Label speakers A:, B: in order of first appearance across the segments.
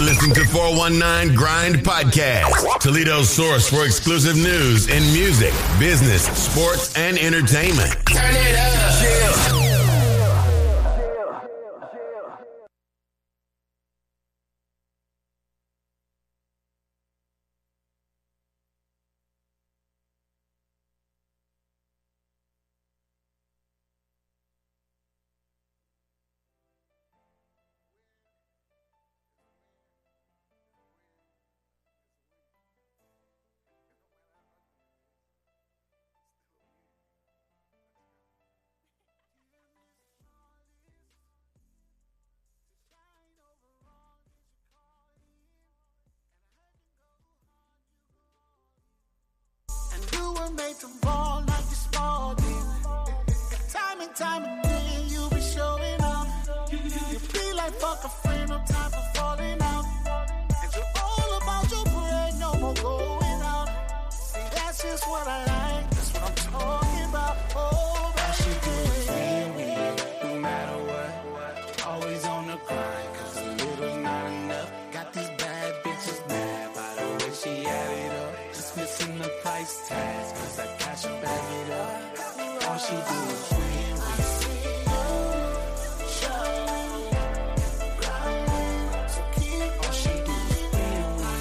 A: listening to 419 Grind Podcast, Toledo's source for exclusive news in music, business, sports, and entertainment.
B: Turn it up. Yeah.
C: made to fall like you small did. Time and time again, you be showing up. You be like fuck a friend, no time for falling out. And you're all about your bread, no more going out. See, that's just what I like, that's what I'm talking about. Oh,
D: I should do it every no matter what. Always on the grind, cause a little's not enough. Got these bad bitches mad by the way she added up. Just missing the price tags, cause I cash her back it up. All she do is win, all she do is win, win, win.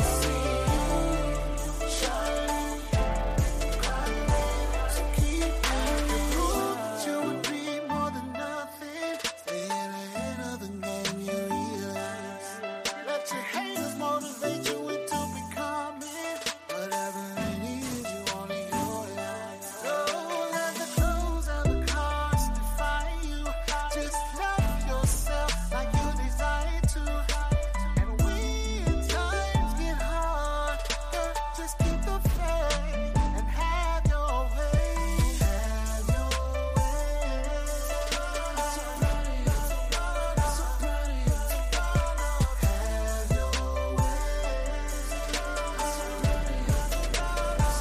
C: Just keep the faith and have your way. Have your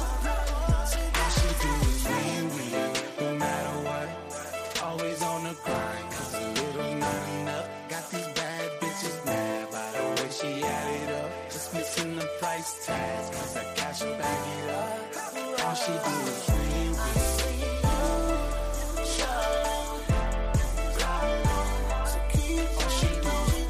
D: All she do is win, win, no matter what. Always on the grind, cause a little not enough. Got these bad bitches mad by the way she added up. Just missing the price tags, cause I cash her back it up. All she do is win, win. All she do is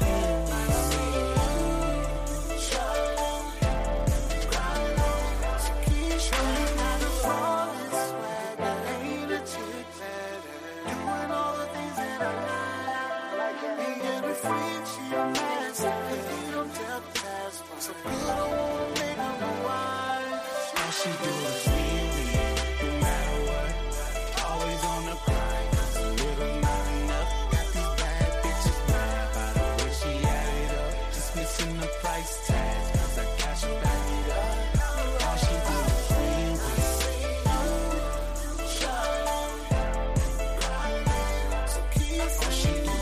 D: win, win,
C: So we don't make no wise.
D: All she do is win, win, no matter what. Always on the grind, cause a little not enough. Got these bad bitches mad by the way she added up. Just missing the price tags, cause I cash her back it up. All she do is win, win. All she do is win, win, win.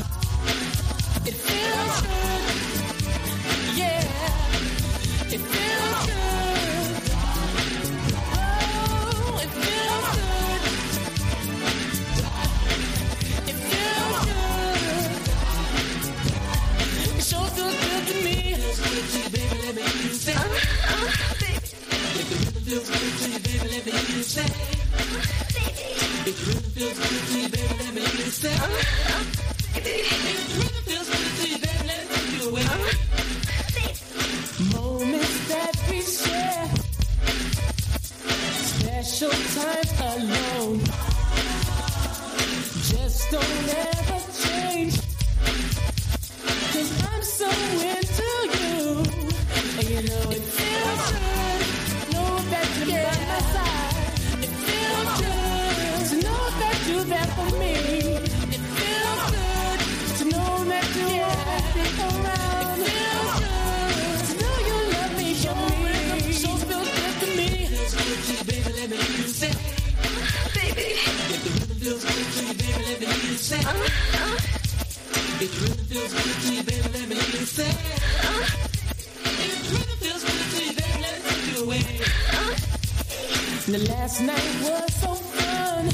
E: It feels good. Yeah. It feels good. Oh, it feels good. It feels good. It sure feels good to me. Baby, let me hear you say. If it really feels good to you, baby, let me hear you say. If it really feels good to you, baby, let me hear you say. Moments that we share, special times alone. Just don't ever change, cause I'm so into you. And you know it feels good, know that you're by my side. It feels good to know that you're there for me. It feels good to know that you always stick around. It feels good to know you love me, show me. So feels good to me. Feels good to you, baby, let me hear you say. Baby, if the rhythm feels good to you, baby, let me hear you say. If
F: It really feels good to you, baby, let me let me say. It really feels good to you, baby, let me take you away.
D: The last night was so fun.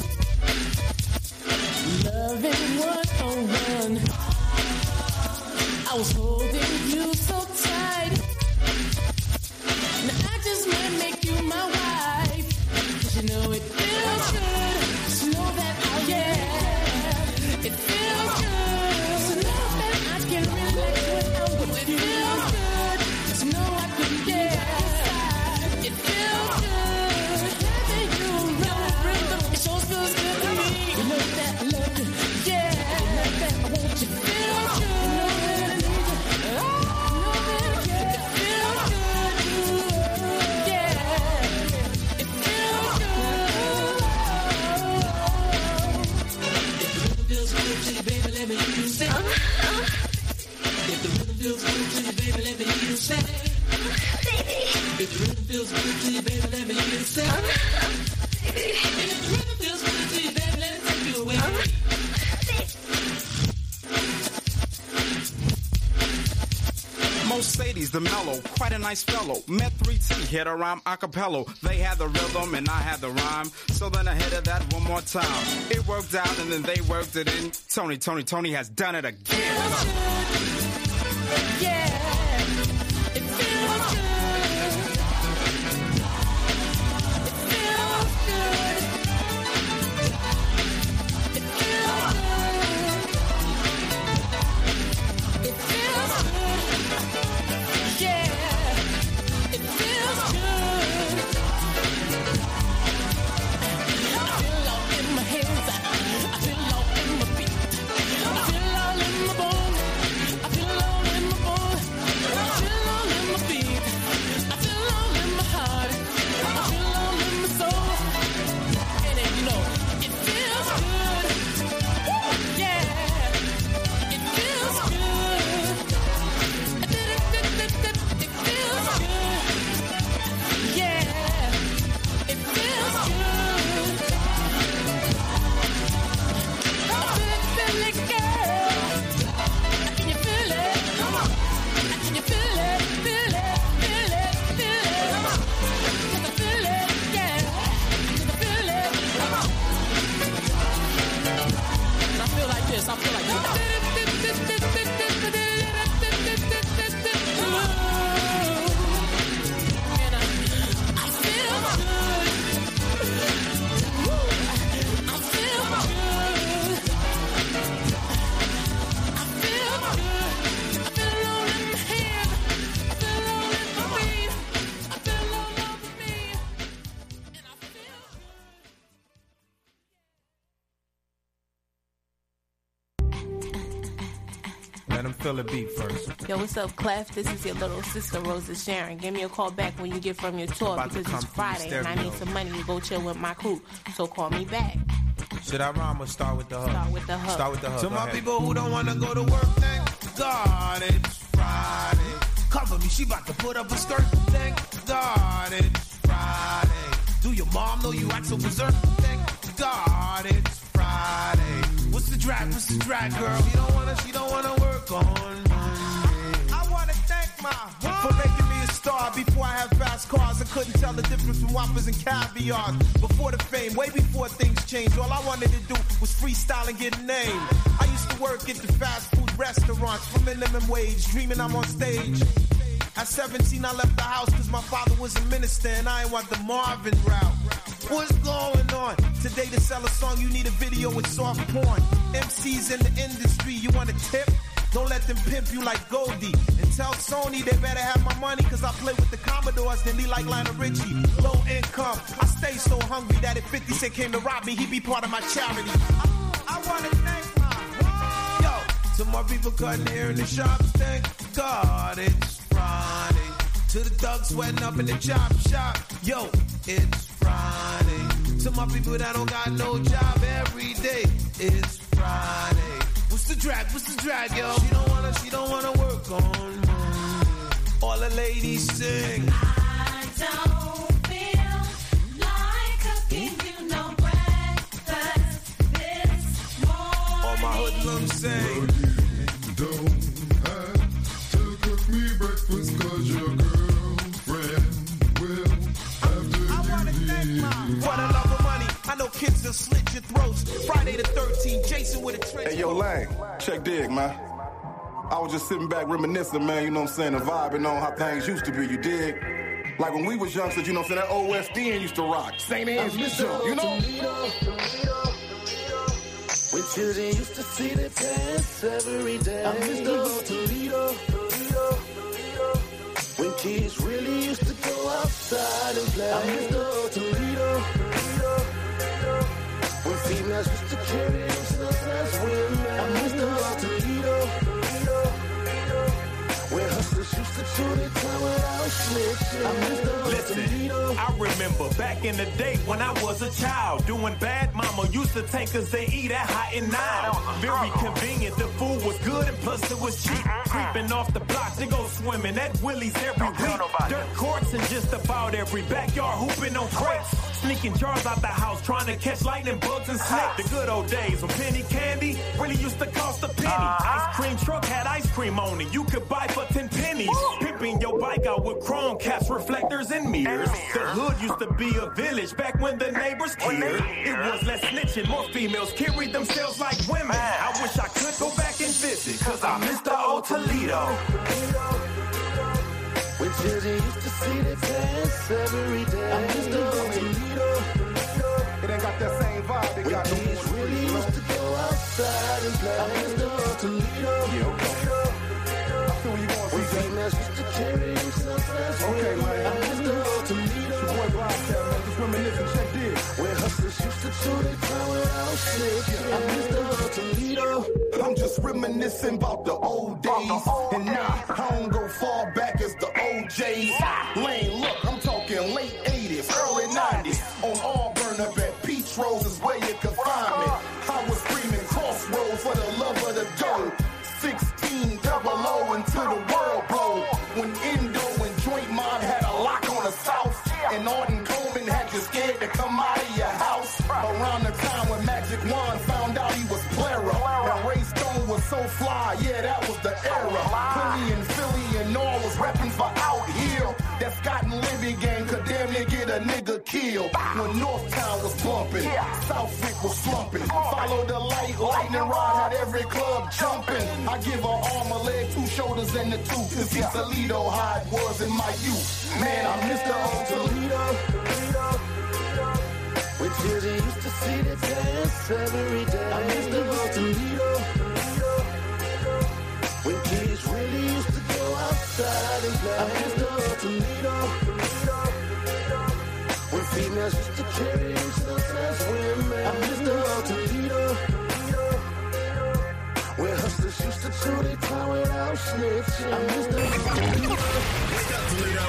D: Loving one on one. I was holding you so tight. Now I just might make you my wife. 'Cause you know it feels good to know that I am. It feels good to know that I can relax when I'm with you. It feels good to know I can get It feels good having you around. It sure feels good to me. You know that I love you. Yeah. You know that I want you. It feels good. You know that I need you. Oh, you know that I care. It feels good. Yeah. It feels good.
F: It really feels good to you, baby, let me hear you say. If the rhythm feels good to you, baby, let me hear you say. If the rhythm feels good to you, baby, let me hear you say. If the rhythm feels good to you, baby, let me take you away.
G: Mercedes, the mellow, quite a nice fellow. Met 3T, hit a rhyme a cappella. They had the rhythm and I had the rhyme. So then I hit it that one more time. It worked out and then they worked it in. Tony, Tony, Tony has done it again.
D: Yeah, it feels good. It feels good. It feels good. It feels good. Yeah, it feels good. I feel all in my hands. I feel all in my feet. I feel all in my bones. I feel all in my bones. I feel all in my feet. I feel all in my heart. I feel all in my soul. And then, you know, it feels good. Woo! Yeah. It feels good. It feels good. Yeah. It feels good. A big Philly girl. Can you feel it? Come on. Can you feel it? Feel it, feel it, feel it. Come on. Can I feel it? Yeah. Can I feel it? Come on. And I feel like this. I feel like this. And I I feel good. Woo. I feel good. I feel good. I feel all in my head. I feel all in my feet. I feel all over me. And I feel good.
G: Let him feel the beat first.
H: Yo, what's up, Clef? This is your little sister, Rosa Sharon. Give me a call back when you get from your tour
G: About to
H: because
G: come
H: it's
G: through the
H: Friday and I
G: stereo.
H: need some money to go chill with my crew. So call me back.
G: Should I rhyme or start with the hug?
H: Start with the hug.
G: Start with the hug.
I: To
G: go
I: my
G: ahead.
I: people who don't wanna go to work, thank God it's Friday. Cover me, she about to put up a skirt. Thank God it's Friday. Do your mom know you act so berserk? Thank God it's Friday. What's the drag? What's the drag, girl? She don't wanna, she don't wanna work on Monday. I wanna thank my for making me a star. Before I had fast cars, I couldn't tell the difference from whoppers and caviar. Before the fame, way before things changed, all I wanted to do was freestyle and get a name. I used to work at the fast food restaurants for minimum wage, dreaming I'm on stage. At 17, I left the house because my father was a minister and I ain't want the Marvin route. What's going on? Today to sell a song, you need a video with soft porn. MCs in the industry, you want a tip? Don't let them pimp you like Goldie. And tell Sony they better have my money, cause I play with the Commodores, then be like Lionel Richie. Low income, I stay so hungry that if 50 Cent came to rob me, he'd be part of my charity. I, I wanna thank my Yo, to my people cutting hair in the shops, thank God it's Friday. To the thugs sweating up in the chop shop, yo, it's Friday. To my people that don't got no job every day, it's Friday. What's the drag? What's the drag, yo? She don't wanna, she don't wanna work on Monday. All the ladies sing.
J: I don't feel like cooking you no breakfast this
I: All
J: morning.
I: my hoodlums sing. your throats. Friday the 13th, Jason with a trench.
K: Hey, yo, Lang, check dig, man. I was just sitting back reminiscing, man, you know what I'm saying, and vibing on how things used to be, you dig? Like when we was youngsters, you know what I'm saying, that OSDN used to rock. St. Anne's Mission, you know?
D: When children used to see the dance every day. I miss those Toledo, Toledo, Toledo. When kids really used to go outside and play. I miss those Toledo, Toledo, Toledo. When females used to carry themselves as women. I miss those Toledo, Toledo, Toledo. When hustlers used to shoot it down without snitching. I miss those
L: Listen, I remember back in the day when I was a child doing bad. Mama used to take us to eat at Hot and Nile. Very convenient. The food was good and plus it was cheap. Creeping off the block to go swimming at Willie's every week. Dirt courts and just about every backyard hooping on crates. Sneaking jars out the house trying to catch lightning bugs and snakes. The good old days when penny candy really used to cost a penny.
D: Uh-huh.
L: Ice cream truck had ice cream on it. You could buy for ten pennies. Pimping your bike out with chrome caps, reflectors, and mirrors. The hood used to be a village back when the neighbors cared. It was less snitching, more females carried themselves like women. I wish I could go back and visit, cause I miss the old Toledo.
D: When children used to see the dance every day. I miss those Toledo.
K: It ain't got that same vibe. They got no more
D: really used to go outside and play. I miss those Toledo. Yeah, okay. I feel where you going, When females used to carry themselves as
K: Okay,
D: women.
K: man.
D: I miss those Toledo.
K: Your boy Blindcat, man, just reminiscing, check dig.
D: When hustlers used to do the time without snitching. I miss those Toledo.
K: I'm just reminiscing about the old days. and now I don't go far back as the OJs. Lane, look, I'm talking late 80s, early 90s. On Auburn up at Peach Rose is where you can find me. I was screaming crossroads for the love of the dough. 16 double O until the world blow. When Indo and Joint Mod had a lock on the South. And Arden Coleman had you scared to come out of your house. Around the time when Magic Wand found out he was plera. And Ray Stone was so fly, yeah, that was the era. Philly and Philly and all was rapping for out here. That Scott and Libby gang could damn near get a nigga killed. When North Town was plumping, Southwick was slumping. Follow the light, lightning rod had every club jumping. I give her arm, a leg, two shoulders, and a tooth. To see Toledo how it was in my youth. Man, I miss the old Toledo.
D: When children used to see the dance every day. I miss the old Toledo. When kids really used to go outside and play. I miss the old Toledo. When females used to carry themselves as women. I miss the old Toledo. When hustlers used to do their time without snitching. I miss the old Toledo.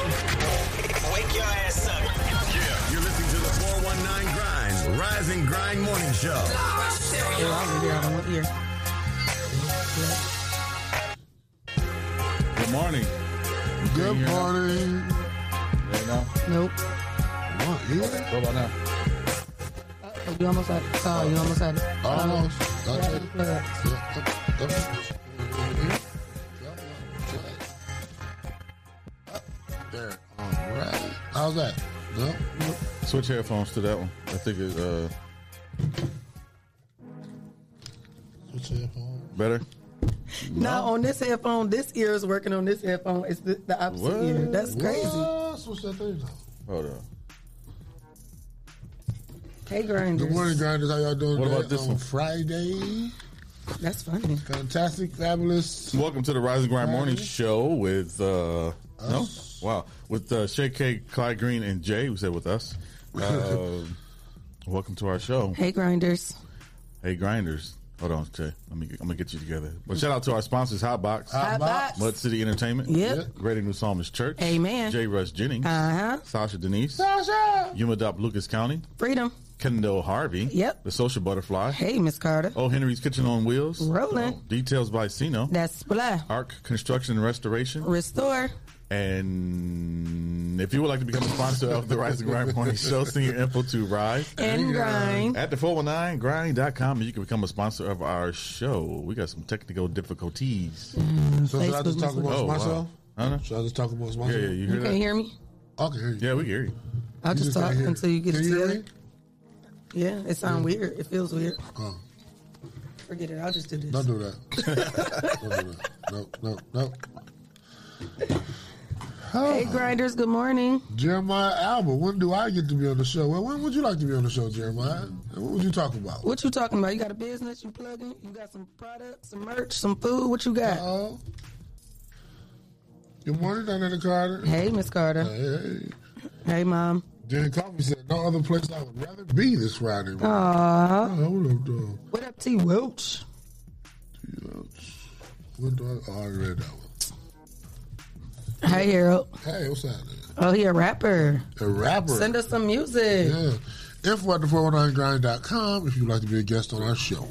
M: Wake your ass up. Yeah, you're listening to the 419 Grind, Rise and Grind Morning Show.
N: Good morning.
O: Good
N: Yeah.
O: morning.
N: There you go.
O: Nope.
N: What about now?
O: Oh, you almost had it. Sorry, you almost had it.
P: Oh.
O: Almost.
N: There. All right. How's that? No. Switch headphones to that one. I think it uh
O: Switch headphones.
N: better.
O: Not on this headphone. This ear is working on this headphone. It's the, the opposite
N: What?
O: ear. That's
N: What?
O: crazy.
N: Switch that thing Hold on.
O: Hey, grinders.
N: Good morning,
O: grinders. How y'all doing?
N: What about this one?
O: Friday. That's funny.
N: Fantastic, fabulous. Welcome to the Rise and Grind Morning Show with uh no wow with uh, Shay K, Clyde Green, and Jay. We said with us. Uh, welcome to our show.
O: Hey, grinders.
N: Hey, grinders. Hold on, Jay. Let me. I'm gonna get you together. But shout out to our sponsors, Hotbox,
O: Hotbox.
N: Mud City Entertainment,
O: Yep.
N: Greater New Psalmist Church,
O: Amen.
N: Jay Rush Jennings,
O: Uh-huh.
N: Sasha Denise,
O: Sasha.
N: Yumadop Lucas County,
O: Freedom.
N: Kendall Harvey,
O: Yep.
N: The Social Butterfly,
O: Hey, Miss Carter.
N: Oh Henry's Kitchen on Wheels,
O: Rolling.
N: Oh, Details by Sino,
O: That's blah.
N: Arc Construction and Restoration,
O: Restore.
N: and if you would like to become a sponsor of the Rise and Grind Morning Show, send your info to Rise
O: And grind.
N: at the 419 grind.com and you can become a sponsor of our show. We got some technical difficulties. Oh,
O: So should I just Facebook talk about
N: wow.
O: myself?
N: Huh? Should I just talk about myself? Yeah, yeah, you hear
O: You
N: that?
O: can hear me?
N: Yeah, we hear you.
O: I'll just talk until you get it together. Yeah, it sounds weird. It feels weird. Forget it. I'll just do this.
P: Don't do that. Don't do that. No, no, no.
O: Hey, grinders. Good morning.
P: Jeremiah Alba, when do I get to be on the show? Well, when would you like to be on the show, Jeremiah? And What would you talk about?
O: What you talking about? You got a business you plugging? You got some products, some merch, some food? What you got?
P: Oh. Good morning, Diana Carter.
O: Hey, Miss Carter.
P: Hey.
O: Hey, mom.
P: Jen Coffee said, no other place I would rather be this Friday.
O: Aw.
P: Oh, hold up, dog.
O: What up, T. Welch?
P: What do I, oh, I read that one.
O: Hey, Harold.
P: Hey, what's happening?
O: Oh, he a rapper.
P: A rapper.
O: Send us some music.
P: Yeah. Info at the 419grind.com if you'd like to be a guest on our show.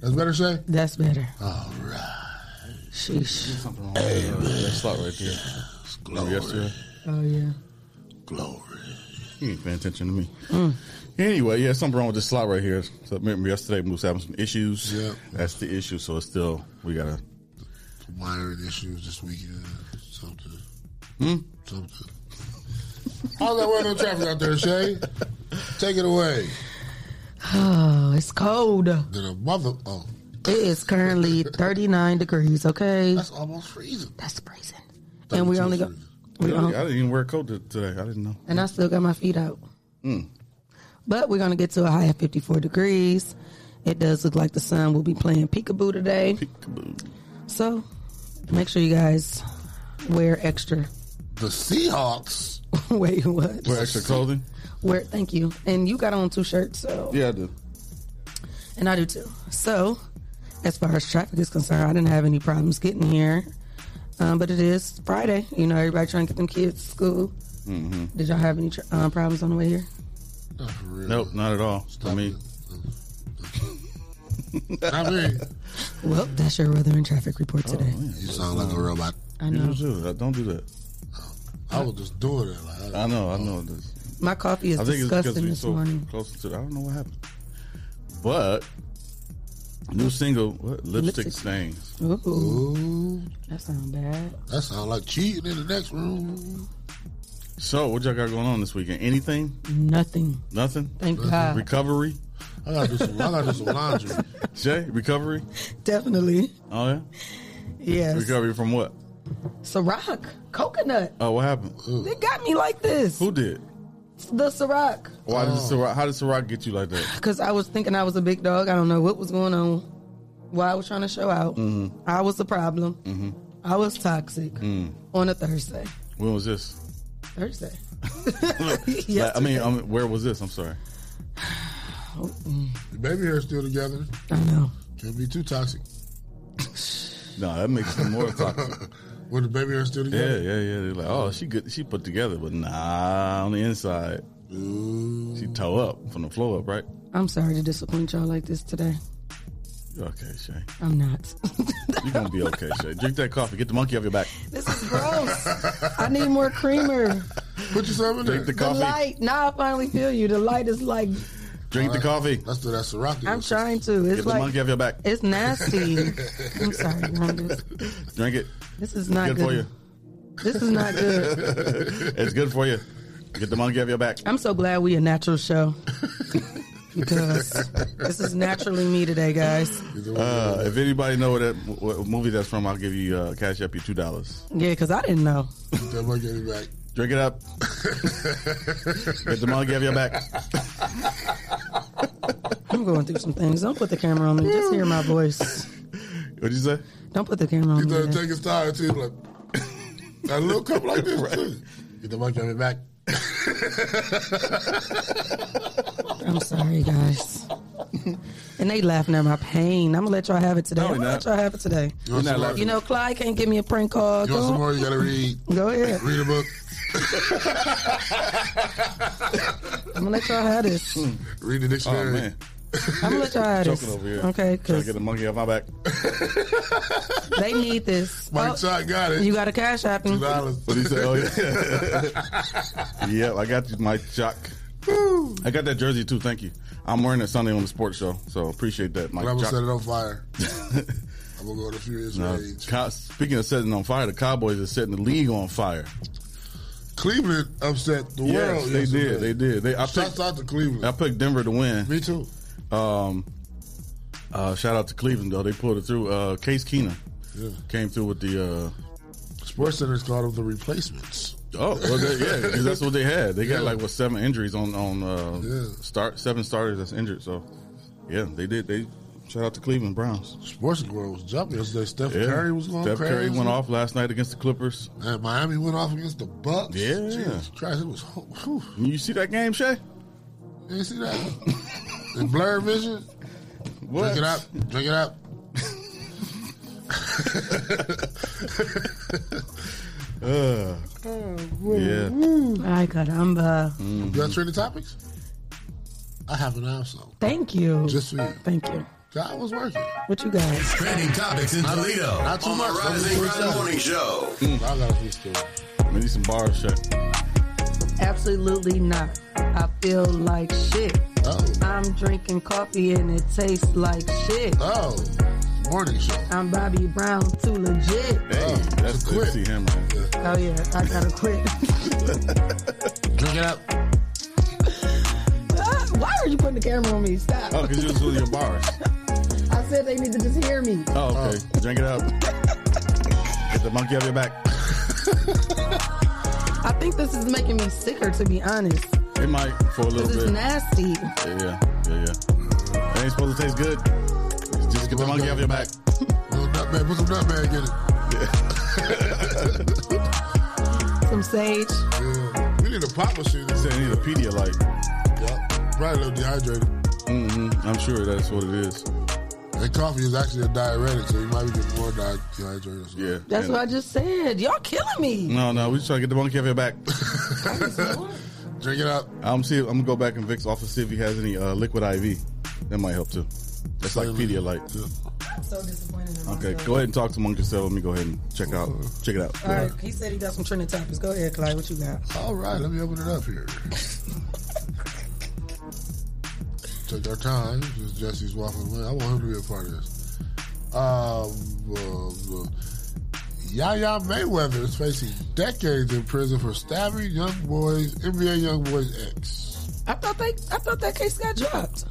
P: That's better, Shay?
O: That's better.
P: All right.
O: Sheesh.
N: Hey, that slot right there. Glory. Yesterday.
O: Oh yeah.
P: Glory.
N: He ain't paying attention to me.
O: Mm.
N: Anyway, yeah, something wrong with this slot right here. So remember yesterday we was having some issues.
P: Yeah.
N: That's the issue. So it's still we gotta
P: Minor issues this weekend. Something.
N: Hmm?
P: Something. How's that weather and traffic out there, Shay? Take it away.
O: Oh, it's cold. It
P: Then a mother. Oh,
O: is currently 39 degrees. Okay.
P: that's almost freezing.
O: That's freezing. and we only go. We
N: Really?
O: on-
N: I didn't even wear a coat t- today. I didn't know.
O: and I still got my feet out. Hmm.
N: Mm.
O: But we're gonna get to a high of 54 degrees. It does look like the sun will be playing peekaboo today.
N: Peekaboo.
O: So make sure you guys wear extra.
P: The Seahawks.
O: Wait, what?
N: Wear extra clothing.
O: Wear. Thank you. And you got on two shirts, so
N: Yeah, I do.
O: and I do too. So as far as traffic is concerned, I didn't have any problems getting here. Um, but it is Friday. You know, everybody trying to get them kids to school.
N: Mm-hmm.
O: Did y'all have any tr- uh, problems on the way here?
N: Nope, not at all. I mean,
P: I mean,
O: Well, that's your weather and traffic report today.
P: you sound like a robot.
O: I know.
N: You do that. Don't do that.
P: I was just doing it. Like,
N: I know. I know. This.
O: My coffee is
N: I think it's because
O: disgusting
N: we
O: this
N: so
O: morning.
N: close to. I don't know what happened, but new single what? lipstick,
O: Lipstick.
N: stains.
O: Ooh,
P: Ooh,
O: that sounds bad.
P: that sound like cheating in the next room.
N: So what y'all got going on this weekend? Anything?
O: Nothing.
N: Nothing?
O: Thank God.
N: Recovery?
P: I gotta do some. I gotta do some laundry.
N: Jay, recovery?
O: Definitely.
N: Oh yeah.
O: Yes.
N: Recovery from what?
O: Ciroc. Coconut.
N: Oh, what happened?
O: They got me like this.
N: Who did?
O: The Ciroc.
N: Why
P: Oh.
N: did Ciroc, how did Ciroc get you like that?
O: Because I was thinking I was a big dog. I don't know what was going on. Why I was trying to show out. I was the problem.
N: Mm-hmm.
O: I was toxic
N: Mm.
O: on a Thursday.
N: When was this?
O: Thursday.
N: Like, I mean, I mean, where was this? I'm sorry.
P: The baby hair still together.
O: I know.
P: Can't be too toxic.
N: No, that makes them more toxic.
P: When the baby hair still
N: yeah, yeah,
P: together.
N: yeah. They're like, oh, she good. She put together, but nah, on the inside, she toe up from the floor up, right?
O: I'm sorry to disappoint y'all like this today.
N: You okay, Shay?
O: I'm not.
N: You're gonna be okay, Shay. Drink that coffee. Get the monkey off your back.
O: this is gross. I need more creamer.
P: Put yourself in there.
N: Drink the
O: The
N: coffee.
O: light. Now I finally feel you. The light is like
N: Drink the coffee.
P: That's the that's the rocket.
O: I'm trying to. It's
N: Get the
O: like
N: monkey off your back.
O: it's nasty. I'm sorry. Grinders.
N: Drink it.
O: This is not
N: good,
O: good.
N: for you.
O: This is not good.
N: It's good for you. Get the monkey off your back.
O: I'm so glad we a natural show because this is naturally me today, guys.
N: Uh, if anybody know what that what movie that's from, I'll give you uh, cash up you two dollars.
O: Yeah, because I didn't know.
P: That might get me back.
N: Drink it up. Get the monkey off your back.
O: I'm going through some things. Don't put the camera on me. Just hear my voice.
N: What'd you say?
O: Don't put the camera
P: He's
O: on me.
P: gonna
O: today.
P: take his time too. Like a little cup like this. Too. Get the monkey on your back.
O: I'm sorry, guys. And they laughing at my pain. I'm gonna let y'all have it today.
N: No,
O: I'm
N: we're
O: gonna let
N: not.
O: y'all have it today.
P: You want, some, more?
O: You know, Clyde can't give me a prank call.
P: you want some
O: Go,
P: more? You gotta read.
O: go ahead.
P: Read a book.
O: I'm gonna let y'all have this. I'm
P: Read the
N: Oh
P: dictionary.
N: man,
O: gonna let y'all have this.
N: choking over here.
O: Okay,
N: Trying to
O: because
N: get the monkey off my back.
O: they need this.
P: Mike
O: Oh,
P: Todd got it.
O: you got a cash app him.
P: Two dollars.
N: What he say? Oh yeah. yep, I got you, my jock. I got that jersey too. Thank you. I'm wearing it Sunday on the sports show, so appreciate that, Mike.
P: I'm gonna
N: Jock.
P: set it on fire. I'm gonna go to Furious
N: No,
P: Rage.
N: Cow- speaking of setting on fire, the Cowboys are setting the league on fire.
P: Cleveland upset the
N: yes,
P: world.
N: they
P: yesterday.
N: did. They did. They, I
P: Shouts
N: picked,
P: out to Cleveland.
N: I picked Denver to win.
P: Me too.
N: Um, uh, shout out to Cleveland though. They pulled it through. Uh, Case Keenum
P: Yeah.
N: came through with the. Uh,
P: Sports Center's called them the replacements.
N: Oh well, they, yeah, 'cause that's what they had. They got
P: Yeah.
N: like what seven injuries on on uh,
P: Yeah.
N: start seven starters that's injured. So yeah, they did. They shout out to Cleveland Browns.
P: Sports Central was jumping yesterday. Steph Curry was going
N: Steph
P: crazy.
N: Curry went off last night against the Clippers.
P: And Miami went off against the Bucks.
N: Yeah.
P: Jesus Christ, it was. Whew.
N: You see that game, Shay?
P: You see that? In blur vision.
N: What?
P: Drink it up. Drink it up.
N: Uh, Yeah.
O: I caramba.
N: Mhm.
P: Mm-hmm. You got trending topics? I have an answer.
O: Thank you.
P: Just for you.
O: Thank you.
P: God was working.
O: What you guys?
A: Trending topics in
P: Not-
A: Toledo
P: not too
A: on
P: much.
A: the Rising Grind Morning Show.
P: Mm. I got a few stories.
N: We need some bars, Shay.
O: Absolutely not. I feel like shit.
P: Oh.
O: I'm drinking coffee and it tastes like shit.
P: Oh, morning show.
O: I'm Bobby Brown, too legit.
N: Hey,
P: Oh,
N: that's good to see him. Man.
O: Oh yeah, I gotta quit.
P: Drink it up.
O: Ah, Why are you putting the camera on me? Stop.
N: Oh, because you was doing your bars.
O: I said they need to just hear me.
N: Oh, okay. Drink it up. Get the monkey off your back.
O: I think this is making me sicker, to be honest.
N: It might for a little
O: This is
N: bit.
O: nasty.
N: Yeah, yeah, yeah, yeah. It ain't supposed to taste good. Just get the monkey off your back.
P: Little nutmeg. Put some nutmeg in it.
O: Some sage.
P: Yeah. We need a pop machine.
N: Said I need a Pedialyte.
P: Yup. Probably a little dehydrated.
N: Mm-hmm. I'm sure that's what it is.
P: And coffee is actually a diuretic, so you might be getting more di- dehydrated. or something.
N: Yeah.
O: That's
N: yeah.
O: what I just said. Y'all killing me.
N: No, no, we just trying to get the monkey off your back.
P: Drink it up.
N: I'm see. I'm gonna go back in Vic's office see if he has any uh, liquid IV. That might help too. That's like Pedialyte.
O: So disappointed.
N: Okay, go ahead and talk to Monk yourself. Let me go ahead and check out. Check it out.
O: All right, he said he got some trending topics. Go ahead, Clyde. What you got?
P: All right, let me open it up here. Take our time. Since Jesse's walking away, I want him to be a part of this. Um, uh, uh, Yaya Mayweather is facing decades in prison for stabbing young boys, NBA young boys ex.
O: I thought they, I thought that case got dropped.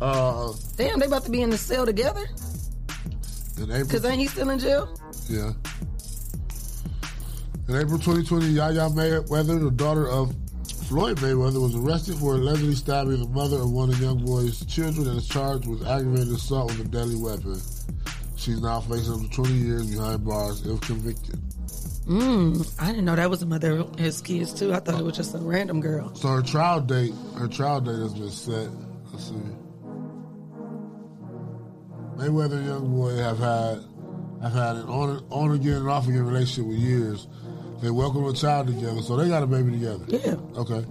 P: Uh,
O: Damn, they about to be in the cell together.
P: in April,
O: Cause ain't he still in jail?
P: Yeah. In April 2020, Yaya Mayweather, the daughter of Floyd Mayweather, was arrested for allegedly stabbing the mother of one of the young boy's children and is charged with aggravated assault with a deadly weapon. She's now facing up to 20 years behind bars if convicted.
O: Mm, I didn't know that was the mother of his kids too. I thought it was just a random girl.
P: So her trial date, her trial date has been set. Let's see. Mayweather and young boy have had have had an on on again and off again relationship with years. They welcomed a child together, so they got a baby together.
O: Yeah.
P: Okay.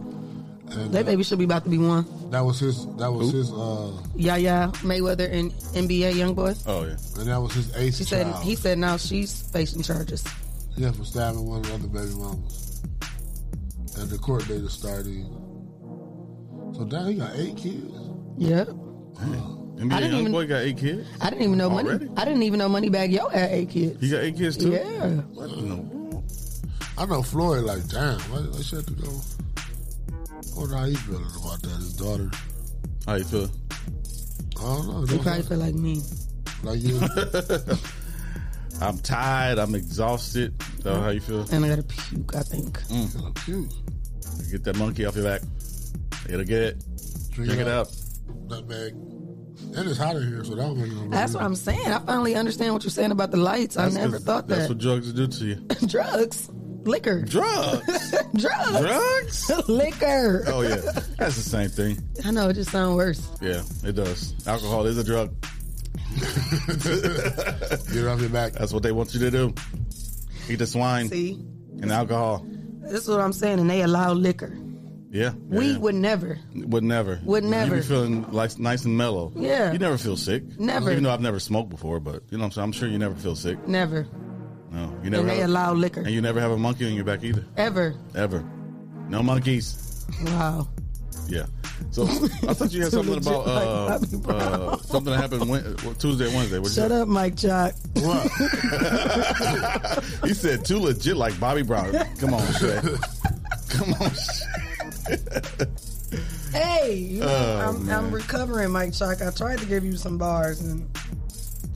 P: And uh,
O: That baby should be about to be one.
P: that was his. That was his. Uh,
O: Yaya Mayweather and NBA young boy.
N: Oh yeah.
P: and that was his eighth
O: She said
P: child.
O: he said now she's facing charges.
P: yeah, for stabbing one of the other baby mamas. And the court date is starting. So damn, he got eight kids.
O: Yep.
N: NBA
O: I didn't
N: young
O: even-
N: boy got eight kids.
O: I didn't even know money.
N: Already?
O: I didn't even know Moneybag Yo had eight kids.
N: He got eight kids too.
O: Yeah.
N: What in the world?
P: I know Floyd like, damn, why, why she had to go? I wonder how he feeling about that, his daughter.
N: How you feel?
P: I don't know.
O: He probably feel like me.
P: Like you.
N: I'm tired. I'm exhausted. So how you feel?
O: And I gotta puke. I think.
N: Mm.
P: Cute.
N: Get that monkey off your back. It'll get it. Drink, it up.
P: Nutmeg. And it's hot in here, so that don't make no
O: That's what I'm saying. I finally understand what you're saying about the lights. I
N: That's
O: never
N: 'cause
O: thought
N: That's
O: that.
N: what drugs do to you.
O: Drugs, liquor,
N: Drugs.
O: drugs,
N: drugs,
O: liquor.
N: oh yeah, that's the same thing.
O: I know it just sounds worse.
N: Yeah, it does. Alcohol is a drug.
P: Get it off your back.
N: That's what they want you to do. Eat the swine
O: See,
N: and alcohol.
O: this is what I'm saying, and they allow liquor.
N: Yeah, yeah,
O: We
N: yeah.
O: would never.
N: Would never.
O: Would never.
N: You be feeling like nice and mellow.
O: Yeah.
N: You never feel sick.
O: Never.
N: Even though I've never smoked before, but you know what I'm saying. I'm sure you never feel sick.
O: Never.
N: No. You never.
O: and they
N: have,
O: allow liquor.
N: and you never have a monkey on your back either.
O: Ever.
N: Ever. No monkeys.
O: Wow.
N: Yeah. So I thought you had something
O: Legit
N: about uh,
O: like Bobby Brown.
N: uh, something that happened Wed- uh, Tuesday, Wednesday. What
O: Shut up, Mike Jock.
N: What? he said too legit like Bobby Brown. Come on, Shay. Come on.
O: Hey, you know,
N: Oh,
O: I'm,
N: man.
O: I'm recovering, Mike Chalk. I tried to give you some bars, and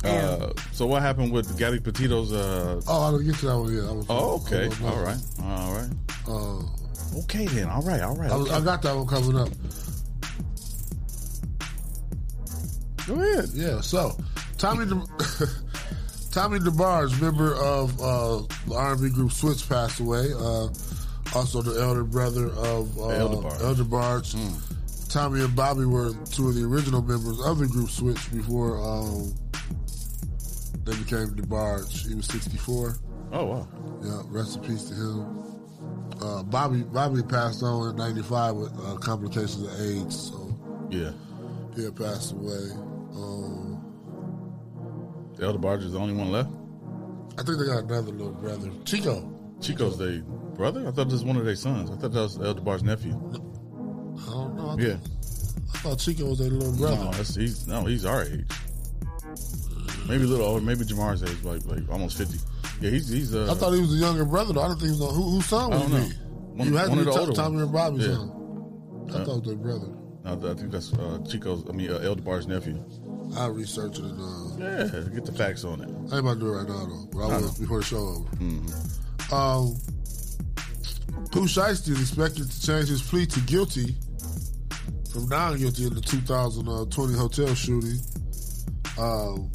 N: Uh, so what happened with Gabby Petito's? Uh,
P: Oh, I didn't get to that one yet. I was,
N: oh, okay.
P: I was-
N: All right. All right.
P: Uh,
N: okay then. All right. All right.
P: I, was- I
N: okay.
P: got that one coming up.
N: Go ahead.
P: Yeah. So, Tommy, De- Tommy DeBarge, member of uh, the R&B group Switch, passed away. Uh, also, the elder brother of uh,
N: Elder Hmm. Barge.
P: Elder Barge. Tommy and Bobby were two of the original members of the group Switch before um, they became DeBarge. He was 64.
N: Oh wow.
P: Yeah. Rest in peace to him. Uh, Bobby Bobby passed on in '95 with uh, complications of AIDS. So
N: Yeah.
P: he had passed away. Um,
N: The Elder Barge is the only one left.
P: I think they got another little brother, Chico.
N: Chico's their brother. I thought this was one of their sons. I thought that was Elder Barge's nephew.
P: I don't know. I,
N: Yeah.
P: I thought Chico was their little brother.
N: No, that's, he's no, he's our age. Maybe a little older. Maybe Jamar's age, like like almost fifty. Yeah, he's he's. Uh,
P: I thought he was the younger brother. Though I don't think he was. Who, whose son
N: I
P: was
N: don't
P: he?
N: know. One-
P: you had
N: one
P: to
N: of
P: be
N: the
P: Tom-
N: older
P: Tommy
N: ones.
P: and Bobby's
N: Yeah.
P: son. I
N: Yeah. Uh,
P: thought it was their brother.
N: No, I think that's uh, Chico's. I mean, uh, Elder Bar's nephew.
P: I researched it. And, uh,
N: Yeah, get the facts on it. Mm-hmm.
P: I ain't about to do it right now though. But I
N: No,
P: was before the show over. Um, Pooh Shiesty is expected to change his plea to guilty from non-guilty in the 2020 hotel shooting. Um,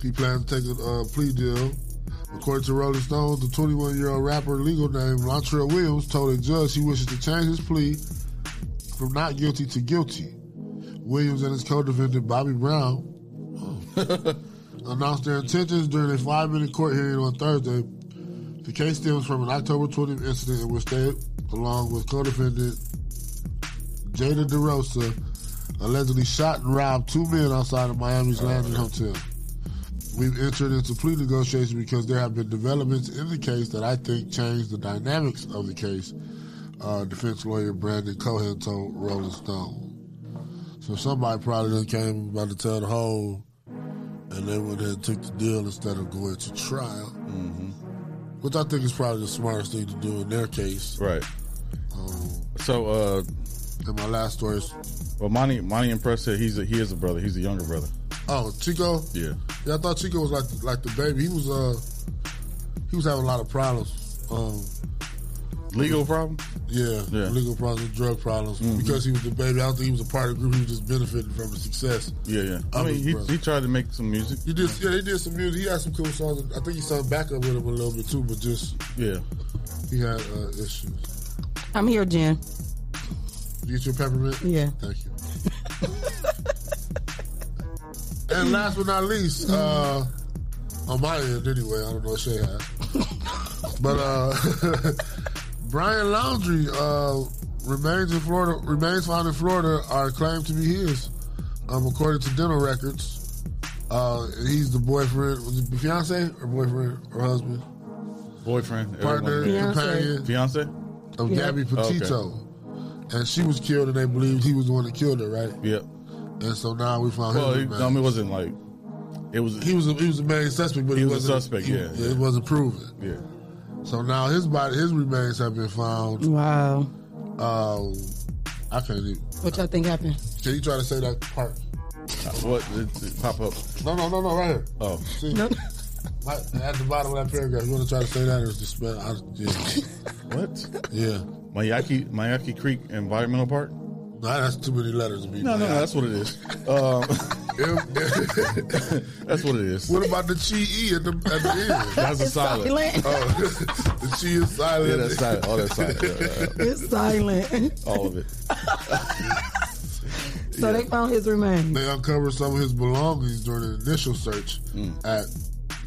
P: he plans to take a uh, plea deal. According to Rolling Stone, the 21-year-old rapper legal name Latrell Williams told a judge he wishes to change his plea from not guilty to guilty. Williams and his co-defendant Bobby Brown announced their intentions during a five-minute court hearing on Thursday. The case stems from an October 20th incident in which they, along with co-defendant Jada DeRosa, allegedly shot and robbed two men outside of Miami's Landon Hotel. We've entered into plea negotiations because there have been developments in the case that I think changed the dynamics of the case, uh, defense lawyer Brandon Cohen told Rolling Stone. So somebody probably done came about to tell the whole, and they went ahead and took the deal instead of going to trial, mm-hmm. which I think is probably the smartest thing to do in their case.
N: Right. so, uh,
P: Um, and my last story is.
N: Well, Monty Monty Impress said he's a, he is a brother. He's a younger brother.
P: Oh, Chico.
N: Yeah.
P: Yeah, I thought Chico was like like the baby. He was uh he was having a lot of problems. Um
N: Legal problems?
P: Yeah,
N: Yeah.
P: legal problems, drug problems.
N: Mhm.
P: Because he was the baby, I don't think he was a part of the group. He was just benefiting from the success.
N: Yeah, yeah. I
P: of
N: mean,
P: his
N: he,
P: brother.
N: he tried to make some music.
P: He did, yeah, he did some music. He had some cool songs. I think he sung backup with him a little bit too, but just
N: yeah,
P: he had uh, issues.
O: I'm here, Jen.
P: You get your peppermint?
O: Yeah.
P: Thank you. and last but not least, uh, on my end anyway, I don't know what Shay had. But uh, Brian Laundry uh, remains in Florida remains found in Florida are claimed to be his. Um, according to dental records. Uh, and he's the boyfriend was it fiance or boyfriend or husband?
N: Boyfriend,
P: Partner,
N: everyone-
P: companion.
N: fiance Oh,
P: Of Gabby Petito. And she was killed and they believed he was the one that killed her, right?
N: Yep.
P: And so now we found
N: Well,
P: him.
N: he,
P: man.
N: no, I mean, it wasn't like it was.
P: He was a, he was a main suspect, but
N: He
P: he,
N: was a
P: wasn't-
N: suspect,
P: he-
N: yeah, yeah.
P: it wasn't proven.
N: Yeah.
P: So now his body, his remains have been found.
O: Wow.
P: Um, I can't. Even,
O: What y'all think happened?
P: can you try to say that part?
N: What it, it pop up?
P: No, no, no, no, right here.
N: Oh,
P: See, my, at the bottom of that paragraph, you want to try to say that or is the spell? I, yeah.
N: what?
P: Yeah,
N: Mayaki Mayaki Creek Environmental Park.
P: No, that's too many letters. To be
N: no, no, no, that's what it is. Um, that's what it is.
P: What about the chi e at the, at the end?
N: That's a It's silent.
P: Oh,
N: silent.
P: the chi is silent.
N: Yeah, that's silent. All that's silent. Yeah, yeah, yeah.
O: It's silent.
N: All of it.
O: So they found his remains.
P: They uncovered some of his belongings during the initial search at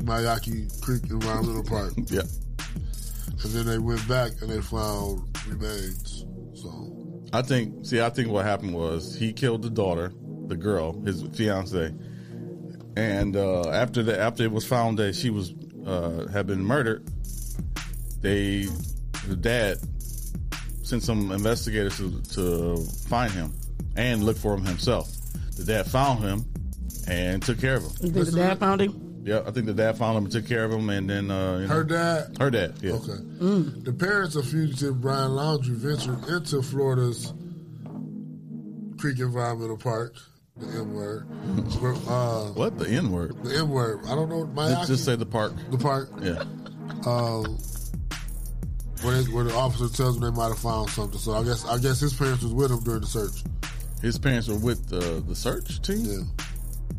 P: Mayaki Creek Environmental Park.
N: yeah.
P: And then they went back and they found remains. So
N: I think. See, I think what happened was he killed the daughter, the girl, his fiance, and uh, after that, after it was found that she was uh, had been murdered, they, the dad, sent some investigators to, to find him and look for him himself. The dad found him and took care of him.
O: You think the dad found him?
N: Yeah, I think the dad found him and took care of him, and then uh, you know-
P: Her dad?
N: Her dad. Yeah.
P: Okay.
O: Mm.
P: The parents of fugitive Brian Laundrie ventured into Florida's Creek Environmental Park, the N word.
N: Mm-hmm.
P: uh,
N: what the N word?
P: The N word. I don't know. My
N: Just, just say the park.
P: the park.
N: Yeah.
P: Uh, where, they- where the officer tells them they might have found something. So I guess I guess his parents was with him during the search.
N: His parents were with the the search team.
P: Yeah.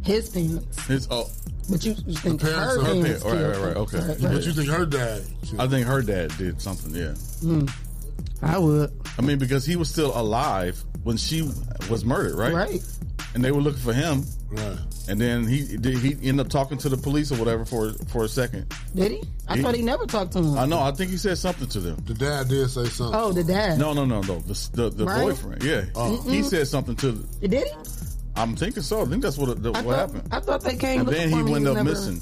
O: His parents.
N: His oh.
O: But you, you think
P: The parents
O: her
P: of- Her
O: parents
N: All right,
O: killed
N: right, right.
O: him.
N: Okay.
O: Right,
N: Yeah.
O: right.
P: But you think her dad?
N: I think her dad did something. Yeah.
O: Mm. I would.
N: I mean, because he was still alive when she was murdered, right?
O: Right.
N: And they were looking for him.
P: Right.
N: And then he did he end up talking to the police or whatever for for a second.
O: Did he? I
N: He-
O: thought he never talked to him.
N: I know. I think he said something to them.
P: The dad did say something.
O: Oh, the dad.
N: No, no, no, no. The the, the
O: Right?
N: boyfriend. Yeah.
O: Oh.
N: He
O: Mm-mm.
N: said something to.
O: Did he?
N: I'm thinking so. I think that's what it- what
O: I thought,
N: happened.
O: I thought they came.
N: and
O: looking
N: then
O: for
N: he
O: him,
N: went
O: was
N: up
O: never-
N: missing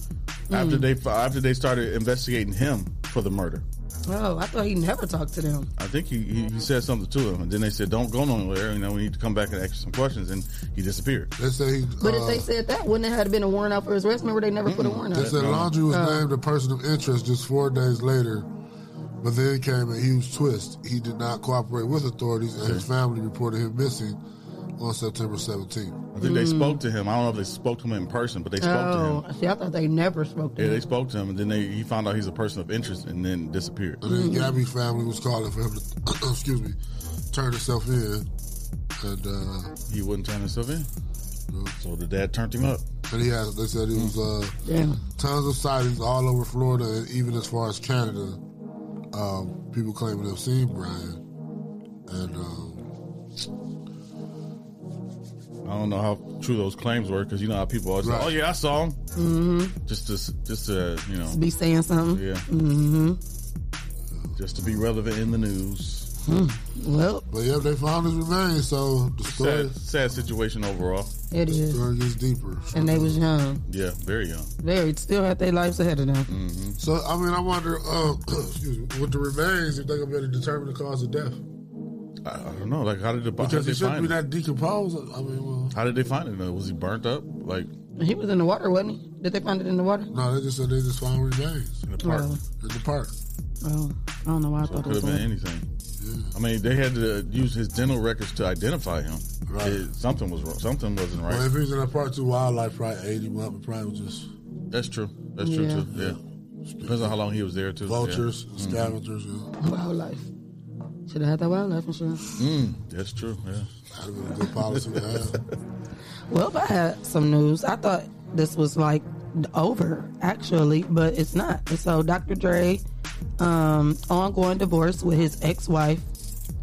N: after
O: Mm.
N: they after they started investigating him for the murder.
O: Oh, I thought he never talked to them.
N: I think he, he, he said something to him, and then they said, "Don't go nowhere. You know, we need to come back and ask you some questions." And he disappeared.
P: They say uh, he.
O: But
N: Uh,
O: if they said that, wouldn't it have been a warrant out for his arrest? Remember, they never put a warrant
P: They
O: out.
P: said Laundry was named a person of interest just four days later, but then came a huge twist. He did not cooperate with authorities, and his family reported him missing on September 17th.
N: I think they
O: Mm.
N: spoke to him. I don't know if they spoke to him in person, but they spoke
O: oh,
N: to him.
O: see, I thought they never spoke to
N: Yeah,
O: him.
N: they spoke to him, and then they, he found out he's a person of interest, and then disappeared.
P: And
O: Mm-hmm.
P: then Gabby's family was calling for him to, excuse me, turn himself in, and uh,
N: he wouldn't turn himself in. So the dad turned him up.
P: And he has. They said he was uh,
O: Damn.
P: tons of sightings all over Florida, and even as far as Canada. Um, people claiming they've seen Brian, and um,
N: I don't know how true those claims were because you know how people always
O: Right.
N: say, "Oh yeah, I saw him,"
O: hmm
N: just to just to you know
O: Be saying something.
N: Yeah.
O: hmm
N: just to be relevant in the news.
O: Well,
P: but yeah, they found his remains. So the story,
N: Sad, sad situation overall.
O: It
P: the
O: is.
P: story gets deeper.
O: And they was young.
N: Yeah, very young. Mm-hmm.
O: They still had their lives ahead of them.
P: So I mean, I wonder, uh, excuse me, with the remains, if they're gonna be able to determine the cause of death
N: I, I don't know. Like, how did the how did
P: because
N: they
P: it shouldn't
N: find
P: be
N: it?
P: that decomposed. I mean, well,
N: How did they find it? Was he burnt up? Like
O: He was in the water, wasn't he? Did they find it in the water?
P: no, they just said they just found remains in the
O: park. Well.
P: In the park,
O: Oh, I don't know why I
N: it
O: thought
N: could
O: it was
N: have been
O: water.
N: anything. I mean, they had to use his dental records to identify him.
P: Right.
N: It- something was wrong. Something wasn't right.
P: Well, if he's in a park too, wildlife probably ate him up. It probably was just
N: That's true. That's true
P: Yeah.
N: too. Yeah. Depends on how long he was there too.
P: vultures,
N: Yeah. Mm-hmm.
P: scavengers.
O: Wildlife. Should have had that wildlife insurance.
N: Mm. That's true. Yeah.
P: That'd have been a good policy to have.
O: Well, I had some news. I thought this was like over, actually, but it's not. So, Dr. Dre, um, ongoing divorce with his ex wife,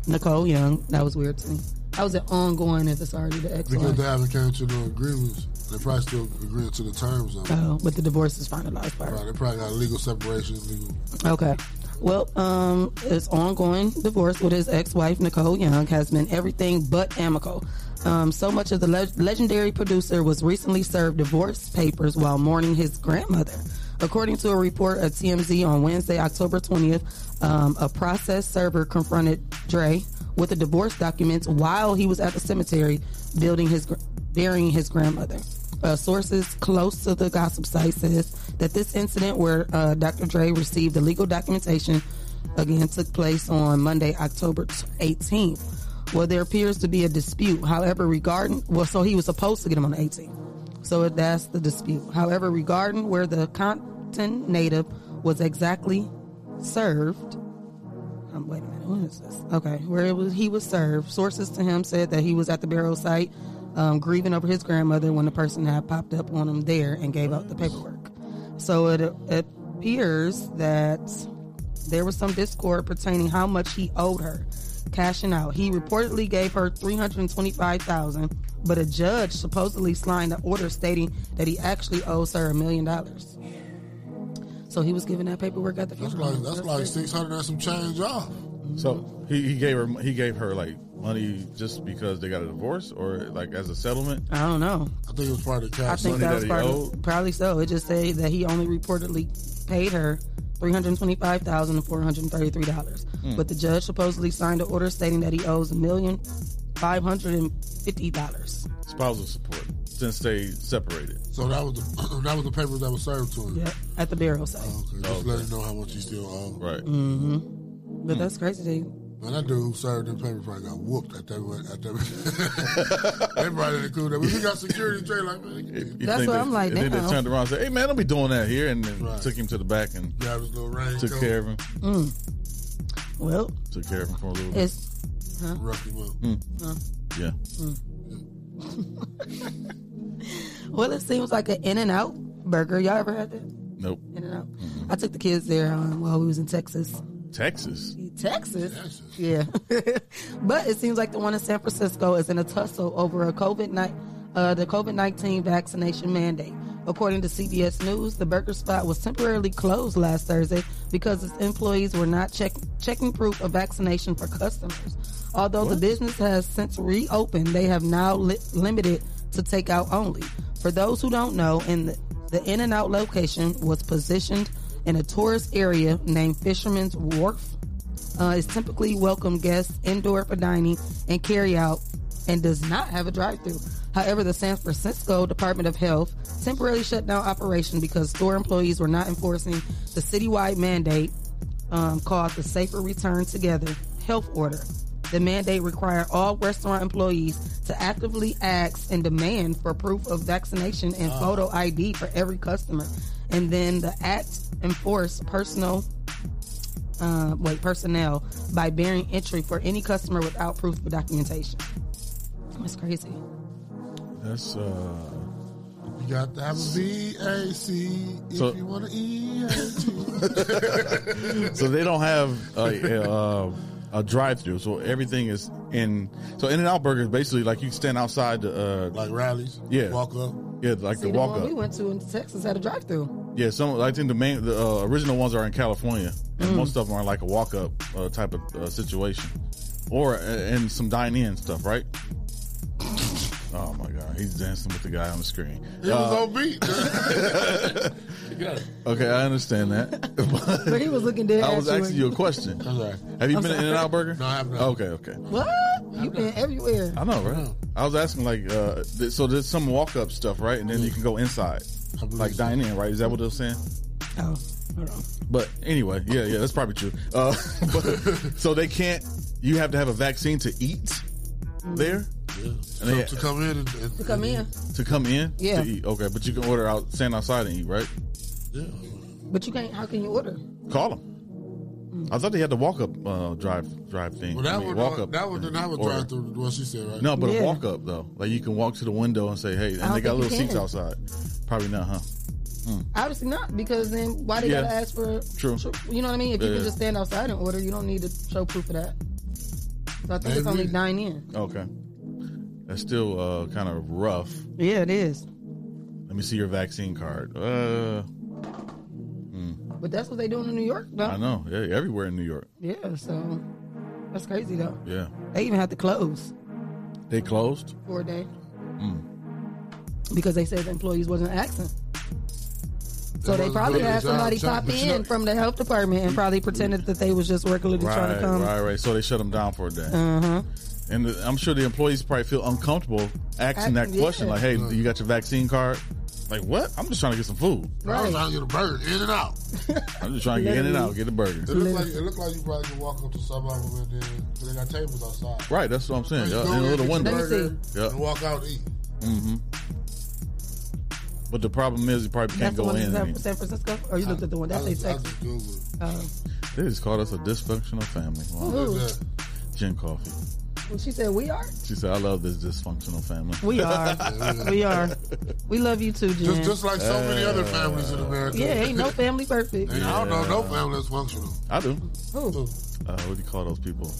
O: Nicole Young. That was weird to me. I was an ongoing if it's already the ex
P: Because
O: wife.
P: they haven't came to no agreements. They probably still agreeing to the terms of it.
O: Oh, but the divorce is finalized part.
P: Right, they probably got legal separation, legal
O: Okay. Well, um, his ongoing divorce with his ex-wife Nicole Young has been everything but amicable. Um, so much of the le- legendary producer was recently served divorce papers while mourning his grandmother. According to a report at TMZ on Wednesday, October 20th, um, a process server confronted Dre with the divorce documents while he was at the cemetery building his gr- burying his grandmother. Uh, sources close to the gossip site says that this incident where uh, Dr. Dre received the legal documentation again took place on Monday, October 18th. Well, there appears to be a dispute. However, regarding well, so he was supposed to get him on the 18th, so that's the dispute. However, regarding where the Compton native was exactly served, um, wait a minute, what is this? Okay, where it was, he was served. Sources to him said that he was at the burial site um, grieving over his grandmother when the person had popped up on him there and gave out the paperwork. So it appears that there was some discord pertaining how much he owed her, cashing out. He reportedly gave her three hundred twenty-five thousand, but a judge supposedly signed an order stating that he actually owes her a million dollars. So he was giving that paperwork at the
P: That's
O: funeral.
P: like that's like six hundred and some change off.
N: So he, he gave her he gave her like money just because they got a divorce or like as a settlement.
O: I don't know.
P: I think it was part of the cash.
O: I think
N: money
O: that was
N: that he
O: part
N: owed?
O: of, probably so. It just said that he only reportedly paid her three hundred twenty-five thousand four hundred thirty-three dollars,
N: Hmm.
O: but the judge supposedly signed an order stating that he owes a million five hundred and fifty dollars.
N: Spousal support. since they separated.
P: So that was the, that was the paper that was served to him.
O: Yep, at the burial site.
N: Oh,
P: Okay, just let him know how much he still owed.
N: Right.
O: Mm-hmm.
N: Hmm.
O: But that's crazy. To you.
P: Man, that dude who served them paper probably got whooped at that. At that they probably didn't include that. But you got security Dre like, man,
N: You
O: That's
N: think
O: what
N: they-
O: I'm like,
N: And then
O: damn.
N: they turned around and said, "Hey man, don't be doing that here," and then
P: Right.
N: took him to the back and
P: Grabbed his little raincoat.
N: took care of him.
O: Mm. Well,
N: Took care of him for a little bit.
O: it's huh? Oh,
P: rough him up.
N: Mm.
O: Huh?
N: Yeah.
O: Hmm. Well, it seems like an In and Out burger. Y'all ever had that?
N: Nope.
O: In and Out.
N: Mm-hmm.
O: I took the kids there um, while we was in Texas.
N: Texas.
O: Texas. Yeah. but it seems like the one in San Francisco is in a tussle over a COVID night uh, the COVID nineteen vaccination mandate. According to CBS News, the burger spot was temporarily closed last Thursday because its employees were not check- checking proof of vaccination for customers. Although the business has since reopened, they have now li- limited to takeout only. For those who don't know, in the, the In and Out location was positioned in a tourist area named Fisherman's Wharf uh, is typically welcome guests indoor for dining and carry out and does not have a drive through. However, the San Francisco Department of Health temporarily shut down operation because store employees were not enforcing the citywide mandate um, called the Safer Return Together Health Order. The mandate required all restaurant employees to actively ask and demand for proof of vaccination and
Q: Ah.
O: photo ID for every customer. And then the act enforced personal uh, wait, personnel by barring entry for any customer without proof of documentation. That's crazy.
N: That's uh.
P: You got to have a V A C if
N: So-
P: you want to E A T.
N: so they don't have a, uh, a drive-through, so everything is in. So In and Out Burger is basically like you stand outside the uh,
P: like rallies,
N: yeah,
P: walk up,
N: yeah, like
O: See,
N: the
O: the
N: walk
O: one we
N: up.
O: went to in Texas had a drive-through.
N: Yeah, some I think the main the uh, original ones are in California, and most of them are like a walk up uh, type of uh, situation, or uh, and some dine-in stuff, right? Oh my God, he's dancing with the guy on the screen.
P: It was
N: Uh,
P: on beat.
N: okay, I understand that.
O: But he was looking dead.
N: I was
O: at
N: asking you a question. Have you
O: I'm
N: been
O: sorry.
N: in and out burger?
O: No, I have not.
N: Okay, okay.
O: What? You've been everywhere.
N: I know, right? I was asking like, uh, th- so there's some walk up stuff, right? And then
O: Mm.
N: you can go inside, like dine in, right? Is that what they're saying?
O: Oh, hold on.
N: But anyway, yeah, yeah, that's probably true. Uh, but, so they can't. You have to have a vaccine to eat there.
P: Yeah.
N: And they-
P: To come in and, and
O: To come in.
N: to come in.
O: Yeah.
N: To eat. Okay, but you can order out, stand outside and eat, right?
O: But you can't. How can you order?
N: Call them. I thought they had the walk up uh, drive drive thing.
P: Well, that
N: I mean,
P: one,
N: walk-up
P: that one didn't have a
N: order.
P: drive through. What she said, right?
N: No, but a walk up though. Like you can walk to the window and say,
O: I
N: "Hey," and
O: don't
N: they got
O: think you
N: little seats
O: can.
N: outside. Probably not, huh? Hmm.
O: Obviously not, because then why they
N: Yeah.
O: gotta ask for?
N: True.
O: You know what I mean? If you
N: Yeah.
O: can just stand outside and order, you don't need to show proof of that. So I think it's
N: Maybe.
O: only dine in.
N: Okay. That's still uh, kind of rough.
O: Yeah, it is.
N: Let me see your vaccine card. Uh, hmm.
O: But that's what they doing in New York, though.
N: I know. Yeah, everywhere in New York.
O: Yeah, so that's crazy though.
N: Yeah,
O: They even had to close
N: they closed.
O: for a day
N: Mm.
O: because they said the employees wasn't asking. So they
N: wasn't
O: probably
N: doing
O: had
N: their job,
O: somebody
N: Chuck,
O: pop
N: but you
O: in
N: know-
O: from the health department and probably pretended that they was just regularly trying
N: Right,
O: to come.
N: right, right. So they shut them down for a day.
O: Uh huh.
N: And the, I'm sure the employees probably feel uncomfortable asking that
O: Act- yeah.
N: question, like, "Hey, you got your vaccine card?" Like, what? I'm just trying to get some food.
P: I was trying to get a burger, in and out.
N: I'm just trying to get in and
P: Literally.
N: out, get a burger.
P: It looked like it looked like you probably could walk up to some of them and then 'cause they got tables outside.
N: Right, that's what I'm saying.
P: You
N: Yeah,
P: go
N: in a
P: get
N: little
P: your
N: window.
P: burger
N: Yeah.
P: and walk out and eat.
N: hmm But the problem is, you probably
O: That's
N: can't
O: the
N: go
O: one in
N: in. I
O: San,
N: mean,
O: San Francisco, or you looked at the one that's
P: I
O: in
P: just- I
O: Texas.
P: just Googled
O: Oh,
N: they just called us a dysfunctional family. Wow.
O: Who is
N: Gin coffee.
O: well, she said we are.
N: She said, "I love this dysfunctional family."
O: We are. we are. We love you too, Jen.
P: Just, just like so many
N: Uh,
P: other families in America.
O: Yeah, ain't no family perfect.
P: Ain't- I don't know no family that's functional.
N: I do.
O: Who?
N: Uh, what do you call those people?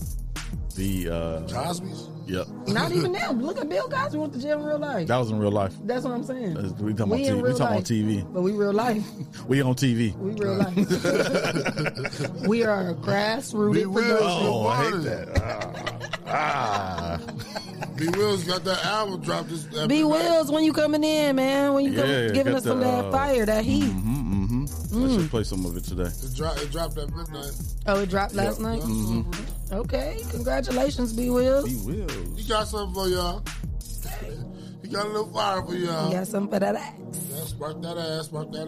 N: The uh,
P: Cosby's.
N: Yep.
O: Not even now. Look at Bill Cosby went to jail in real life.
N: That was in real life.
O: That's what I'm saying.
N: That's- We talking,
O: We in real
N: about TV. We
O: life.
N: talking about TV.
O: But we real life.
N: We on TV.
O: We real life. we are a
P: B.
O: grassroots
P: Wills.
O: production.
N: Oh, I hate
P: that.
N: Ah.
P: B. Wills got that album dropped this. after
O: B.
P: that.
O: Wills, when you coming in, man? When you come,
N: Yeah,
O: giving
N: got
O: us some of
N: the,
O: that
N: uh,
O: fire, that heat?
N: Mm-hmm. mm-hmm. I
O: Mm.
N: should play some of it today.
P: It, dro- it dropped at midnight.
O: Oh, it dropped last
N: Yeah.
O: night.
N: Mhm.
O: Okay, congratulations, B. Wills.
N: He will.
P: You got something for y'all. You You got a little fire for y'all.
O: You got something for that ass.
P: Yeah, spark that ass, spark that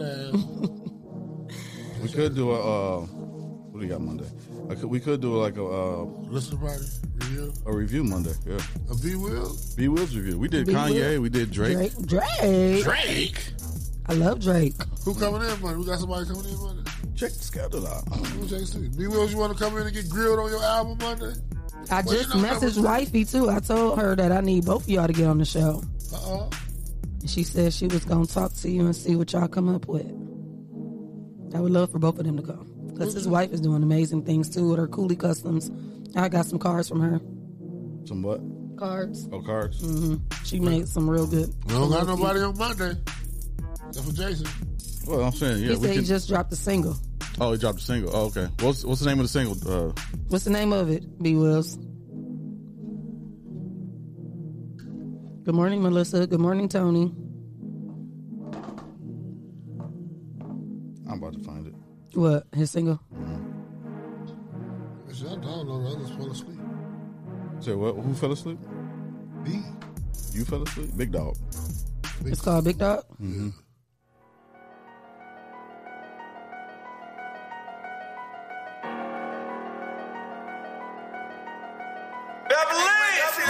P: ass.
N: We could do a. Uh, what do you got Monday? I could, we could do like a. Uh,
P: Listen, party review.
N: A review Monday. Yeah.
P: A B Wills.
N: B Wills review. We did
P: B.
N: Kanye.
P: Will.
N: We did Drake.
O: Drake. Drake.
P: Drake.
O: I love Drake.
P: Who coming in, buddy? We got somebody coming in, buddy.
N: Check the schedule out.
P: Who check the B Wills, you want to come in and get grilled on your album Monday?
O: I
P: Well,
O: just
P: you know,
O: messaged wifey too. I told her that I need both of y'all to get on the show.
P: Uh-uh.
O: She said she was gonna talk to you and see what y'all come up with. I would love for both of them to come because
N: Mm-hmm.
O: his wife is doing amazing things too with her Cooley Customs. I got some cards from her.
N: Some what?
O: Cards.
N: Oh, cards.
O: hmm She made some real good.
P: We don't got nobody on Monday. That's for Jason.
N: Well, I'm saying yeah.
O: he said
N: we
O: he
N: can,
O: just dropped a single.
N: oh, he dropped a single. Oh, okay. What's what's the name of the single? Uh,
O: What's the name of it? B Wills. Good morning, Melissa. Good morning, Tony.
N: I'm about to find it.
O: What his single?
P: Should I download it? I just fall asleep.
N: Say what? Who fell asleep?
P: B.
N: You fell asleep. Big dog.
O: It's called Big Dog.
N: Mm-hmm.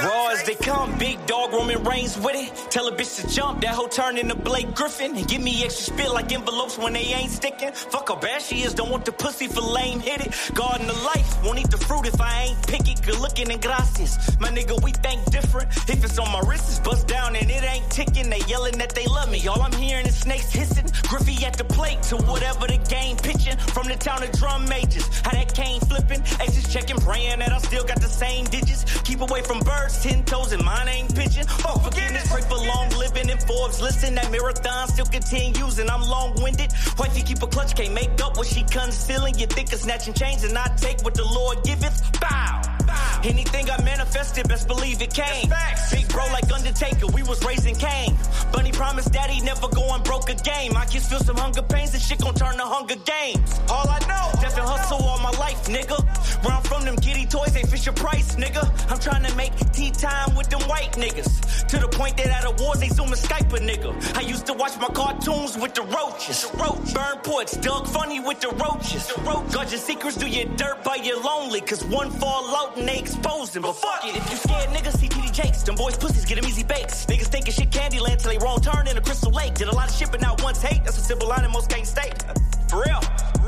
Q: Raw as they come, big dog Roman Reigns with it. Tell a bitch to jump, that hoe turn into Blake Griffin. And give me extra spit like envelopes when they ain't sticking. Fuck how bad she is, don't want the pussy for lame, hit it. Garden of life, won't eat the fruit if I ain't pick it. Good looking and gracias. My nigga, we think different. If it's on my wrist, it's bust down and it ain't ticking. They yelling that they love me. All I'm hearing is snakes hissing. Griffey at the plate to whatever the game pitching. From the town of drum majors, how that cane flipping. Aces checking, praying that I still got the same digits. Keep away from birds, ten toes, and mine ain't pitching. Fuck forgiveness, pray for long living. And Forbes, listen, that marathon still continues, and I'm long winded. Wifey keep a clutch, can't make up what she concealing. You think of snatching chains, and I take what the Lord giveth. Bow. Anything I manifested, best believe it came. Big bro like Undertaker, we was raising Cain. Bunny promised daddy never going broke again. My kids feel some hunger pains, this shit gon' turn to hunger games. All I know, death and hustle all my life, nigga. Where I'm from, them kitty toys ain't Fisher Price, nigga. I'm tryna make tea time with them white niggas. To the point that at awards they zoom and Skype a nigga. I used to watch my cartoons with the roaches. The roach. Burn ports, Doug Funny with the roaches. The roach. Guard your secrets, do your dirt by your lonely. Cause one fall out and they expose them. But fuck it, if you scared niggas, see TD Jakes. Them boys pussies get them easy bakes. Niggas thinking shit candy land till they wrong turn in a crystal lake. Did a lot of shit, but not once hate. That's a simple line and most can't stay. For real.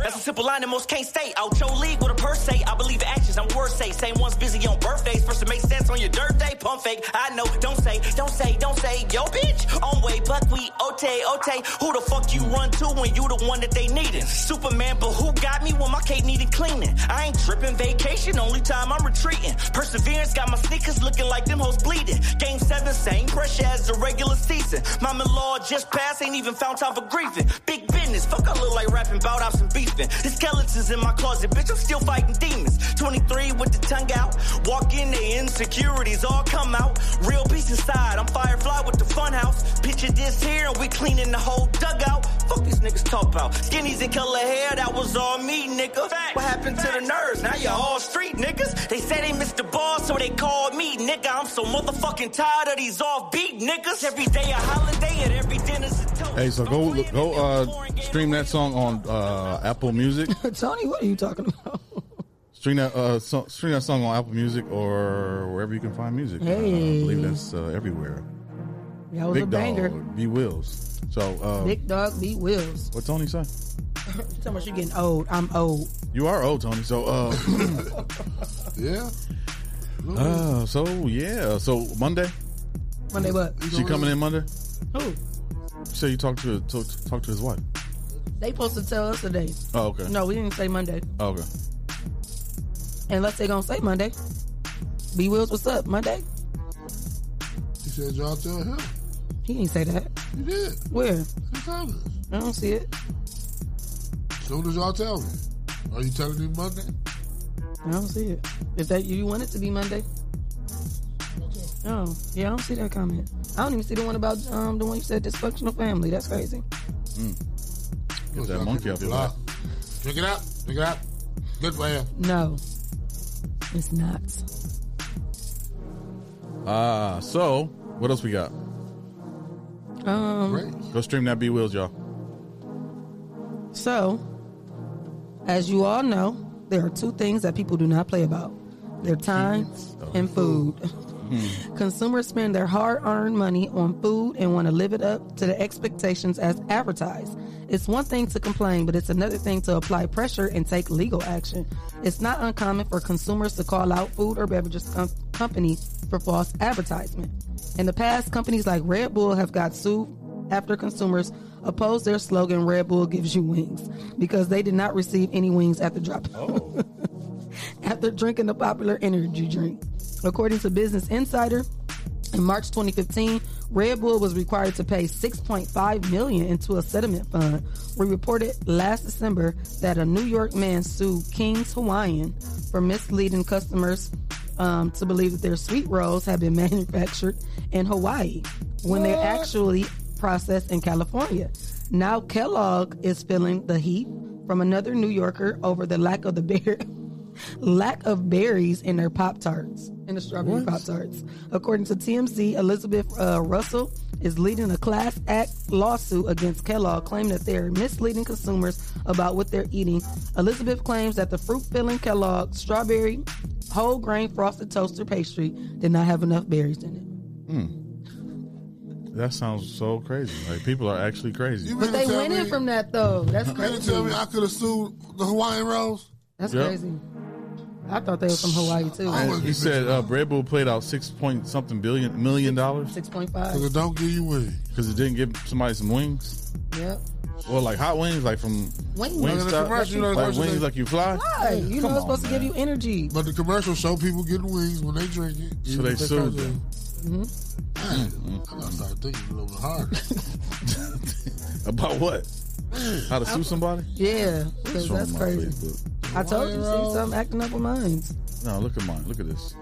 Q: That's a simple line that most can't stay. Out your league with a purse say. I believe in actions, I'm word say. Same one's busy on birthdays. First to make sense on your dirt day. Pump fake. I know. Don't say, don't say, don't say. Yo, bitch. On way, but we ote, ote. Who the fuck you run to when you the one that they needin'? Superman, but who got me when my cake needed cleaning? I ain't tripping vacation, only time I'm retreating. Perseverance got my sneakers looking like them hoes bleeding. Game seven, same pressure as the regular season. Mom in law just passed, ain't even found time for grieving. Big business, fuck I look like rapping bout ops and beefing. The skeletons in my closet, bitch, I'm still fighting demons. 23 with the tongue out, walk in, they insecurities all come out. Real peace inside, I'm Firefly with the fun house. Picture this here, and we cleaning the whole dugout. Fuck these niggas talk about. Skinnies and color hair, that was all me, nigga. What happened to the nerves? Now you all street niggas. They said they missed the ball, so they called me, nigga. I'm so motherfucking tired of these offbeat niggas. Every day a holiday, and every dinner's a
N: Hey, so go go uh, stream that song on uh, Apple Music.
O: Tony, what are you talking about?
N: Stream that uh, so, stream that song on Apple Music or wherever you can find music. Uh,
O: Hey.
N: I believe that's uh, everywhere.
O: That was
N: Big
O: a banger.
N: Dog, B Wills. So uh,
O: Big Dog beat Wills.
N: what Tony say?
O: Tell me you're getting old. I'm old.
N: You are old, Tony. So uh,
P: yeah.
N: uh, so yeah. So Monday,
O: Monday what?
N: she coming in Monday.
O: Who?
N: So you talk to talk, talk to his wife.
O: They supposed to tell us today.
N: Oh okay.
O: No, we didn't say Monday.
N: Oh, okay.
O: Unless they gonna say Monday. B Wills, what's up? Monday?
P: He said y'all tell him.
O: He ain't say that.
P: You did.
O: Where?
P: He told us.
O: I don't see it.
P: Soon as y'all tell me. Are you telling him Monday?
O: I don't see it. Is that you want it to be Monday? Oh, yeah, I don't see that comment. I don't even see the one about um the one you said dysfunctional family. That's crazy.
N: Get that monkey up your back.
P: Block. Drink it up. Drink it up. Good for him.
O: No. It's not.
N: Ah, so what else we got?
O: Um,
N: Go stream that B Wheels, y'all.
O: so, as you all know, there are two things that people do not play about their time and food. Consumers spend their hard earned money on food and want to live it up to the expectations as advertised. It's one thing to complain, but it's another thing to apply pressure and take legal action. It's not uncommon for consumers to call out food or beverages com- companies for false advertisement. In the past, companies like Red Bull have got sued after consumers opposed their slogan, Red Bull gives you wings, because they did not receive any wings after drop. after drinking the popular energy drink. According to Business Insider, in March 2015, Red Bull was required to pay 6.5 million into a settlement fund. We reported last December that a New York man sued King's Hawaiian for misleading customers um, to believe that their sweet rolls had been manufactured in Hawaii when they're
R: What?
O: actually processed in California. Now Kellogg is feeling the heat from another New Yorker over the lack of the bear lack of berries in their Pop Tarts, in the strawberry
R: What?
O: Pop Tarts. According to TMZ, Elizabeth uh, Russell is leading a class act lawsuit against Kellogg, claiming that they're misleading consumers about what they're eating. Elizabeth claims that the fruit filling Kellogg strawberry whole grain frosted toaster pastry did not have enough berries in it.
N: Hmm. That sounds so crazy. Like people are actually crazy.
O: But they
P: tell
O: winning
P: me-
O: from that though. That's
P: You mean to
O: crazy.
P: tell me I could have sued the Hawaiian Rolls?
O: That's
N: Yep.
O: crazy. I thought they were from Hawaii too.
N: And he said uh, Red Bull played out six point something billion million dollars.
O: Six point five. 'Cause
N: it
P: don't give you wings.
N: Because it didn't give somebody some wings.
O: Yep.
N: Or like hot wings, like from
O: Wings.
N: Wingstop.
O: Like in the commercial, you know, the
N: like
P: commercial
N: wings,
P: thing.
N: like you fly.
O: Why? You know
N: Come
O: it's
N: on,
O: supposed to give you energy.
P: But the commercials show people getting wings when they drink it.
N: So
P: even
N: they
P: if they
N: sued
P: come
N: them.
O: Mhm.
P: I'm gonna start thinking a little bit harder.
N: About what? How to sue somebody?
O: Yeah,
N: What's
O: because
N: wrong
O: that's
N: with my
O: crazy.
N: Facebook?
O: I told you, see, some acting up with mine.
N: No, look at mine. Look at this.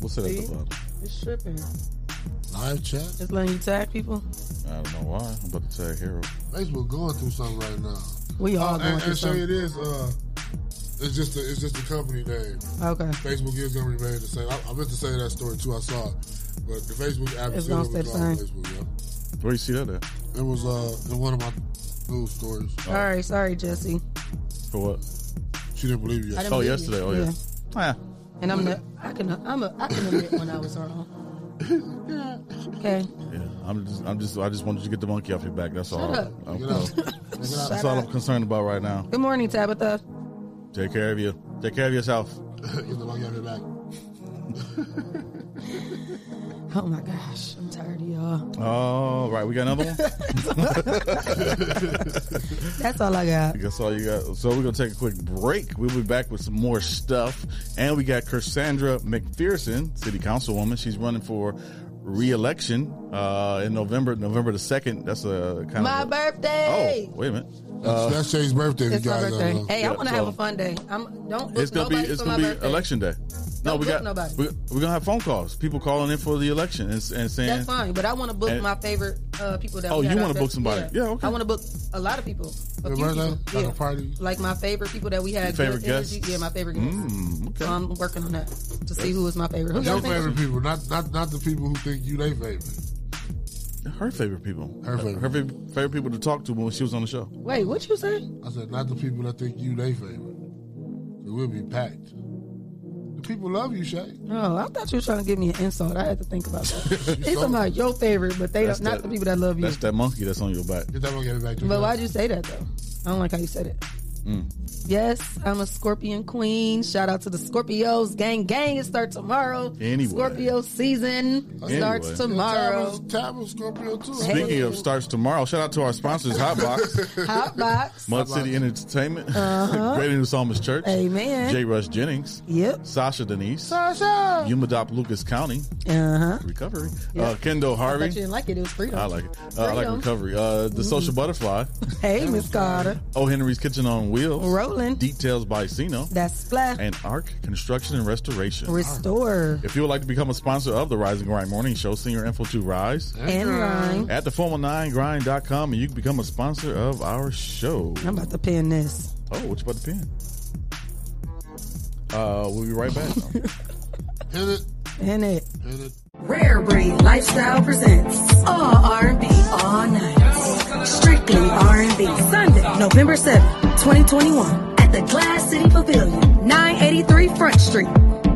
N: What's it at
O: See?
N: the bottom?
O: It's tripping.
P: Live chat.
O: It's letting you tag people.
N: I don't know why. I'm about to tag Hero.
P: Facebook going through something right now.
O: We all going
P: and,
O: through
P: and so
O: something.
P: it is. Uh, it's just a, it's just a company name.
O: Okay.
P: Facebook is gonna remain the same. I, I meant to say that story too. I saw it, but the Facebook app
O: It's
P: still
O: gonna stay the
P: gonna be called
O: same.
P: Facebook. Yeah.
N: Where you see that at?
P: It was uh in one of my news stories.
N: Oh.
O: All right, sorry, Jesse.
N: For what?
P: She didn't believe you.
O: I didn't
N: Oh,
O: believe you.
N: yesterday. Oh, yeah.
O: Yeah.
N: Ah.
O: And I'm the, I can I'm a I can admit when I was wrong. Okay.
N: Yeah, I'm just, I'm just, I just wanted you to get the monkey off your back. That's all.
O: up.
N: I'm-
O: Get up.
N: That's
O: Shut
N: all
O: up.
N: I'm concerned about right now.
O: Good morning, Tabitha.
N: Take care of you. Take care of yourself.
P: Get the monkey off your back.
O: Oh my gosh, I'm tired of y'all.
N: All right, we got another one.
O: That's all I got.
N: That's all you got. So we're gonna take a quick break. We'll be back with some more stuff, and we got Cassandra McPherson, city councilwoman. She's running for re-election uh, in November, November the second. That's a kind
O: My
N: of a-
O: birthday.
N: Oh, wait a minute.
P: That's- that's Shay's birthday.
O: It's my
P: guys,
O: birthday.
P: uh,
O: Hey, I
N: Oh. Yeah,
O: want to
N: so-
O: have a fun day. I'm don't book
N: it's gonna be
O: nobody
N: it's
O: for my
N: gonna be
O: birthday.
N: election day. No,
O: Don't
N: we
O: book
N: got
O: nobody.
N: We, we're gonna have phone calls. People calling in for the election and, and saying
O: That's fine, but I want to book
N: And-
O: my favorite uh, people. That
N: Oh,
O: we
N: you
O: had our
N: wanna book
O: best-
N: somebody. Yeah, okay.
O: I want to book a lot of people. A
P: Your
O: few
P: birthday?
O: people.
P: Like
O: yeah.
P: a party?
O: Like my favorite people that we had.
P: Your favorite
O: good energy.
P: guests?
O: Yeah, my favorite guests.
P: Mm, okay.
O: So I'm working on that to see who is my favorite. Who's
P: Your
O: your
P: favorite people, not not not the people who think you they favorite.
N: her favorite people,
P: Her favorite.
N: her favorite, favorite people to talk to when she was on the show.
O: Wait, what you say?
P: I said not the people that think you they favorite. It will be packed. The people love you, Shay.
O: Oh, I thought you were trying to give me an insult. I had to think about that.
N: You
O: It's talking about your favorite, but they
N: That's
O: don't, not the
N: that-
O: people that love you.
N: That's that monkey that's on your back.
P: Get that monkey back
O: But why'd you say that though? I don't like how you said it.
N: Mm.
O: Yes, I'm a Scorpion queen. Shout out to the Scorpios. Gang, gang, it starts tomorrow.
N: Anyway.
O: Scorpio season starts
N: Anyway.
O: tomorrow.
P: Tab was, Tab was Scorpio too.
N: Speaking of starts tomorrow, shout out to our sponsors, Hotbox,
O: Hot box.
N: Mud City Entertainment,
O: Uh-huh.
N: Great New Psalmist Church,
O: Amen.
N: J. Rush Jennings,
O: Yep.
N: Sasha Denise,
O: Sasha.
N: Umadop Lucas County,
O: uh-huh.
N: Recovery,
O: Yep.
N: uh, Kendall
O: I thought you
N: Harvey.
O: didn't like it. It was freedom.
N: I like it. Uh, I like
O: Freedom.
N: Recovery. Uh, the Social Butterfly,
O: Hey, Miss Mm-hmm. Carter.
N: O. Henry's Kitchen on Wheels,
O: Rolling.
N: Details by Sino,
O: That's flat.
N: and Arc Construction and Restoration.
O: Restore.
N: If you would like to become a sponsor of the Rise and Grind Morning Show, send your info to Rise
O: And Grind.
N: at the419grind.com and you can become a sponsor of our show.
O: I'm about to pin this.
N: Oh, what you about to pin? Uh, we'll be right back.
P: Hit it.
O: In it.
P: Hit it.
O: Rare Breed Lifestyle presents all R&B all night. Strictly R&B. Sunday, November 7th, 2021 at the Glass City Pavilion, 983 Front Street.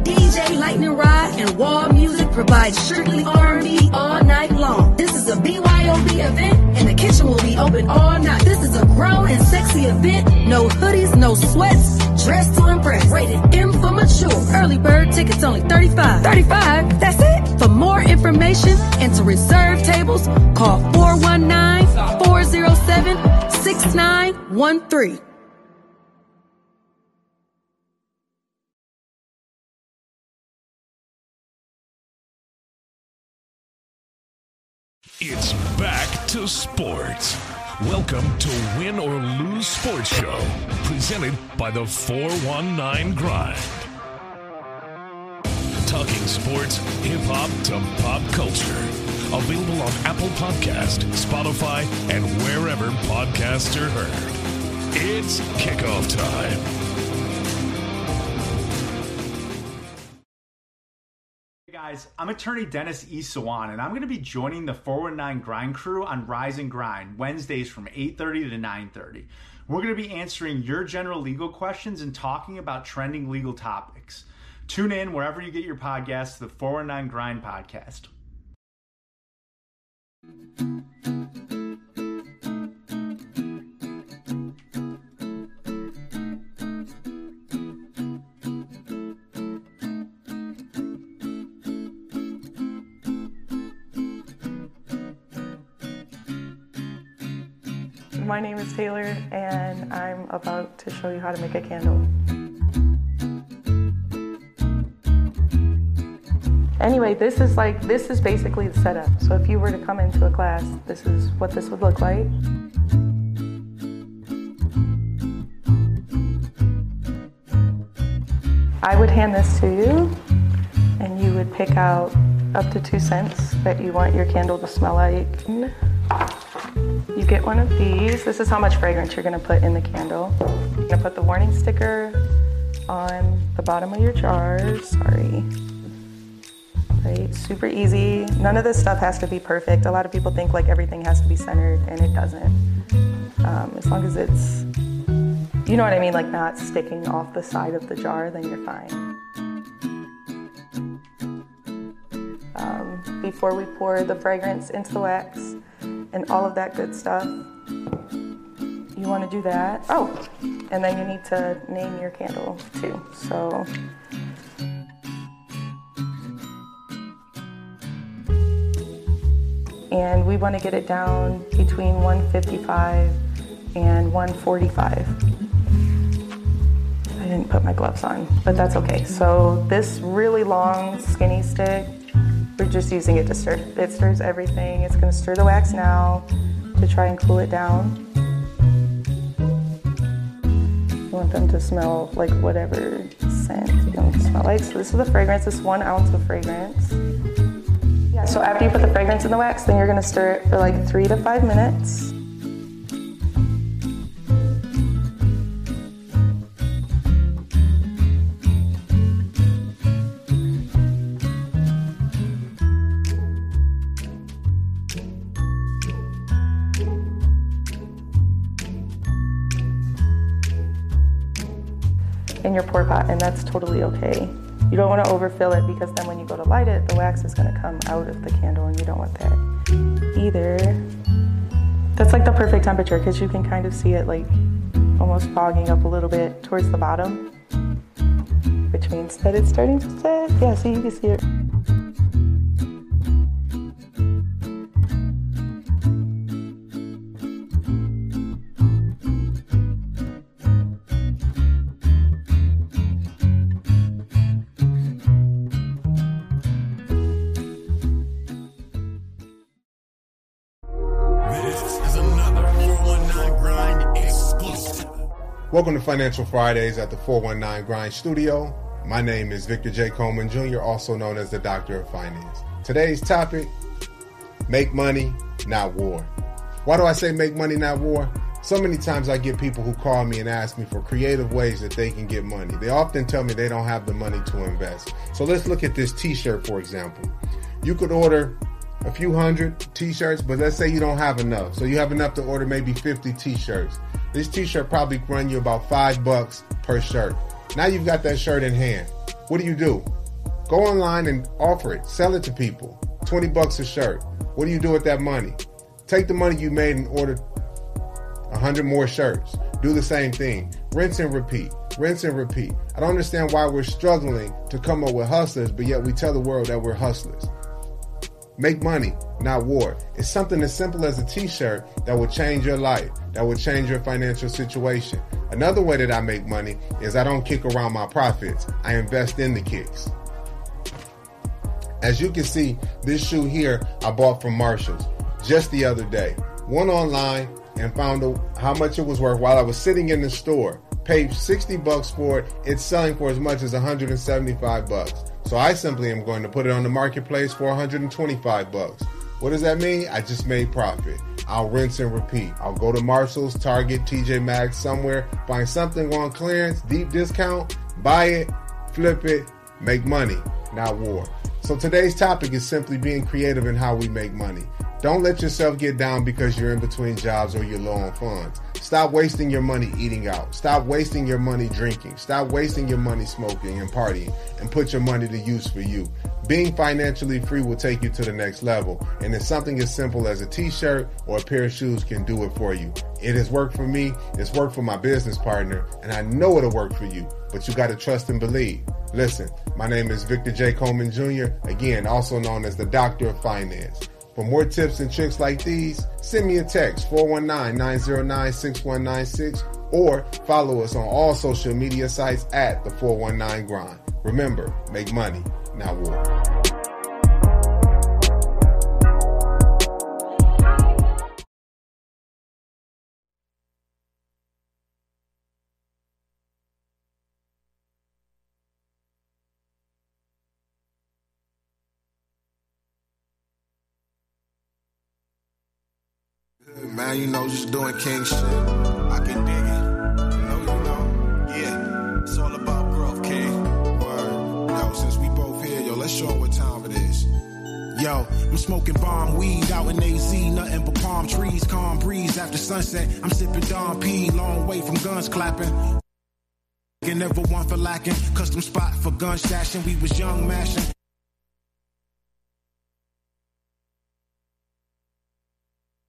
O: DJ Lightning Rod and Wall Music provides strictly R&B all night long. This is a BYOB event and the kitchen will be open all night. This is a grown and sexy event. No hoodies, no sweats. Dress to impress. Rated M for mature. Early bird tickets only 35. 35? That's it. For more information and to reserve tables, call 419-407-6913.
M: It's back to sports. Welcome to Win or Lose Sports Show, presented by the 419 Grind. Talking sports, hip hop to pop culture. Available on Apple Podcast, Spotify, and wherever podcasts are heard. It's kickoff time.
S: guys, I'm attorney Dennis E. Sawan, and I'm going to be joining the 419 Grind crew on Rise and Grind Wednesdays from 8:30 to 9:30. We're going to be answering your general legal questions and talking about trending legal topics. Tune in wherever you get your podcasts to the 419 Grind podcast.
T: My name is Taylor, and I'm about to show you how to make a candle. Anyway, this is like, this is basically the setup. So if you were to come into a class, this is what this would look like. I would hand this to you, and you would pick out up to two cents that you want your candle to smell like. You get one of these. This is how much fragrance you're gonna put in the candle. You're gonna put the warning sticker on the bottom of your jar. Sorry. Right? Super easy. None of this stuff has to be perfect. A lot of people think like everything has to be centered, and it doesn't. Um, as long as it's, you know what I mean, like not sticking off the side of the jar, then you're fine. Um, before we pour the fragrance into the wax and all of that good stuff, you want to do that. Oh, and then you need to name your candle too. So and we want to get it down between 155 and 145. I didn't put my gloves on, but that's okay. So this really long skinny stick, we're just using it to stir. It stirs everything. It's going to stir the wax now to try and cool it down. You want them to smell like whatever scent you want them to smell like. So this is the fragrance. This one ounce of fragrance. Yeah, so after you put the fragrance in the wax, then you're gonna stir it for like three to five minutes. in your pour pot, and that's totally okay. You don't want to overfill it because then when you go to light it, the wax is going to come out of the candle, and you don't want that either. That's like the perfect temperature because you can kind of see it like almost fogging up a little bit towards the bottom, which means that it's starting to set. Yeah, see, you can see it.
D: This is another 419 Grind exclusive.
U: Welcome to Financial Fridays at the 419 Grind Studio. My name is Victor J. Coleman Jr., also known as the Doctor of Finance. Today's topic make money, not war. Why do I say make money, not war? So many times I get people who call me and ask me for creative ways that they can get money. They often tell me they don't have the money to invest. So let's look at this t shirt, for example. you could order a few hundred t-shirts, but let's say you don't have enough. So you have enough to order maybe 50 t-shirts. This t-shirt probably run you about five bucks per shirt. Now you've got that shirt in hand. What do you do? Go online and offer it. Sell it to people. 20 bucks a shirt. What do you do with that money? Take the money you made and order 100 more shirts. Do the same thing. Rinse and repeat. Rinse and repeat. I don't understand why we're struggling to come up with hustlers, but yet we tell the world that we're hustlers. Make money, not war. It's something as simple as a t shirt that will change your life, that will change your financial situation. Another way that I make money is I don't kick around my profits, I invest in the kicks. As you can see, this shoe here I bought from Marshalls just the other day. Went online and found out how much it was worth while I was sitting in the store. Paid 60 bucks for it. It's selling for as much as 175 bucks. So I simply am going to put it on the marketplace for 125 bucks. What does that mean? I just made profit. I'll rinse and repeat. I'll go to Marshalls, Target, TJ Maxx, somewhere, find something on clearance, deep discount, buy it, flip it, make money, not war. So today's topic is simply being creative in how we make money. Don't let yourself get down because you're in between jobs or you're low on funds. Stop wasting your money eating out. Stop wasting your money drinking. Stop wasting your money smoking and partying and put your money to use for you. Being financially free will take you to the next level. And it's something as simple as a t-shirt or a pair of shoes can do it for you. It has worked for me. It's worked for my business partner and I know it'll work for you, but you got to trust and believe. Listen, my name is Victor J. Coleman Jr., again, also known as the Doctor of Finance. For more tips and tricks like these, send me a text 419 909 6196 or follow us on all social media sites at the 419 Grind. Remember, make money, not war.
B: Man, you know, just doing king shit. I can dig it. You know, you know. Yeah, it's all about growth, king. Word. Yo, since we both here, yo, let's show 'em what time it is.
V: Yo, I'm smoking bomb weed out in AZ, nothing but palm trees, calm breeze after sunset. I'm sipping Don P, long way from guns clapping. And never one for lacking, custom spot for gun stashing. We was young mashing.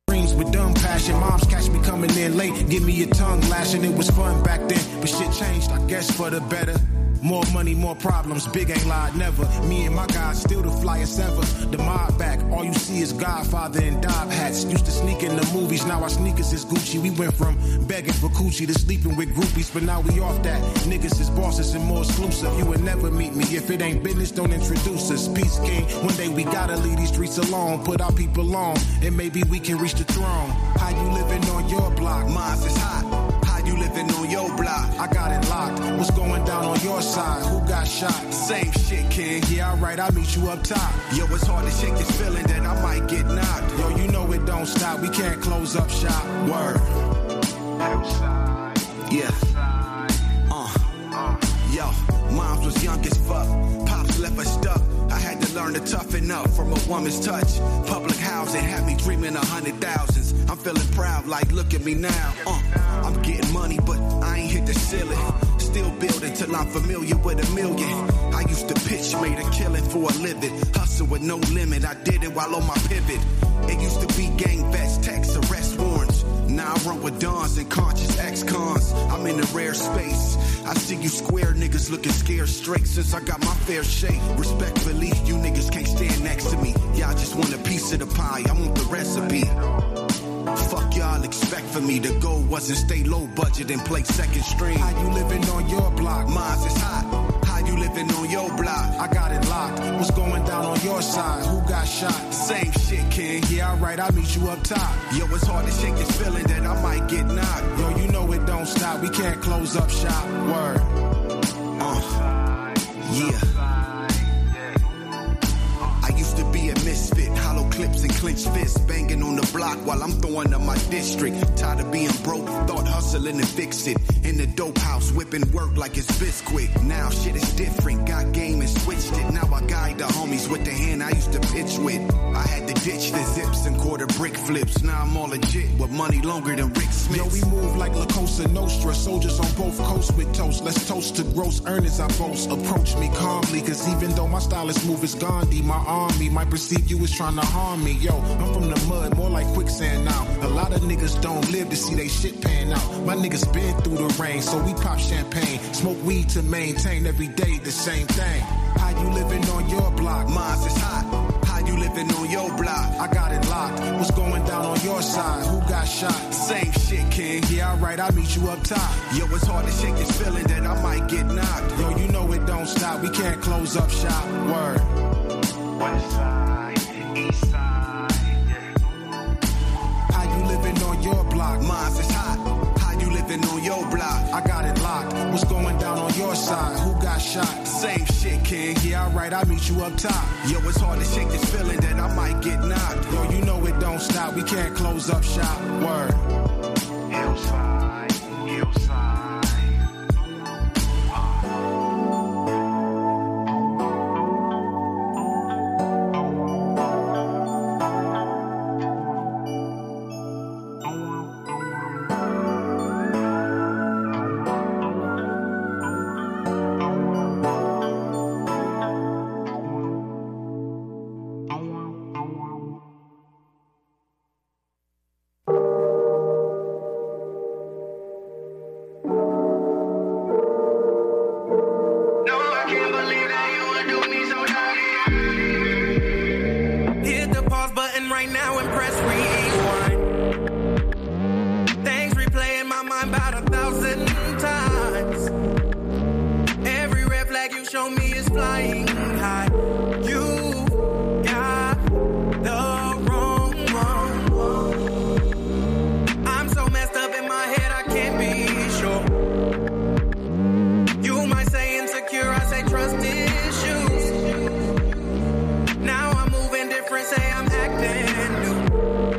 V: Dreams with dumb passion, moms catch me coming in late, give me a tongue lashing. It was fun back then, but shit changed, I guess for the better. More money, more problems. Big ain't lied, never. Me and my guys still the flyest ever. The mob back, all you see is Godfather and Dob hats. Used to sneak in the movies, now our sneakers is Gucci. We went from begging for coochie to sleeping with groupies, but now we off that. Niggas is bosses and more exclusive. You would never meet me if it ain't business. Don't introduce us. Peace King. One day we gotta leave these streets alone, put our people on, and maybe we can reach the throne. How you living on your block? Mine is hot. How you living on your block? I got it locked. What's going down on your side? Who got shot? Same shit, king. Yeah, alright, I'll meet you up top. Yo, it's hard to shake this feeling that I might get knocked. Yo, you know it don't stop. We can't close up shop. Word.
B: Yeah. Uh. Yo, moms was young as fuck. Pops left us stuck. I had to learn to toughen up from a woman's touch. Public housing had me dreaming a hundred thousands. I'm feeling proud, like look at me now. Uh, I'm getting money, but I ain't hit the ceiling. Still building till I'm familiar with a million. I used to pitch, made a killing for a living. Hustle with no limit. I did it while on my pivot. It used to be gang vets, tax arrest warrants. Now I run with dons and conscious ex-cons. I'm in a rare space. I see you square niggas looking scared straight since I got my fair shake. Respectfully, you niggas can't stand next to me. Y'all just want a piece of the pie. I want the recipe. Fuck y'all expect for me. The goal wasn't stay low budget and play second string. How you living on your block? Mine's is hot. How you living on your block?
V: I got it locked. What's going down on your side? Who got shot?
B: Same shit, king.
V: Yeah, alright, I'll meet you up top.
B: Yo, it's hard to shake this feeling that I might get knocked.
V: Yo, you know it don't stop. We can't close up shop. Word.
B: Uh, yeah. I used to be a misfit, hollow clips and clenched fists, banging on the block while I'm throwing up my district. Tired of being broke, thought hustling to fix it. In the dope house, whipping work like it's biscuit. Now shit is different, got game and switched it. Now I guide the homies with the hand I used to pitch with. I had to ditch the zips and quarter brick flips. Now I'm all legit with money longer than Rick Smith.
V: Yo, we move like La Cosa Nostra, soldiers on both coasts with toast. Let's toast to gross earners, I boast. Approach me calmly, cause even though my stylist move is Gandhi, my army might perceive you as trying to harm me. Yo, I'm from the mud, more like quicksand now. A lot of niggas don't live to see they shit pan out. My niggas been through the rain, so we pop champagne. Smoke weed to maintain every day the same thing. How you living on your block?
B: Mine's is hot. How you living on your block?
V: I got it locked. What's going down on your side? Who got shot?
B: Same shit, King.
V: Yeah, alright, I'll meet you up top.
B: Yo, it's hard to shake this feeling that I might get knocked.
V: Yo, you know it don't stop. We can't close up shop. Word.
C: West side, east side,
V: How you living on your block?
B: Mine's is hot. How you living on your block?
V: I got it locked. What's going down on your side? Who got shot?
B: Same shit, King.
V: Yeah, alright, I'll meet you up top.
B: Yo, it's hard to shake this feeling that I might get knocked.
V: Yo, you know it don't stop. We can't close up shop. Word.
C: hillside, hillside.
D: Hit the pause button right now and press rewind. Things replay in my mind about a thousand times. Every red flag you show me is flying high. You got the wrong one. I'm so messed up in my head, I can't be sure. You might say insecure, I say trust issues. Now I'm moving different, say I'm acting new.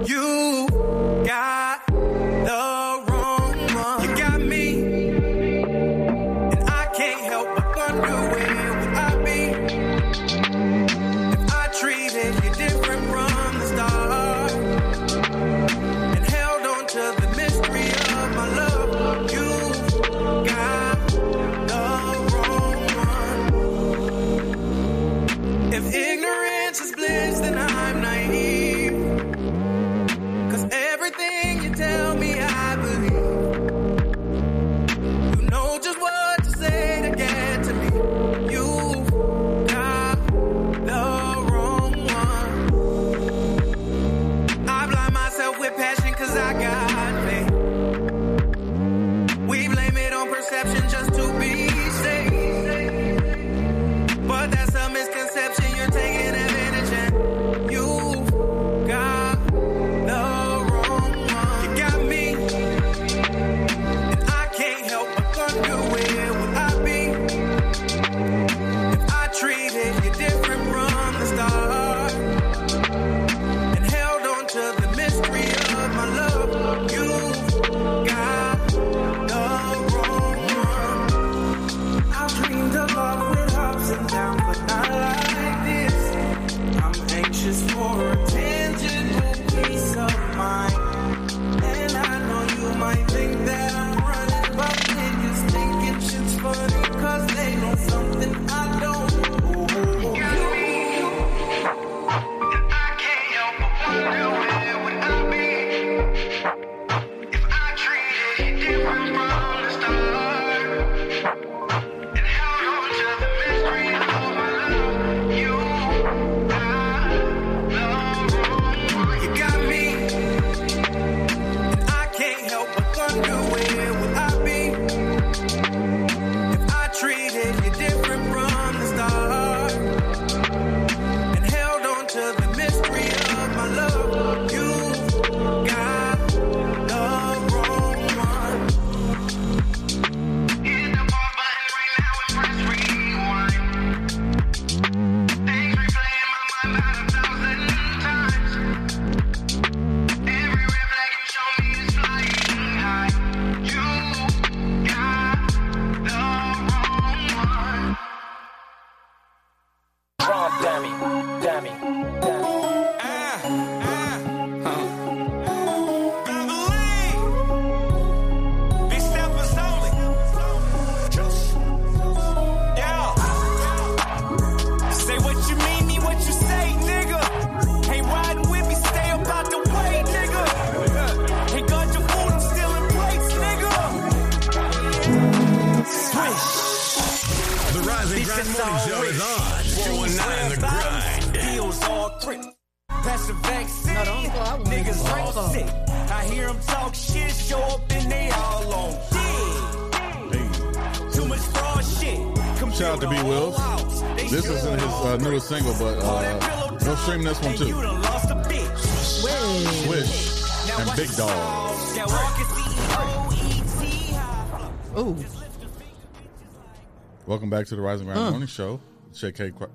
D: You got the wrong one. You got me. And I can't help but wonder where would I be if I treated you different from the start and held on to the mystery of my love. You got the wrong one. If ignorance is bliss, then I'm naive. Cause everything you tell me, I believe. You know just what to say to get to me. You've got the wrong one. I blind myself with passion cause I got faith. We blame it on perception just to be safe. But that's a misconception. You're taking advantage and you've got the wrong one. You got me. And I can't help but wonder where would I be if I treated you different from the start and held on to the mystery of my love. You've got the wrong one. I dreamed of love with ups and downs, but not like this. I'm anxious for a tangible peace of mind. And I know you might think that I'm running, but niggas thinking shit's funny, cause they know something I don't. Ooh, You got me, and I can't help but wonder where would I be if I treated you different from the start and held on to the mystery of my love. You got the wrong one.
C: Things replay in my mind about a thousand times.
E: That's the vaccine. Niggas ain't sick. I hear 'em talk shit, show up and they all on dick. Too much fraud shit.
N: Shout out to B Wills. This isn't his uh, newest single, but uh, we'll stream this one too.
E: Lost a bitch.
N: Swish and Big Dog.
E: That walk is
O: Ooh.
N: Welcome back to the Rising Ground
P: Mm.
N: Morning Show. Shay K. Cla-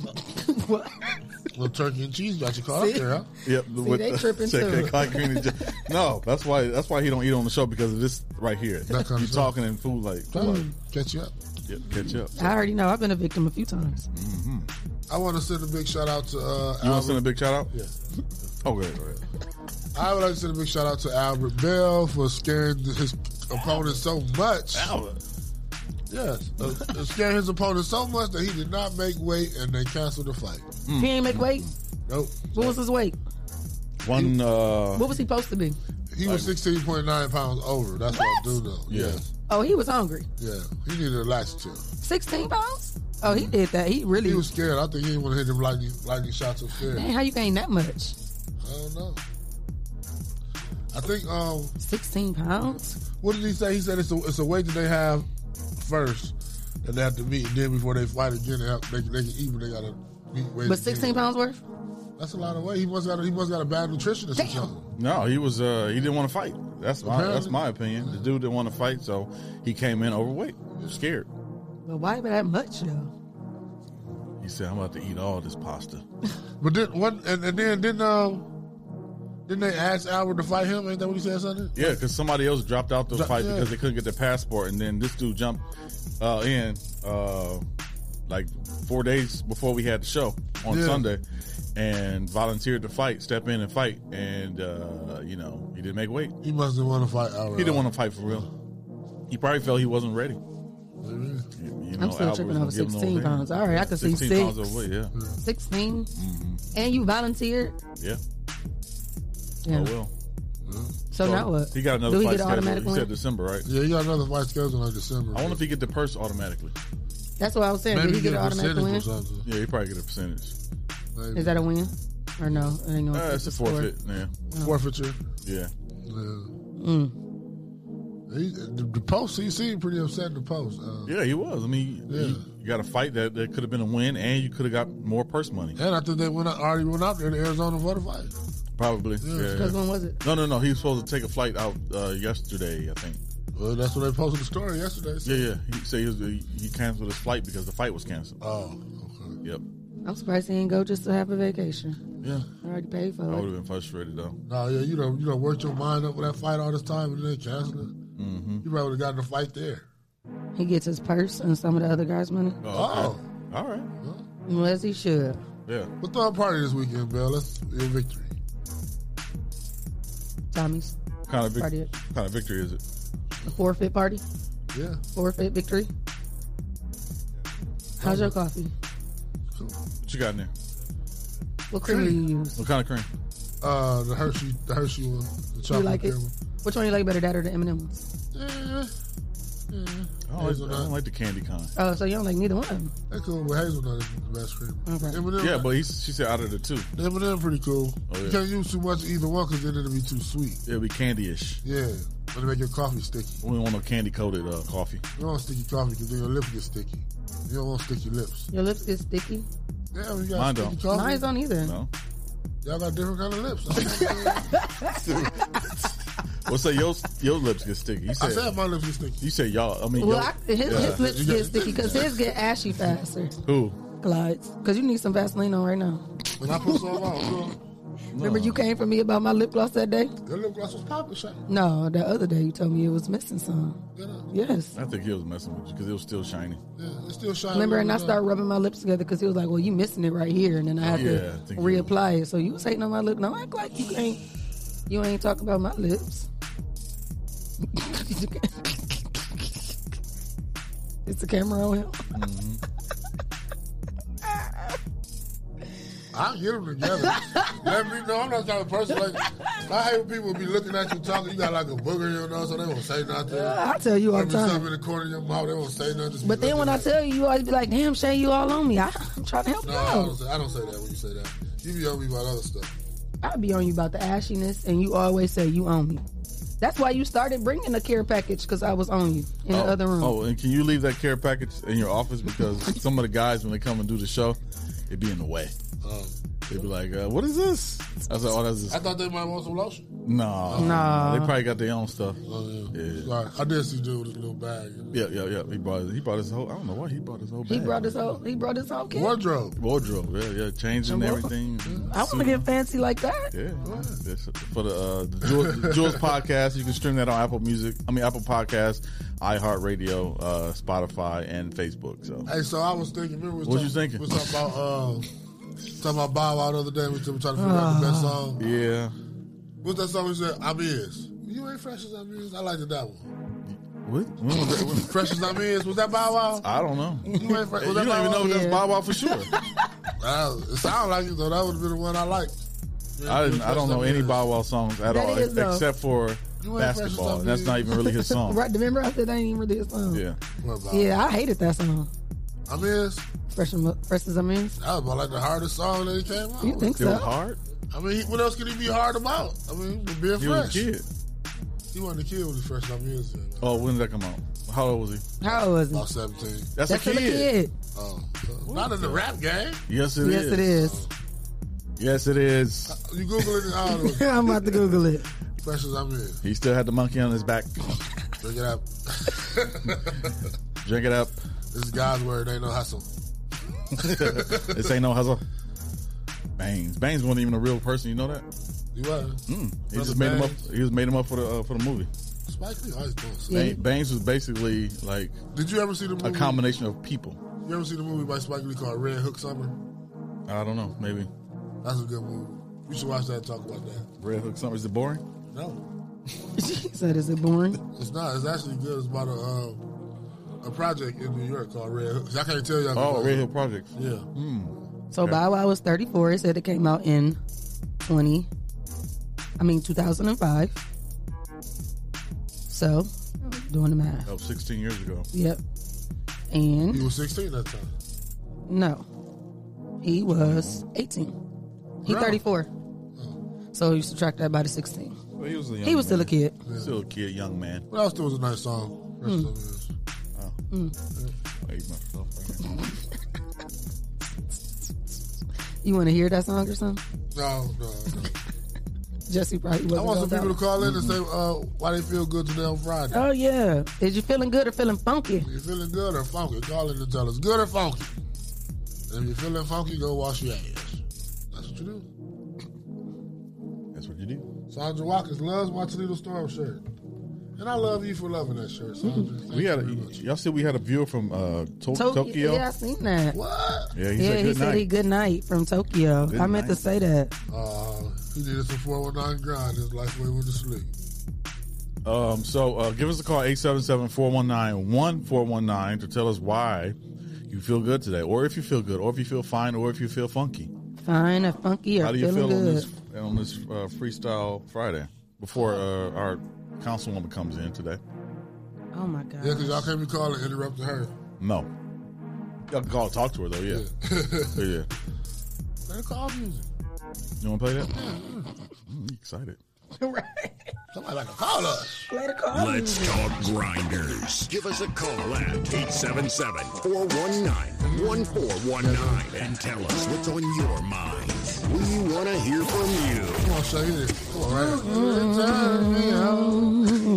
P: Little turkey and cheese got you caught
N: See?
P: up there, huh?
N: Yep,
P: See,
N: with
P: they
N: the-
P: tripping
N: Shay K.
P: too.
N: Clyde Green and Jay- no, that's why that's why he don't eat on the show because of this right here.
P: That kind
N: you
P: of stuff.
N: talking and food like,
P: Trying
N: like
P: to catch you up.
N: yep, catch up.
O: I already know. I've been a victim a few times.
P: I want to send a big shout out to. Uh,
N: You want
P: Albert.
N: to send a big shout out?
P: Yeah.
N: Oh, go ahead, go ahead.
P: I would like to send a big shout out to Albert Bell for scaring his opponent so much.
N: Albert.
P: Yes, uh, uh, scared his opponent so much that he did not make weight, and they canceled the fight.
N: Mm.
O: He ain't make weight.
P: Nope.
O: What was his weight?
N: One. Uh,
O: What was he supposed to be?
P: He was sixteen point nine pounds over. That's what, I do know.
N: Yeah.
O: Oh, he was hungry.
P: Yeah, he needed a laxative.
O: Sixteen pounds. Oh, he did that. He really.
P: He was scared. I think he didn't want to hit them lightning lightning shots of fear.
O: Dang, how you gain that much?
P: I don't know. I think um,
O: sixteen pounds.
P: What did he say? He said it's a it's a weight that they have first, and they have to meet, and then before they fight again, they have, they, can- they can eat, but they gotta meet weight.
O: But
P: again.
O: sixteen pounds worth.
P: That's a lot of weight. He must got a, he must got a bad nutritionist or something.
N: No, he was. Uh, he didn't want to fight. That's my that's
P: Apparently.
N: my opinion. The dude didn't want to fight, so he came in overweight, scared.
O: But why that much though?
N: He said, "I'm about to eat all this pasta."
P: But then what? And, and then didn't um didn't they ask Albert to fight him? Ain't that what he said? Something.
N: Yeah, because somebody else dropped out the
P: Dro-
N: fight
P: yeah.
N: because they couldn't get their passport, and then this dude jumped uh, in uh, like four days before we had the show on
P: Yeah.
N: Sunday, and volunteered to fight, step in and fight, and uh, you know he didn't make weight.
P: He must have want to fight Albert.
N: He didn't want to fight for real. He probably felt he wasn't ready. You know,
O: I'm still
N: Albert
O: tripping
N: was
O: over
N: giving no
O: 16
N: damn.
O: pounds. All right, I could see
N: 16 pounds
O: six.
N: overweight, yeah.
O: 16
N: Mm-hmm.
O: And you volunteered.
N: Yeah.
O: Yeah.
N: Oh well.
O: So now what?
N: He got another
O: Do he
N: fight
O: get
N: scheduled.
O: automatic
N: He
O: win?
N: said December, right?
P: Yeah, he got another fight scheduled in December.
N: I wonder if he get the purse automatically.
O: That's what I was saying. Did he get, an automatic win?
N: Yeah, he probably get a percentage.
O: Is that a win? Or no? It ain't gonna
N: Uh,
O: affect
N: it's
O: the
N: a
O: score.
N: forfeit. Yeah.
O: Oh.
P: Forfeiture.
N: Yeah.
O: Mm.
P: He, the, the post he seemed pretty upset in the post. Uh,
N: Yeah, he was. I mean, you-
P: Yeah.
N: you got a fight that, that could have been a win, and you could have got more purse money.
P: and I think they went out, already went out there to Arizona for the fight.
N: Probably.
P: Yeah.
N: Yeah.
P: 'Cause when was it?
N: No, no, no. He was supposed to take a flight out uh, yesterday, I think.
P: Well, that's what they posted the story yesterday.
N: Yeah, yeah. He said he, was, he he canceled his flight because the fight was canceled.
P: Oh,
N: okay. Yep.
O: I'm surprised he didn't go just to have a vacation.
N: Yeah. Oh.
O: Already paid
N: I
O: for
N: would
O: it.
N: have been frustrated though.
P: No, yeah, you don't you don't work your mind up with that fight all this time and then cancel it.
N: Mm-hmm.
P: You probably would have gotten a fight there.
O: He gets his purse and some of the other guys' money.
P: Oh,
N: all right. Oh.
O: Unless he should.
N: Yeah.
P: But throw a party this weekend, Bill. That's your victory.
O: Tommy's
N: Kind of
O: Party
N: vic-
O: it.
N: kind of victory is it?
O: a forfeit party.
P: Yeah.
O: Forfeit victory. How's your coffee?
N: What you got in there?
O: What cream do you use?
N: What kind of cream?
P: Uh, the Hershey, the Hershey one, the
O: Do you
P: chocolate
O: like it?
P: cream one.
O: Which one you like better, that or the M&M ones?
N: I don't, like, I don't like the candy kind.
O: Oh, so you don't like neither one of them?
P: That's cool, but hazelnut is the best cream.
O: Okay.
P: M&M,
N: Yeah, but he, she said out of the two,
P: the M&M pretty cool.
N: Oh, yeah.
P: You can't use too much of either one because then it'll be too sweet.
N: it'll be candyish.
P: Yeah, it'll make your coffee sticky.
N: We don't want no candy coated uh, coffee.
P: You don't want sticky coffee because then your lips get sticky. You don't want sticky lips.
O: Your lips get sticky.
P: Yeah, we got
N: Mine
P: sticky
N: don't.
P: coffee.
O: Mine don't either.
N: No.
P: Y'all got different kind of lips.
N: Well, say your your lips get sticky. You said,
P: I said my lips get sticky.
N: You said y'all. I mean,
O: Well,
N: your-
O: I, his,
N: Yeah.
O: his lips get sticky because his get ashy faster.
N: Who?
O: Clyde's. Because you need some Vaseline on right now.
P: When I put some on, girl,
O: Remember you came for me about my lip gloss that day?
P: your lip gloss was popping, shot.
O: No, the other day you told me it was missing some. Yes.
N: I think he was messing with you because it was still shiny.
P: It's still shining.
O: Remember, and I
P: start.
O: started rubbing my lips together because he was like, "Well, you missing it right here," and then I had
N: Yeah, I
O: to
N: think
O: reapply it. So you was hating on my lip. No, act like you ain't. You ain't talking about my lips. Is the camera on him?
P: Mm-hmm. I get them together. Let me know. I'm not trying to person like. I hate when people be looking at you talking. You got like a booger in your nose, so they won't say nothing.
O: Uh, I tell you all the
P: Every
O: time.
P: Something in the corner of your mouth, they won't say nothing. Just be
O: But then
P: looking
O: when I
P: at
O: tell you, you always be like, "Damn, Shay, you all on me." I, I'm trying to
P: you.
O: help
P: no,
O: you
P: I
O: out.
P: don't, say, I don't say that when you say that. You be on me about other stuff.
O: I be on you about the ashiness, and you always say you own me. That's why you started bringing the care package because I was on you in
N: oh,
O: the other room.
N: Oh, and can you leave that care package in your office because some of the guys when they come and do the show, it be in the way.
P: Oh.
N: They'd be like, uh, "What is this?" I was like, "Oh, that's
P: I
N: this."
P: thought they might want some lotion.
N: No,
P: Nah.
N: they probably got their own stuff.
P: Oh, yeah.
N: yeah.
P: Sorry. I did see dude with his little bag.
N: Yeah, yeah, yeah. He brought his, he brought his whole. I don't know why he brought his whole.
O: He
N: bag.
O: brought his whole he brought his whole kit.
P: wardrobe,
N: wardrobe. Yeah, yeah. Changing
O: Wardrobe. Mm-hmm.
N: everything.
O: I want to get fancy like that.
N: Yeah, That's for the, uh, the Jules, the Jules podcast. You can stream that on Apple Music. I mean Apple Podcasts, iHeartRadio, uh, Spotify, and Facebook. So
P: Hey, so I was thinking. Remember, we was
N: What you
P: talking-
N: thinking?
P: We was talking about uh, talking about Bow Wow the other day. We were trying to figure out the
O: Uh-huh.
P: best song.
N: yeah,
P: What's that song we said? I'm is. You ain't fresh as I'm is. I liked it that one.
N: what? When was that? When-
P: Fresh as I'm is. Was that Bow Wow?
N: I don't know.
P: You ain't fresh.
N: You
P: Was
N: don't
P: that Bow
N: even
P: Wow?
N: know if that's Bow Wow for sure.
P: Uh, it sounded like it though. That would have been the one I liked.
N: I, didn't, I don't know any Bow Wow songs at
O: That
N: all,
O: is, though.
N: except
O: You
N: for
O: ain't fresh as
N: basketball.
O: I'm
N: And that's not
O: is.
N: even really his song.
O: right? Remember, I said that ain't even really his song.
N: Yeah.
O: yeah, I hated that song.
P: I'm is.
O: Fresh, and- fresh as I'm is.
P: That was about like the hardest song that he came out.
O: You
P: with.
O: think so? It was hard?
P: I mean, he- what else could he be hard about? I mean, being fresh.
N: He was a kid.
P: He wasn't a kid when he fresh as I'm is. man.
N: Oh, when did that come out? How old was he?
O: How old was he?
P: About seventeen.
N: That's, a kid.
P: Oh, not in the rap game.
N: Yes, it is.
O: Yes, it is.
N: Yes, it is.
P: You Google it. I don't know.
O: I'm about to Google it.
P: Fresh as I'm is.
N: He still had the monkey on his back.
P: Drink it up.
N: Drink it up.
P: this is God's word. Ain't no hustle.
N: this ain't no hustle. Baines. Baines wasn't even a real person. You know that?
P: You was.
N: Mm. He
P: Brother
N: just made him up.
P: Baines.
N: He just made him up for the uh, for the movie.
P: Spike Lee always doing
N: Ba-
P: something.
N: Baines was basically like.
P: Did you ever see the
N: a
P: movie?
N: combination of people?
P: You ever see the movie by Spike Lee called Red Hook Summer?
N: I don't know. Maybe
P: That's a good movie. You should watch that and talk about that.
N: Red Hook Summer. Is it boring?
P: No,
O: He said, "Is it boring?"
P: it's not. It's actually good. It's about a um, a project in New York called Red Hook. I can't tell y'all.
N: Oh,
P: because-
N: Red Hmm. Hill Project.
P: Yeah.
O: So Bow Wow was 34. It said it came out in 20. I mean 2005. So doing the math.
N: Oh, 16 years ago.
O: Yep. And
P: You were 16 that time.
O: No, he was 18. He 34. So you subtract that by the 16.
N: Well, he was a young
O: He was still a
N: man.
O: kid.
N: Still a kid, young man.
P: What else? There was a nice song. Fresh as
O: Mm.
P: I'm is.
N: Oh.
O: Hmm.
N: I ate myself
O: You want to hear that song or something?
P: No, no, no.
O: Jesse probably
P: I
O: wasn't
P: want some
O: gonna
P: people to
O: die.
P: call in and
N: Mm-hmm.
P: say uh, why they feel good today on Friday.
O: Oh yeah, is you feeling good or feeling funky?
P: You feeling good or funky? Call in and tell us good or funky. And if you're feeling funky, go wash your ass. That's what you do.
N: That's what you do.
P: Sandra Watkins loves my Toledo Storm shirt. And I love you for loving that shirt, Sandra.
N: We had a, y'all said we had a viewer from uh, Mm-hmm. to-
O: To-
N: Tokyo.
O: Yeah, I seen that.
P: What?
N: Yeah, he
O: yeah,
N: said
O: he
N: good
O: said
N: night.
O: he good night from Tokyo.
N: Good
O: I meant
N: night.
O: to say that.
P: Uh, he did it some 419 grind. His life way went to sleep.
N: Um, so uh, give us a call 877-419-1419 to tell us why you feel good today, or if you feel good, or if you feel fine, or if you feel funky.
O: Fine or funky or
N: How do you
O: feeling
N: feel on
O: good?
N: this on this uh, freestyle Friday before uh, our councilwoman comes in today?
O: Oh my god.
P: Yeah, because y'all can't be calling and interrupting her.
N: No, y'all can call and talk to her though. Yeah, yeah. yeah.
P: Let her call music.
N: You want to play that? Mm, excited.
O: right.
P: Somebody like to call us.
O: Let her
M: Let's talk grinders. Give us a call at 877 419 1419 and tell us what's on your mind. We want to hear from you.
P: Come on, show you this. Come on, right? Turn me
O: Mm-hmm.
P: on.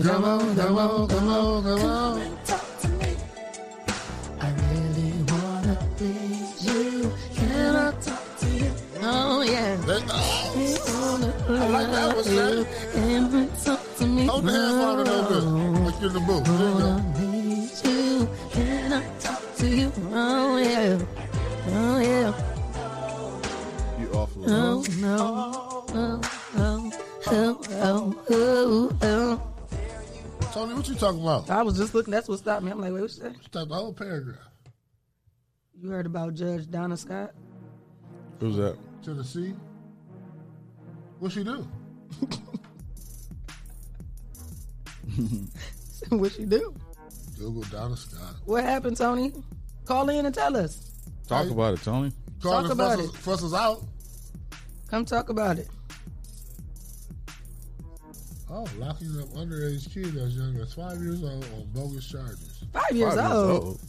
P: Come on, come on, come on, come on.
W: Can I talk to you?
O: Oh yeah.
P: I like that one, Shay.
O: Talk to me.
P: Hold the hands on it over. Like you're in the booth. There you go.
O: you. Can I talk to you? Oh yeah. Oh yeah.
N: You awful.
O: Oh no. Oh oh oh oh oh. oh.
P: Tony, what you talking about?
O: I was just looking. That's what stopped me. I'm like, wait, what's that?
P: Stop the whole paragraph.
O: You heard about Judge Donna Scott?
N: Who's that?
P: Tennessee. What she do?
O: what she do?
P: Google Donna Scott.
O: What happened, Tony? Call in and tell us.
N: Talk about it, Tony.
O: Talk
P: Carla
O: about
P: Fussers, Fussers out.
O: Come talk about it.
P: Oh, locking up underage kid as young as five years old on bogus charges.
O: Five years Five years old? old?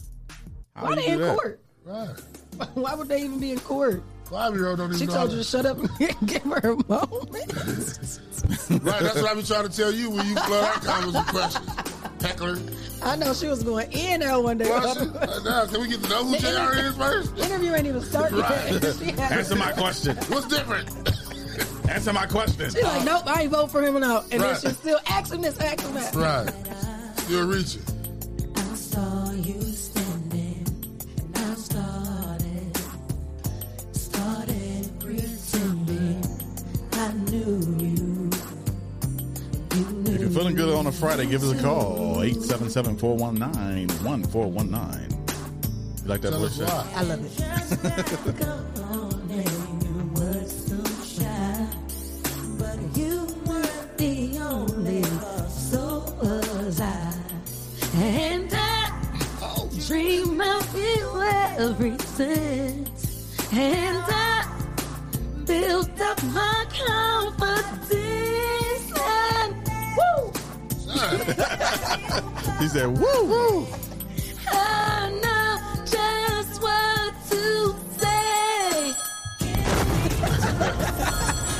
O: Why
P: do
O: they
P: you
O: in
P: do that?
O: court?
P: Right.
O: Why would they even be in court?
P: Five year old don't even
O: She
P: know
O: told
P: how
O: you
P: to-
O: to shut up and give her a moment.
P: right, that's what I be trying to tell you when you flood our comments with questions. Heckler.
O: I know she was going in there one day.
P: Was she? now, can we get to know who JR is first?
O: Interview ain't even started
N: Right.
O: yet. She had-
N: Answer my question.
P: What's different?
N: Answer my question.
O: She like, nope, I ain't vote for him and all. And
N: Right.
O: then she still ask him this, ask him that.
P: Right. Still reaching.
W: I saw you standing, and I started, started pretending I knew you.
N: If you're feeling good on a Friday, give us a call 877 419 1419. You like that
W: Tell
N: blue
W: us
N: shirt?
W: why. I love it. Your words so shy, but you weren't the only, so was I. And I dream of you ever since. And I built up my confidence. And woo!
N: he said, woo, woo.
W: I know just what to say.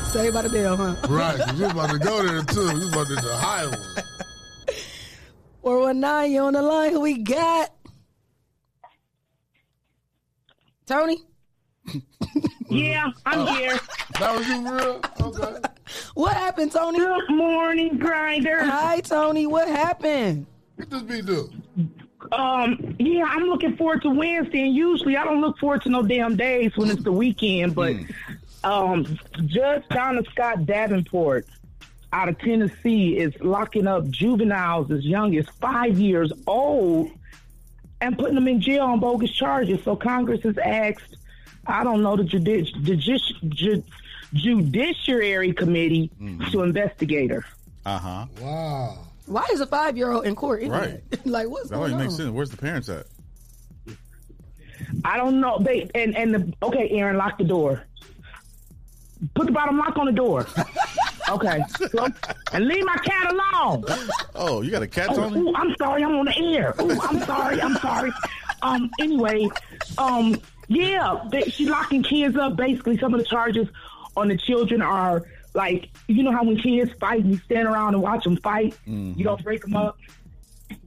O: Saved by the bell, huh?
P: Right, 'cause you about to go there too. You about to the high one.
O: 419, you on the line. Who we got? Tony?
X: Yeah, I'm
N: Uh,
X: here.
P: That was you, real?
O: What happened, Tony?
X: Good morning, Grinder.
O: Hi, Tony. What happened?
P: What does B do?
X: Um, yeah, I'm looking forward to Wednesday, and usually I don't look forward to no damn days when it's the weekend.
N: Hmm.
X: But um, Judge Donna Scott Davenport out of Tennessee is locking up juveniles as young as five years old and putting them in jail on bogus charges. So Congress has asked, I don't know, the judi- judici- ju- judiciary committee
N: Hmm.
X: to investigate her.
N: Uh huh.
P: Wow.
O: Why is a five year old in court? isn't
N: Right.
O: it? like, what's
N: That
O: going
N: always
O: on?
N: makes sense. Where's the parents at?
X: I don't know. They and and the okay, Aaron, lock the door. Put the bottom lock on the door. okay, So- and leave my cat alone.
N: Oh, you got a cat,
X: Oh,
N: Tony?
X: ooh, I'm sorry, I'm on the air. Ooh, I'm sorry, I'm sorry. Um, anyway, um, yeah, they, she locking kids up. Basically, some of the charges on the children are like, you know how when kids fight, and you stand around and watch them fight.
N: Mm-hmm.
X: You don't break them up.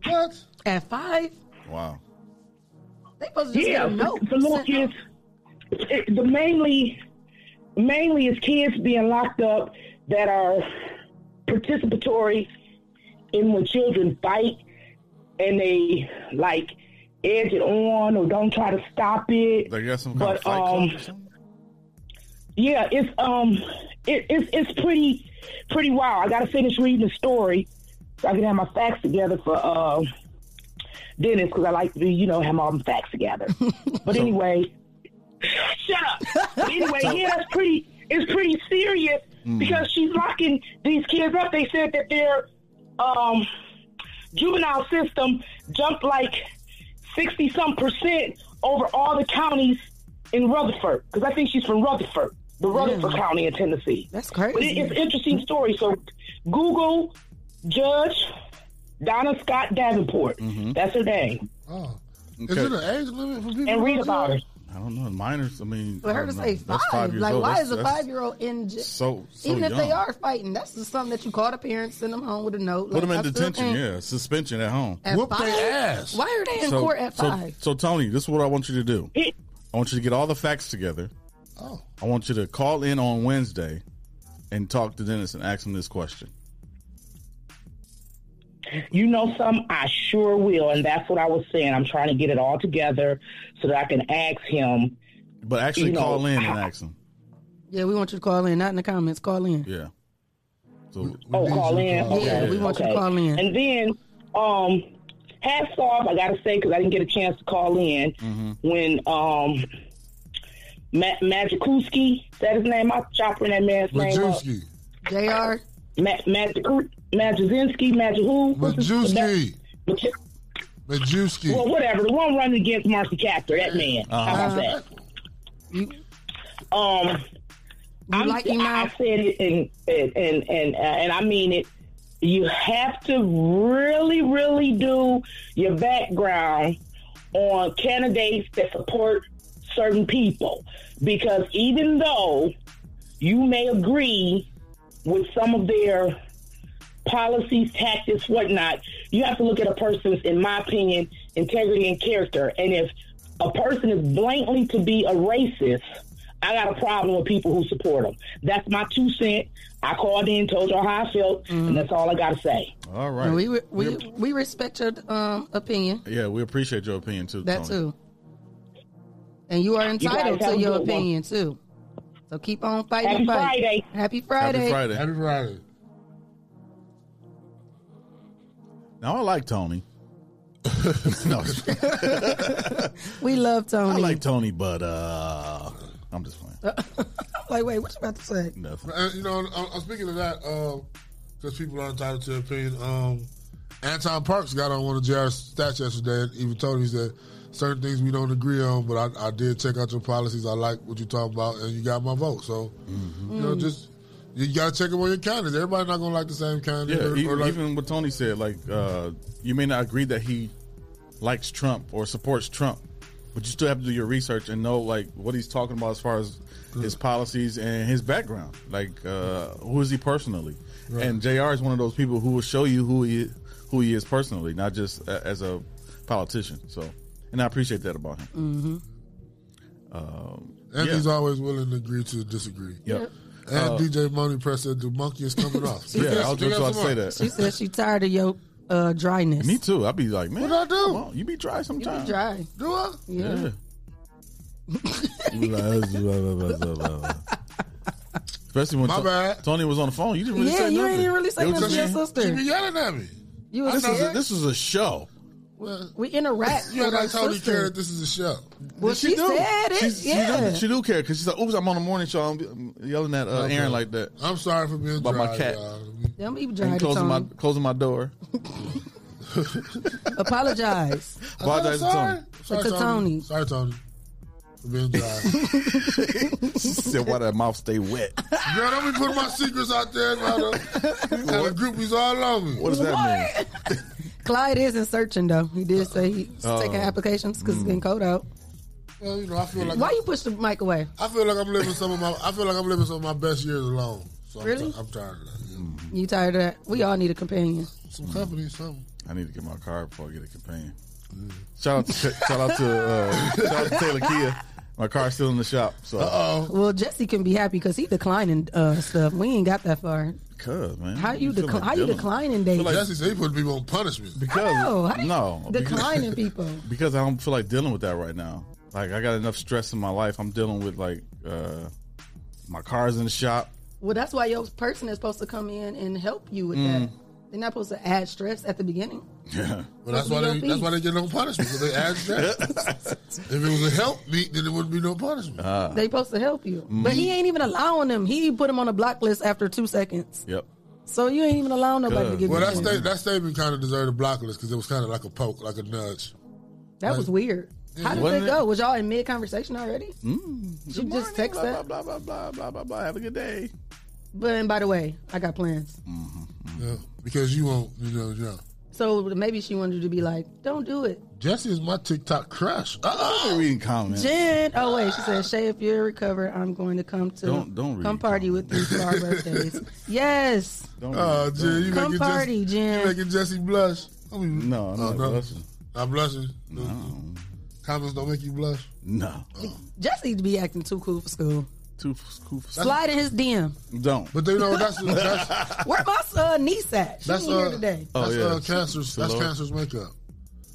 P: What?
O: At five?
N: Wow.
O: They supposed to just
X: yeah,
O: get a note.
X: The little kids. It, the mainly, mainly is kids being locked up that are participatory in when children fight and they like edge it on or don't try to stop it.
N: They got some kind
X: But
N: of fight
X: um,
N: club or something?
X: yeah, it's um, it, it's it's pretty pretty wild. I got to finish reading the story so I can have my facts together for uh, Dennis because I like to be you know have all my facts together. But anyway, shut up. But anyway, yeah, that's pretty. It's pretty serious
O: Mm.
X: because she's locking these kids up. They said that their um, juvenile system jumped like sixty some percent over all the counties in Rutherford because I think she's from Rutherford, the Rutherford County in Tennessee.
O: That's crazy.
X: But it, it's an interesting story. So Google Judge Donna Scott Davenport.
O: Mm-hmm.
X: That's her name.
P: Oh.
N: Okay.
P: Is it an age limit for people?
X: And read about her.
N: I don't know. Minors, I mean.
O: For
N: I
O: her to
N: don't know.
O: say five.
N: Oh, That's five years
O: like,
N: old.
O: why
N: That's-
O: is a
N: that's-
O: five year old in jail?
N: So- so
O: even if they
N: young.
O: are fighting, that's just something that you call the parents, send them home with a note.
N: Put them in
O: Like, I still
N: detention,
O: think
N: yeah. Suspension at home.
O: at five- Why are they in court at five?
N: So, Tony, this is what I want you to do.
X: I
N: want you to get all the facts together.
P: Oh.
N: I want you to call in on Wednesday and talk to Dennis and ask him this question.
X: You know some, I sure will, and that's what I was saying. I'm trying to get it all together so that I can ask him.
N: But actually,
X: you know,
N: call in and
X: how-
N: ask him.
O: Yeah, we want you to call in, not in the comments. Call in.
N: Yeah. So,
X: Oh, call in.
O: in. Yeah,
X: Okay.
O: we want you to
X: Okay.
O: call in.
X: And then, um, hats off. I gotta say because I didn't get a chance to call in
N: Mm-hmm.
X: when um, Ma- Magikuski. Is that his name? I'm chopping that man's name
P: Majewski.
X: up. Jr. Ma- Magiku- Majazinski. Majihu. Majewski.
P: Majewski.
X: Well, whatever. The one running against uh-huh.
D: Uh-huh.
X: Marcy Captor. That man. How about
P: Uh-huh.
X: that? Um,
O: You like him now?
X: I said it, and and and and, uh, and I mean it. You have to really, really do your background on candidates that support certain people, because even though you may agree with some of their policies, tactics, whatnot, you have to look at a person's, in my opinion, integrity and character. And if a person is blatantly to be a racist, I got a problem with people who support them. That's my two cent. I called in, told y'all how I felt,
Y: Mm-hmm.
X: and that's all I got to say.
N: All right.
O: And we re- we we respect your um, opinion.
N: yeah, we appreciate your opinion too.
O: That
N: Tony.
O: too. And you are entitled
X: have a
O: to your
X: good one.
O: opinion too. So keep on fighting.
X: Happy
O: the fight.
X: Friday.
O: Happy Friday.
N: Happy Friday.
P: Happy Friday.
N: Now I like Tony. no,
O: we love Tony.
N: I like Tony, but uh, I'm just playing.
O: Wait, wait, what you about to say?
N: Nothing.
P: Uh, you know, I'm, I'm speaking of that because people are entitled to their opinion. Um, Anton Parks got on one of JR's stats yesterday and even told him, he said, certain things we don't agree on, but I, I did check out your policies. I like what you're talking about, and you got my vote. So, you know,
N: Mm.
P: just, you got to check them on your calendars. Everybody not going to like the same candidate.
N: Yeah,
P: or- or
N: even,
P: like-
N: even what Tony said, like uh, you may not agree that he likes Trump or supports Trump, but you still have to do your research and know like what he's talking about as far as his policies and his background. Like uh, who is he personally?
P: Right.
N: And Jr. is one of those people who will show you who he who he is personally, not just a, as a politician. So, and I appreciate that about him.
O: Mm-hmm.
N: Um,
P: And
N: yeah.
P: he's always willing to agree to disagree.
N: Yep.
P: And
N: Uh,
P: DJ Money Press said the monkey is coming off.
O: She said she tired of your uh, dryness.
N: Me too. I'd be like, man,
P: What I do?
N: come on, you be dry
O: You be
N: sometimes.
O: dry.
P: Do I?
O: Yeah.
N: Especially when
P: My
N: To- Tony was on the phone. You didn't really
O: Yeah,
N: say
O: you
N: nothing.
O: ain't even really say
N: It was
O: nothing to
N: just-
O: your sister.
P: She be yelling at me.
O: You was
N: This is, a,
O: scared.
N: this is a show.
O: we interact.
P: You
O: with
P: act
O: our
P: like Tony
O: sister.
P: Carrot. This is a show.
O: Well, she, said it.
N: She's-
O: yeah.
N: She do, she do care because she's like, oops, I'm on the morning show. I'm, I'm yelling at uh,
P: Okay.
N: Aaron like that.
P: I'm sorry for being
N: About my
P: dry,
N: cat.
P: y'all.
O: Don't be
N: And
O: dry,
N: closing my
O: Tony.
N: closing my door.
O: Apologize.
N: Apologize to Tony.
P: Sorry,
O: To Tony.
P: Sorry, Tony. For being dry.
N: She said, "Why that mouth stay wet?"
P: Girl, don't be putting my secrets out there. Mother. And the groupies all on me.
N: What does that mean?
O: Clyde isn't searching though. He did say he's
P: Oh.
O: taking applications
N: Hmm.
O: because it's getting cold out.
P: Well, you know, I feel like
O: Why you push the mic away?
P: I feel like I'm living some of my I feel like I'm living some of my best years alone. So I'm ti-
O: Really?
P: I'm, tired of that.
N: Mm.
O: You tired of that? We all need a companion.
P: Some company, something.
N: I need to get my car before I get a companion.
P: Mm.
N: Shout out to shout out to uh, shout out to Taylor Kia. My car's still in the shop. So
O: Well, Jesse can be happy because he declining uh, stuff. We ain't got that far.
N: Cuz man,
O: How you
N: feel
O: decli-
N: like
O: how you
N: Dylan.
O: declining
N: Feel
O: dates?
N: like-
P: Jesse said he putting people on punishment.
N: Because
O: No, how you
N: no,
O: declining
N: because,
O: people.
N: because I don't feel like dealing with that right now. Like I got enough stress in my life. I'm dealing with like uh, my car's in the shop.
O: Well, that's why your person is supposed to come in and help you with that.
N: Mm.
O: They're not supposed to add stress at the beginning.
N: Yeah.
P: But that's why they that's why they get no punishment because they asked that. if it was a help meet, then there wouldn't be no punishment.
N: Uh. Ah,
O: They supposed to help you, but
N: Mm.
O: he ain't even allowing them. He put him on a block list after two seconds.
N: Yep.
O: So you ain't even allowing nobody to give
P: well,
O: you.
P: that,
O: shit.
P: sta- that statement kind of deserved a block list because it was kind of like a poke, like a nudge.
O: That was weird. How did
P: Wasn't
O: that
P: it?
O: go? Was y'all in mid conversation already?
N: Mm.
O: She just text
N: blah,
O: that?
N: Blah, blah, blah, blah, blah, blah. Have a good day.
O: But and by the way, I got plans.
P: Yeah, Mm-hmm. because you won't, you know, yeah.
O: So maybe she wanted to be like, "Don't do it,
P: Jesse is my TikTok crush. Uh-uh.
N: reading comments.
O: Jen." Oh wait, she said, "Shay, if you recover, I'm going to come to
N: Don't- don't read
O: come party with you for our birthdays." yes.
P: Oh, Jen, you
O: come
P: making
O: party,
P: Jesse,
O: Jen.
P: You making Jesse blush? I mean,
N: No, I'm
P: oh,
N: not blushing.
P: Not blushing. No. Comments don't make you blush.
N: No.
O: Jesse be acting too cool for school.
N: Too cool for
O: Slide in his DM.
N: Don't.
P: But you know that's that's
O: Where my uh, niece at? She
P: that's
O: ain't here
P: uh,
O: today.
P: that's
N: Oh,
P: uh, cancer's that's
N: Hello?
P: cancer's makeup.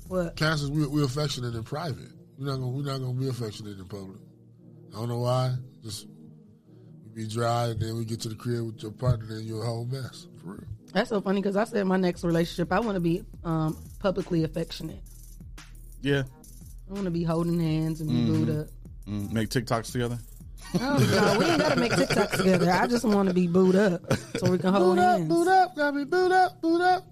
O: What?
P: Cancer's we we affectionate in private. We're not gonna we're not gonna be affectionate in public. I don't know why. Just we be dry and then we get to the crib with your partner and you're a whole mess. For real.
O: That's so funny because I said my next relationship, I want to be um, publicly affectionate.
N: Yeah.
O: I want to be holding hands and be booed up.
N: Mm, make TikToks together.
O: No, no, we ain't got to make TikToks together. I just want to be booed up so we can hold
P: Boot up,
O: hands.
P: boot up, gotta be boot up, boot up.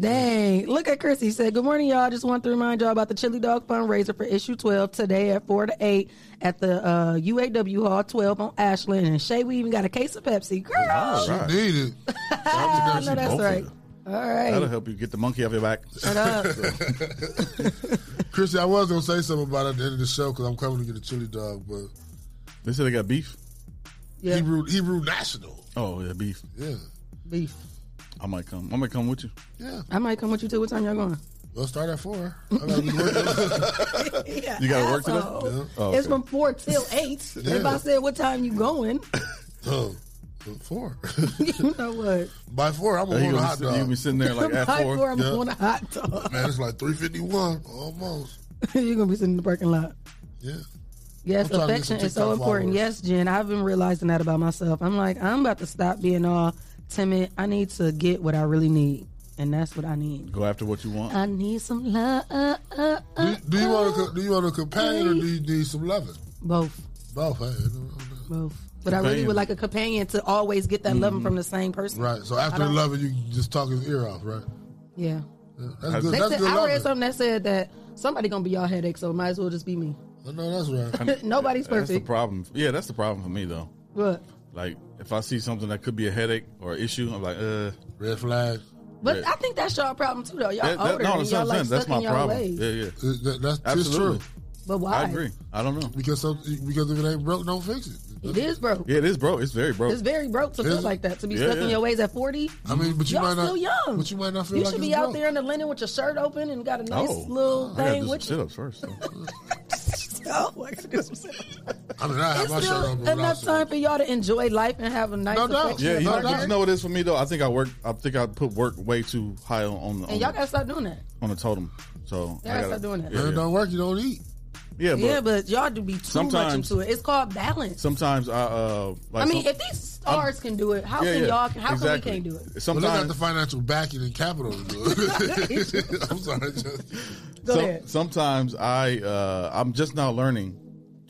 O: Dang. Look at Chris. He said, Good morning, y'all. Just want to remind y'all about the Chili Dog fundraiser for issue 12 today at 4 to 8 at the uh, UAW Hall 12 on Ashland. And Shay, we even got a case of Pepsi. Girl.
N: All right.
P: She needed.
O: I know that's right. All
N: That'll
O: right.
N: help you get the monkey off your back.
O: Shut up.
P: Chrissy, I was gonna say something about it at the end of the show because I'm coming to get a chili dog, but
N: They said they got beef.
P: Hebrew Hebrew National,
N: Oh yeah, beef.
P: yeah,
O: beef.
N: I might come. I might come with you.
P: yeah.
O: I might come with you too. What time y'all going?
P: We'll start at four.
N: You gotta work today.
O: asshole.
N: Oh, okay.
O: It's from 4 till 8. If I
P: Yeah.
O: said, What time you going?
P: Oh, four.
O: you know what?
P: By four, I'm
N: Yeah, you
P: gonna want a
N: gonna
P: hot
N: be-
P: dog.
N: you be sitting there like at
O: By
N: four.
O: four, I'm going to hot dog.
P: Man, it's like three fifty one almost.
O: You're going to be sitting in the parking lot.
P: Yeah.
O: Yes,
P: I'm trying to get
O: affection
P: some
O: is so
P: TikTok
O: important.
P: followers.
O: Yes, Jen, I've been realizing that about myself. I'm like, I'm about to stop being all timid. I need to get what I really need, and that's what I need.
N: Go after what you want.
O: I need some love. Uh,
P: Do, do you want to do you want a companion or do you need some loving?
O: Both.
P: Both. Hey,
O: Both. But I really would like a companion to always get that loving from the same person.
P: Mm-hmm. Right. So
O: I
P: after the
O: don't-
P: loving, you just talk his ear off, right?
O: yeah.
P: Yeah, that's good.
O: They
P: That's
O: said,
P: good
O: I read
P: loving.
O: something that said that somebody gonna be y'all headache, so might as well just be me.
P: No, that's right.
O: Nobody's
N: That's the
O: perfect.
N: problem. Yeah, that's the problem for me though.
O: What?
N: Like if I see something that could be a headache or issue, I'm like, uh,
P: red flag.
O: But I think that's y'all problem too, though. Y'all older and y'all like stuck in y'all ways.
N: Yeah, yeah.
P: That, that's it's
N: Absolutely.
P: true.
O: But why?
N: I agree. I don't know
P: because some, because if it ain't broke, don't fix it.
O: It is broke.
N: Yeah, it is broke. It's very broke.
O: It's very broke to
N: Is
O: feel
N: it?
O: like that. To be
N: Yeah,
O: stuck in
N: yeah.
O: your ways at forty.
N: I mean, but you
O: all
N: might not-
O: still young.
N: but you might not feel
O: You
N: like
O: should
N: it's
O: be out
N: broke.
O: there in the linen with your shirt open and got a nice
N: Oh.
O: little
N: I gotta
O: thing
N: do some
O: with you.
N: sit ups first.
O: Oh, I gotta do some sit-ups.
P: I mean, I have
O: It's
P: my shirt on,
O: still
P: but I'm not
O: enough time for y'all to enjoy life and have a nice
P: No doubt.
O: affection
N: yeah, you,
O: about
N: but
O: it.
N: you know what it is for me though. I think I work. I think I put work way too high on on, the- on,
O: And y'all gotta stop doing that.
N: on the totem. So
O: Y'all gotta stop doing that.
P: If it don't work, you don't eat.
N: Yeah, but
O: Yeah, but y'all do be too much
N: Sometimes-
O: into it. It's called balance.
N: sometimes I uh.
O: I
N: Like
O: mean,
N: some-
O: if these stars can do it, how
N: Yeah,
O: can
N: yeah.
O: y'all? How
N: Exactly.
O: come we can't do it?
P: Well, they got
N: Sometimes-
P: the financial backing and capital to do it. I'm sorry, Justin.
N: Some- Sometimes I uh, I'm just now learning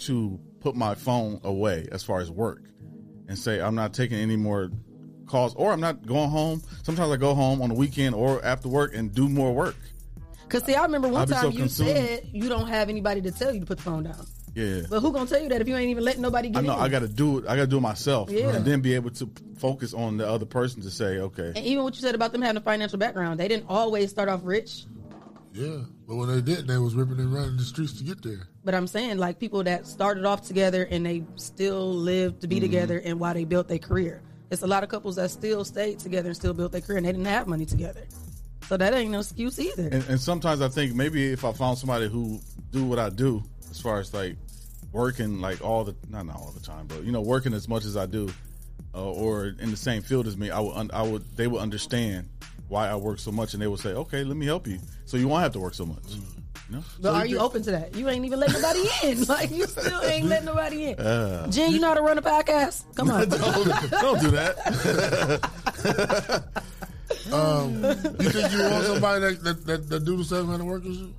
N: to put my phone away as far as work and say I'm not taking any more calls or I'm not going home. Sometimes I go home on the weekend or after work and do more work.
O: Because see, I remember
N: I'll
O: one
N: be
O: time
N: so
O: you
N: consumed.
O: said you don't have anybody to tell you to put the phone down.
N: Yeah.
O: But who gonna tell you that if you ain't even letting nobody get
N: I know
O: in?
N: I got to do it. I got to do it myself
O: Yeah.
N: and then be able to p- focus on the other person to say,
O: and
N: okay,
O: even what you said about them having a financial background, they didn't always start off rich.
P: Yeah, but when they did, they was ripping and running the streets to get there.
O: But I'm saying like people that started off together and they still lived to be
P: Mhm.
N: Mm-hmm.
O: together and why they built their career. It's a lot of couples that still stayed together and still built their career and they didn't have money together. So that ain't no excuse either.
N: And, and sometimes I think maybe if I found somebody who do what I do, as far as like working like all the not not all the time, but you know working as much as I do, uh, or in the same field as me, I would un- I would they would understand why I work so much, and they would say, okay, let me help you, so you won't have to work so much.
O: Mm.
N: You know?
O: But are you open to that? You ain't even letting nobody in. Like you still ain't letting nobody in.
N: Uh.
O: Jen, you know how to run a podcast. Come on.
N: Don't do that.
P: Um, you think you want somebody that that, that, that do the same kind of work as you?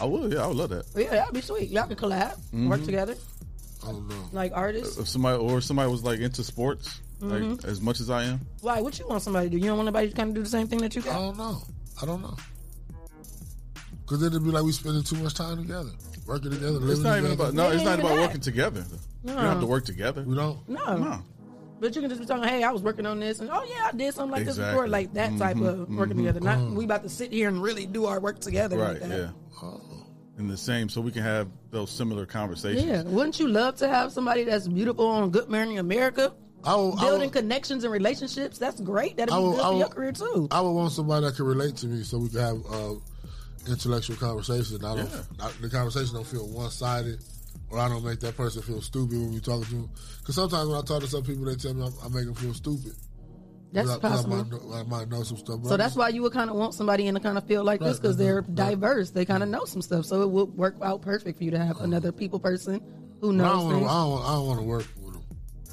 N: I would, yeah, I would love that.
O: yeah, that'd be sweet. Y'all can collab, work
N: Mhm.
O: together,
P: I don't know.
O: like artists.
N: If somebody or if somebody was like into sports, like
O: Mhm.
N: as much as I am,
O: Why? What you want somebody to do? You don't want nobody to kind of do the same thing that you got. I
P: don't know. I don't know. Because then it'd be like we spending too much time together, working together.
N: it's
P: living
N: not even
P: together.
N: about no, it's not about working together. We don't have
O: No.
N: to work together.
P: We don't.
O: No. But you can just be talking, hey, I was working on this, and oh yeah, I did something like this before,
N: Exactly.
O: like that type
N: Mhm,
O: of working
N: mhm.
O: together. Not
N: Mm.
O: we about to sit here and really do our work together.
N: Right,
O: Like that.
N: yeah.
P: Oh.
N: And the same, so we can have those similar conversations.
O: Yeah, wouldn't you love to have somebody that's beautiful on Good Morning America?
P: Oh,
O: building connections and relationships. That's great. That'd be good for your career too.
P: I would want somebody that can relate to me, so we can have uh, intellectual conversation. I don't. I, the conversation don't feel one sided, or I don't make that person feel stupid when we talking to them. Because sometimes when I talk to some people, they tell me I, I make them feel stupid. 'Cause
O: That's
P: I, 'cause
O: possible.
P: I might, know, I might know some stuff. but
O: So
P: I'm
O: that's why you would kind of want somebody in to kind of feel like this
P: Right,
O: because
P: right,
O: they're diverse. They kind of know some stuff. So it would work out perfect for you to have another people person who
P: But
O: knows
P: I don't wanna-
O: things.
P: I don't, I don't want to work.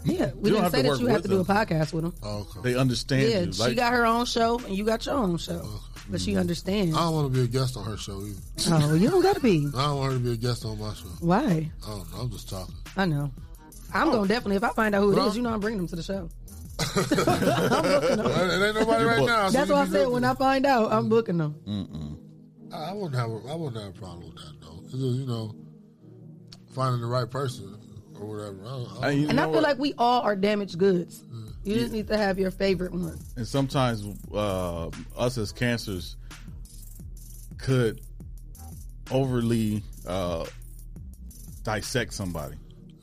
O: Yeah, we
N: You don't
O: didn't
N: have
O: say
N: to
O: that
N: work
O: you have
N: with
O: to do a
N: them.
O: podcast with them.
N: They understand
O: yeah,
N: you.
O: she got her own show and you got your own show, but she understands.
P: I don't want to be a guest on her show either.
O: Oh, you don't gotta be.
P: I don't want her to be a guest on my show.
O: Why?
P: I don't know. I'm just talking.
O: I know. I'm gonna definitely if I find out who it
P: Well-
O: is, you know, I'm bringing them to the show.
P: it ain't nobody right now. so
O: That's
P: you
O: why I
P: be
O: said
P: good.
O: when I find out, I'm booking them.
P: I I wouldn't have a, I wouldn't have a problem with that though. It's just, you know, finding the right person or whatever. I don't, I don't-
O: and I feel like we all are damaged goods.
P: Mm.
O: You just need to have your favorite one.
N: and sometimes uh, us as cancers could overly uh, dissect somebody.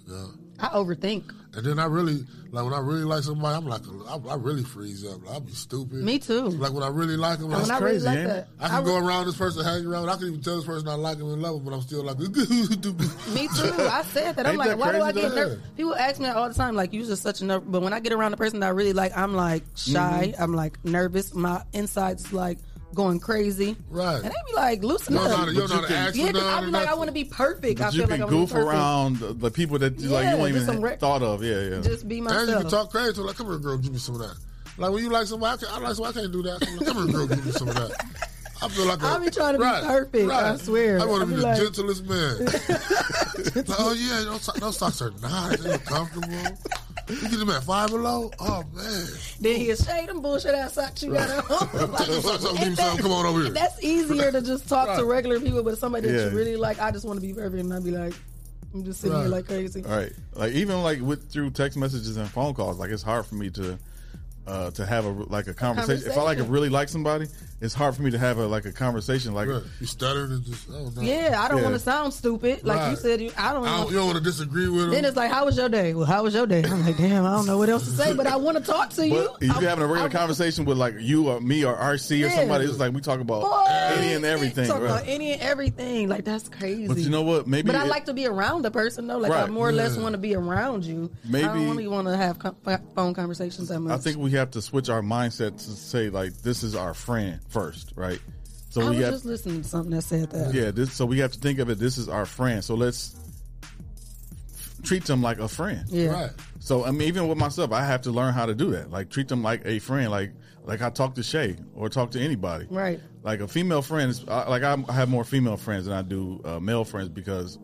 P: yeah.
O: I overthink.
P: And then I really like when I really like somebody, I'm like I, I really freeze up. Like, I'll be stupid.
O: Me too.
P: Like when I really like him,
O: When I really like that,
P: I can
O: I
P: go around this person, hang around. I can even tell this person I like him and love him, but I'm still like,
O: Me too. I said that. I'm
P: Ain't
O: like,
P: that
O: why do
P: crazy
O: I get
P: though?
O: nervous? People ask me that all the time. Like, you just such a nerve. But when I get around the person that I really like, I'm like shy.
P: Mhm.
O: I'm like nervous. My insides like going crazy.
P: Right.
O: And they be like, loosen
P: You
O: up.
P: don't know how to- you don't know how to ask
O: yeah,
P: for
O: 'cause I
P: none
O: be
P: or
O: like, I
P: nothing.
O: want to be perfect. I
N: But you
O: feel like
N: can
O: I want
N: goof
O: to be perfect.
N: around the- the people that you like
O: Yeah,
N: you won't
O: just
N: even
O: some rec-
N: thought of. Yeah, yeah.
O: Just be
P: And you
O: myself.
P: can talk crazy to her, like, come here, girl, give me some of that. Like when you like somebody, I, can, I like somebody, I can't do that. I'm like, come here, girl, give me some of that. I feel like a-
O: I be trying to be perfect, I swear.
P: I want
O: I
P: to be,
O: be
P: the
O: like-
P: gentlest man. Like, oh yeah, those, so- those socks are nice. They're comfortable. You get them at five below. Oh man,
O: Then he'll shade them bullshit ass socks you got on.
P: take those socks off. Give me some. Come on over here.
O: That's easier to just talk to
P: Right.
O: regular people, but somebody that
N: Yeah.
O: you really like, I just want to be perfect, and I be like, I'm just sitting here
N: Right.
O: like crazy.
N: All right. Like even like with through text messages and phone calls, like it's hard for me to uh to have a like a conversation. If I like
O: conversation.
N: really like somebody, it's hard for me to have a like a conversation. Like
P: you stuttering and just oh no.
O: Yeah, I don't
N: Yeah.
O: want to sound stupid. Like you
N: Right.
O: said, you, I don't.
P: I don't, you don't want to disagree with
O: then
P: them.
O: it's like, how was your day? Well, how was your day? I'm like, damn, I don't know what else to say, but I want to talk to you.
N: But if you're having a regular conversation with like you or me or RC or
O: Yeah.
N: somebody, it's like we talk about
O: Boy,
N: any and everything.
O: Talk
N: right?
O: about any and everything. Like that's crazy.
N: But you know what? Maybe
O: but I
N: it-
O: like to be around the person though. Like I
N: Right.
O: more or less
N: Yeah.
O: want to be around you. I
N: Maybe-
O: don't really want to have com- phone conversations that much.
N: I think we have to switch our mindset to say like this is our friend first, right? So
O: I
N: we
O: was
N: have
O: just listening to something that said that.
N: yeah. This, so we have to think of it. This is our friend. So let's treat them like a friend.
O: Yeah. Right.
N: So I mean, even with myself, I have to learn how to do that. Like treat them like a friend. Like like I talk to Shay or talk to anybody.
O: Right.
N: Like a female friend is I, like I'm- I have more female friends than I do uh, male friends because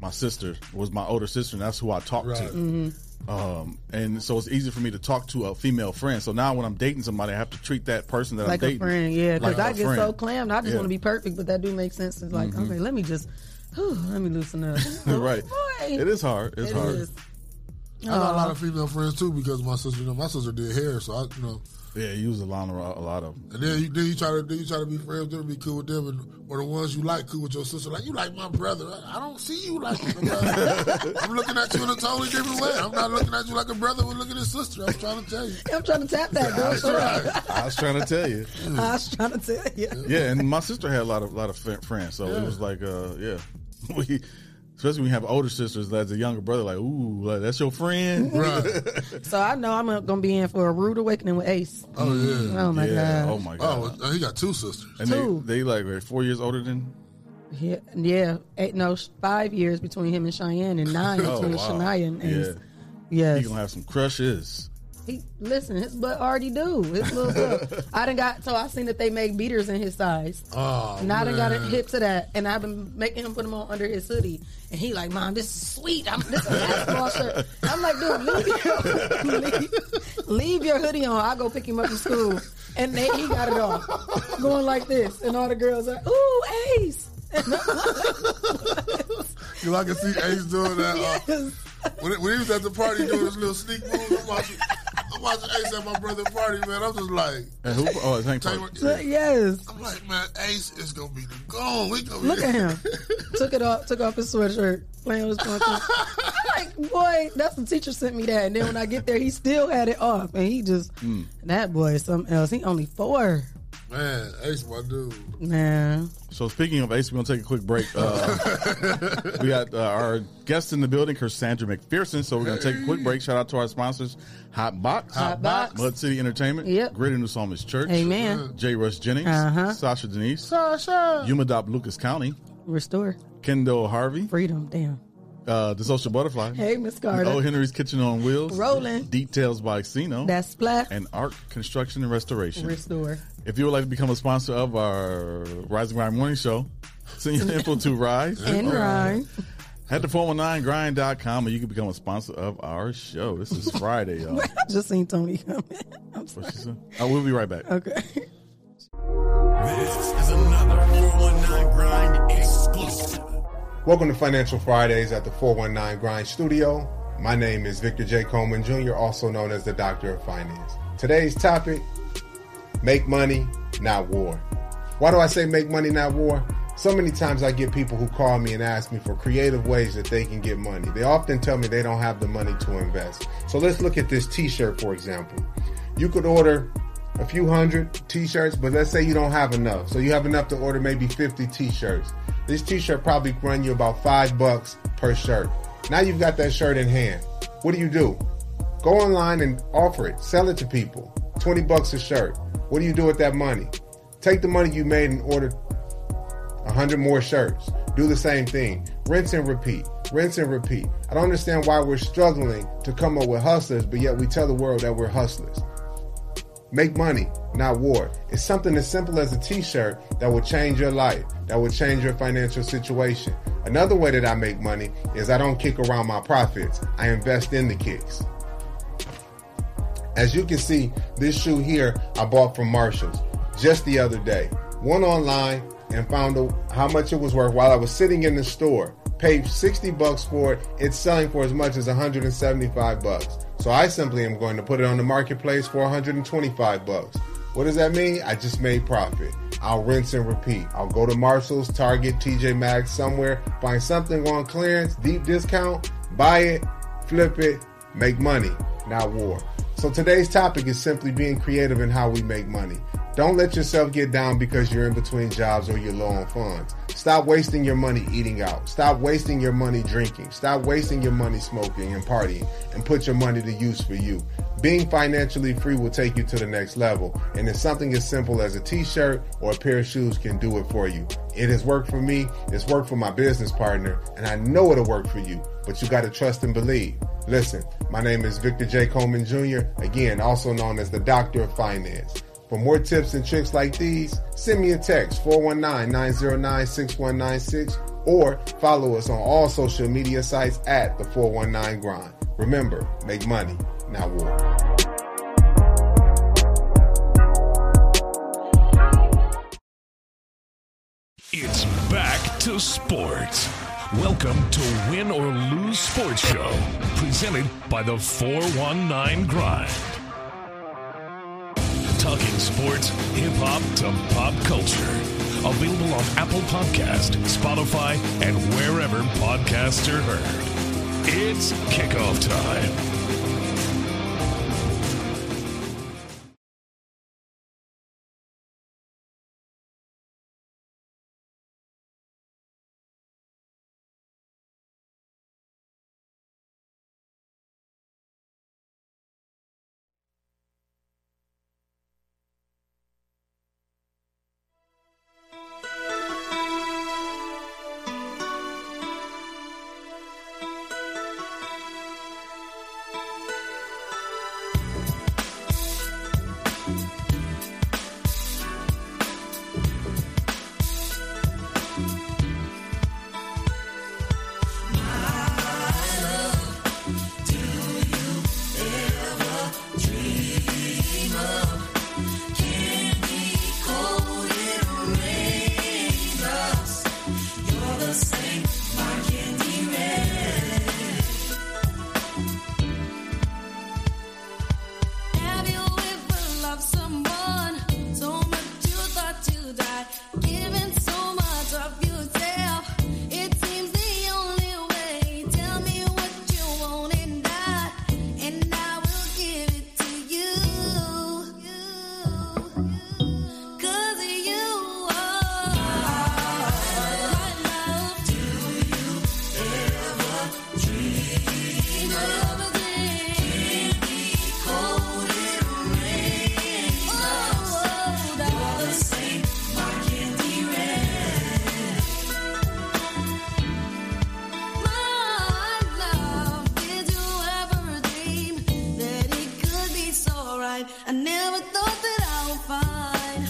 N: my sister was my older sister, and that's who I talked
P: Right.
N: to.
O: Mm.
N: Um, and so it's easy for me to talk to a female friend. So now when I'm dating somebody, I have to treat that person that
O: Like
N: I'm
O: a
N: dating
O: friend, yeah. Because
N: like
O: I
N: a
O: get
N: friend.
O: so clammed. I just
N: Yeah.
O: want to be perfect, but that do make sense. It's like,
N: Mhm.
O: okay, let me just, whew, let me loosen up.
N: right.
O: Oh, Boy.
N: It is hard. It's
O: It
N: hard.
O: is.
P: I got a lot
O: Aw.
P: of female friends too because my sister, you know, my sister did hair, so I, you know.
N: Yeah, you use a lot of a lot of.
P: And then you, then you try to then you try to be friends with them, be cool with them, and, or the ones you like, cool with your sister. Like you like my brother. I, I don't see you like my brother. I'm looking at you in a totally different way. I'm not looking at you like a brother would look at his sister. I'm trying to tell you.
O: I'm trying to tap that, girl. Shut up.
N: I was trying to tell you.
O: I was trying to tell you.
N: Yeah, and my sister had a lot of lot of fri- friends, so
O: Yeah.
N: it was like, uh, yeah, we. Especially when you have older sisters, that's a younger brother. Like, ooh, like, that's your friend,
O: So I know I'm gonna be in for a rude awakening with Ace.
P: Oh yeah.
O: Oh my
N: Yeah,
O: god.
N: Oh my god.
P: Oh, he got two sisters.
N: And
O: Two.
N: they they like they're four years older than.
O: Yeah, yeah. Eight, no, sh- five years between him and Cheyenne, and nine
N: Oh
O: between
N: wow.
O: Shania and Ace.
N: Yeah.
O: Yes.
N: You gonna have some crushes.
O: He, listen, his butt already do. His little butt. I done got so I seen that they make beaters in his size.
N: Oh,
O: and I done got
N: man.
O: hip to that, and I've been making him put them on under his hoodie. And he like, Mom, this is sweet. I'm this is a basketball shirt. I'm like, dude, leave your, leave, leave your hoodie on. I'll go pick him up from school. And they, he got it on, going like this, and all the girls are, ooh, Ace.
P: You I can see Ace doing that. uh, when, when he was at the party doing his little sneak move, I'm watching, I'm watching Ace at my brother's party, man. I'm just like,
N: And who? Oh, it's Hank. Park.
O: Yes.
P: I'm like, man, Ace is gonna be the
N: Oh,
P: goal. We gonna be
O: Look at him. took it off. Took off his sweatshirt. Playing with his punches. I'm like, boy, that's the teacher sent me that. And then when I get there, he still had it off, and he just
N: Hmm.
O: that boy is something else. He only four,
P: Man, Ace, my dude.
O: man.
N: So speaking of Ace, we're gonna take a quick break. Uh, we got uh, our guest in the building, Cassandra McPherson. So we're gonna take a quick break. Shout out to our sponsors, Hot Box,
O: Hot Box.
N: Mud City Entertainment,
O: Yep.
N: Greater New Psalmist Church,
O: Amen.
N: J. Rush Jennings,
O: Uh-huh.
N: Sasha Denise,
O: Sasha.
N: Yumadop Lucas County,
O: Restore,
N: Kendall Harvey,
O: Freedom, damn,
N: uh, The Social Butterfly,
O: Hey, Miss Carter.
N: Oh Henry's Kitchen on Wheels,
O: Rolling.
N: Details by Xeno,
O: That's Splat.
N: and Art Construction and Restoration.
O: Restore.
N: If you would like to become a sponsor of our Rising Grind Morning Show, send your info to Rise
O: And Grind.
N: Head to 419grind.com and you can become a sponsor of our show. This is Friday, y'all.
O: I just seen Tony come in. I'm sorry.
N: Uh, we'll be right back.
O: Okay.
Z: This is another 419 Grind exclusive.
U: Welcome to Financial Fridays at the 419 Grind Studio. My name is Victor J. Coleman Jr., also known as the Doctor of Finance. Today's topic make money, not war. Why do I say make money, not war? So many times I get people who call me and ask me for creative ways that they can get money. They often tell me they don't have the money to invest. So let's look at this t shirt, for example. You could order a few hundred t-shirts, but let's say you don't have enough. So you have enough to order maybe 50 t-shirts. This t-shirt probably run you about five bucks per shirt. Now you've got that shirt in hand. What do you do? Go online and offer it, sell it to people. 20 bucks a shirt. What do you do with that money? Take the money you made and order 100 more shirts. Do the same thing. Rinse and repeat. Rinse and repeat. I don't understand why we're struggling to come up with hustlers, but yet we tell the world that we're hustlers. Make money, not war. It's something as simple as a t shirt that will change your life, that will change your financial situation. Another way that I make money is I don't kick around my profits, I invest in the kicks. As you can see, this shoe here I bought from Marshalls just the other day. Went online and found out how much it was worth while I was sitting in the store. Paid 60 bucks for it. It's selling for as much as 175 bucks. So I simply am going to put it on the marketplace for 125 bucks. What does that mean? I just made profit. I'll rinse and repeat. I'll go to Marshalls, Target, TJ Maxx, somewhere, find something on clearance, deep discount, buy it, flip it, make money, not war. So today's topic is simply being creative in how we make money. Don't let yourself get down because you're in between jobs or you're low on funds. Stop wasting your money eating out. Stop wasting your money drinking. Stop wasting your money smoking and partying and put your money to use for you. Being financially free will take you to the next level. And it's something as simple as a t-shirt or a pair of shoes can do it for you. It has worked for me. It's worked for my business partner. And I know it'll work for you, but you got to trust and believe. Listen, my name is Victor J. Coleman Jr., again, also known as the Doctor of Finance. For more tips and tricks like these, send me a text 419 909 6196 or follow us on all social media sites at the 419 Grind. Remember, make money, not war.
M: It's back to sports. Welcome to Win or Lose Sports Show, presented by the 419 Grind. Talking sports, hip hop to pop culture. Available on Apple Podcast, Spotify, and wherever podcasts are heard. It's kickoff time.
D: Have you ever loved someone so much you thought you died? Giving so much of yourself, it seems the only way. Tell me what you want and die, and I will give it to you. 'Cause you are my love. Do you ever dream of this? Cold and rain. Oh, you're the same, my candy red. My love, did you ever dream that it could be so right? I never thought that I would find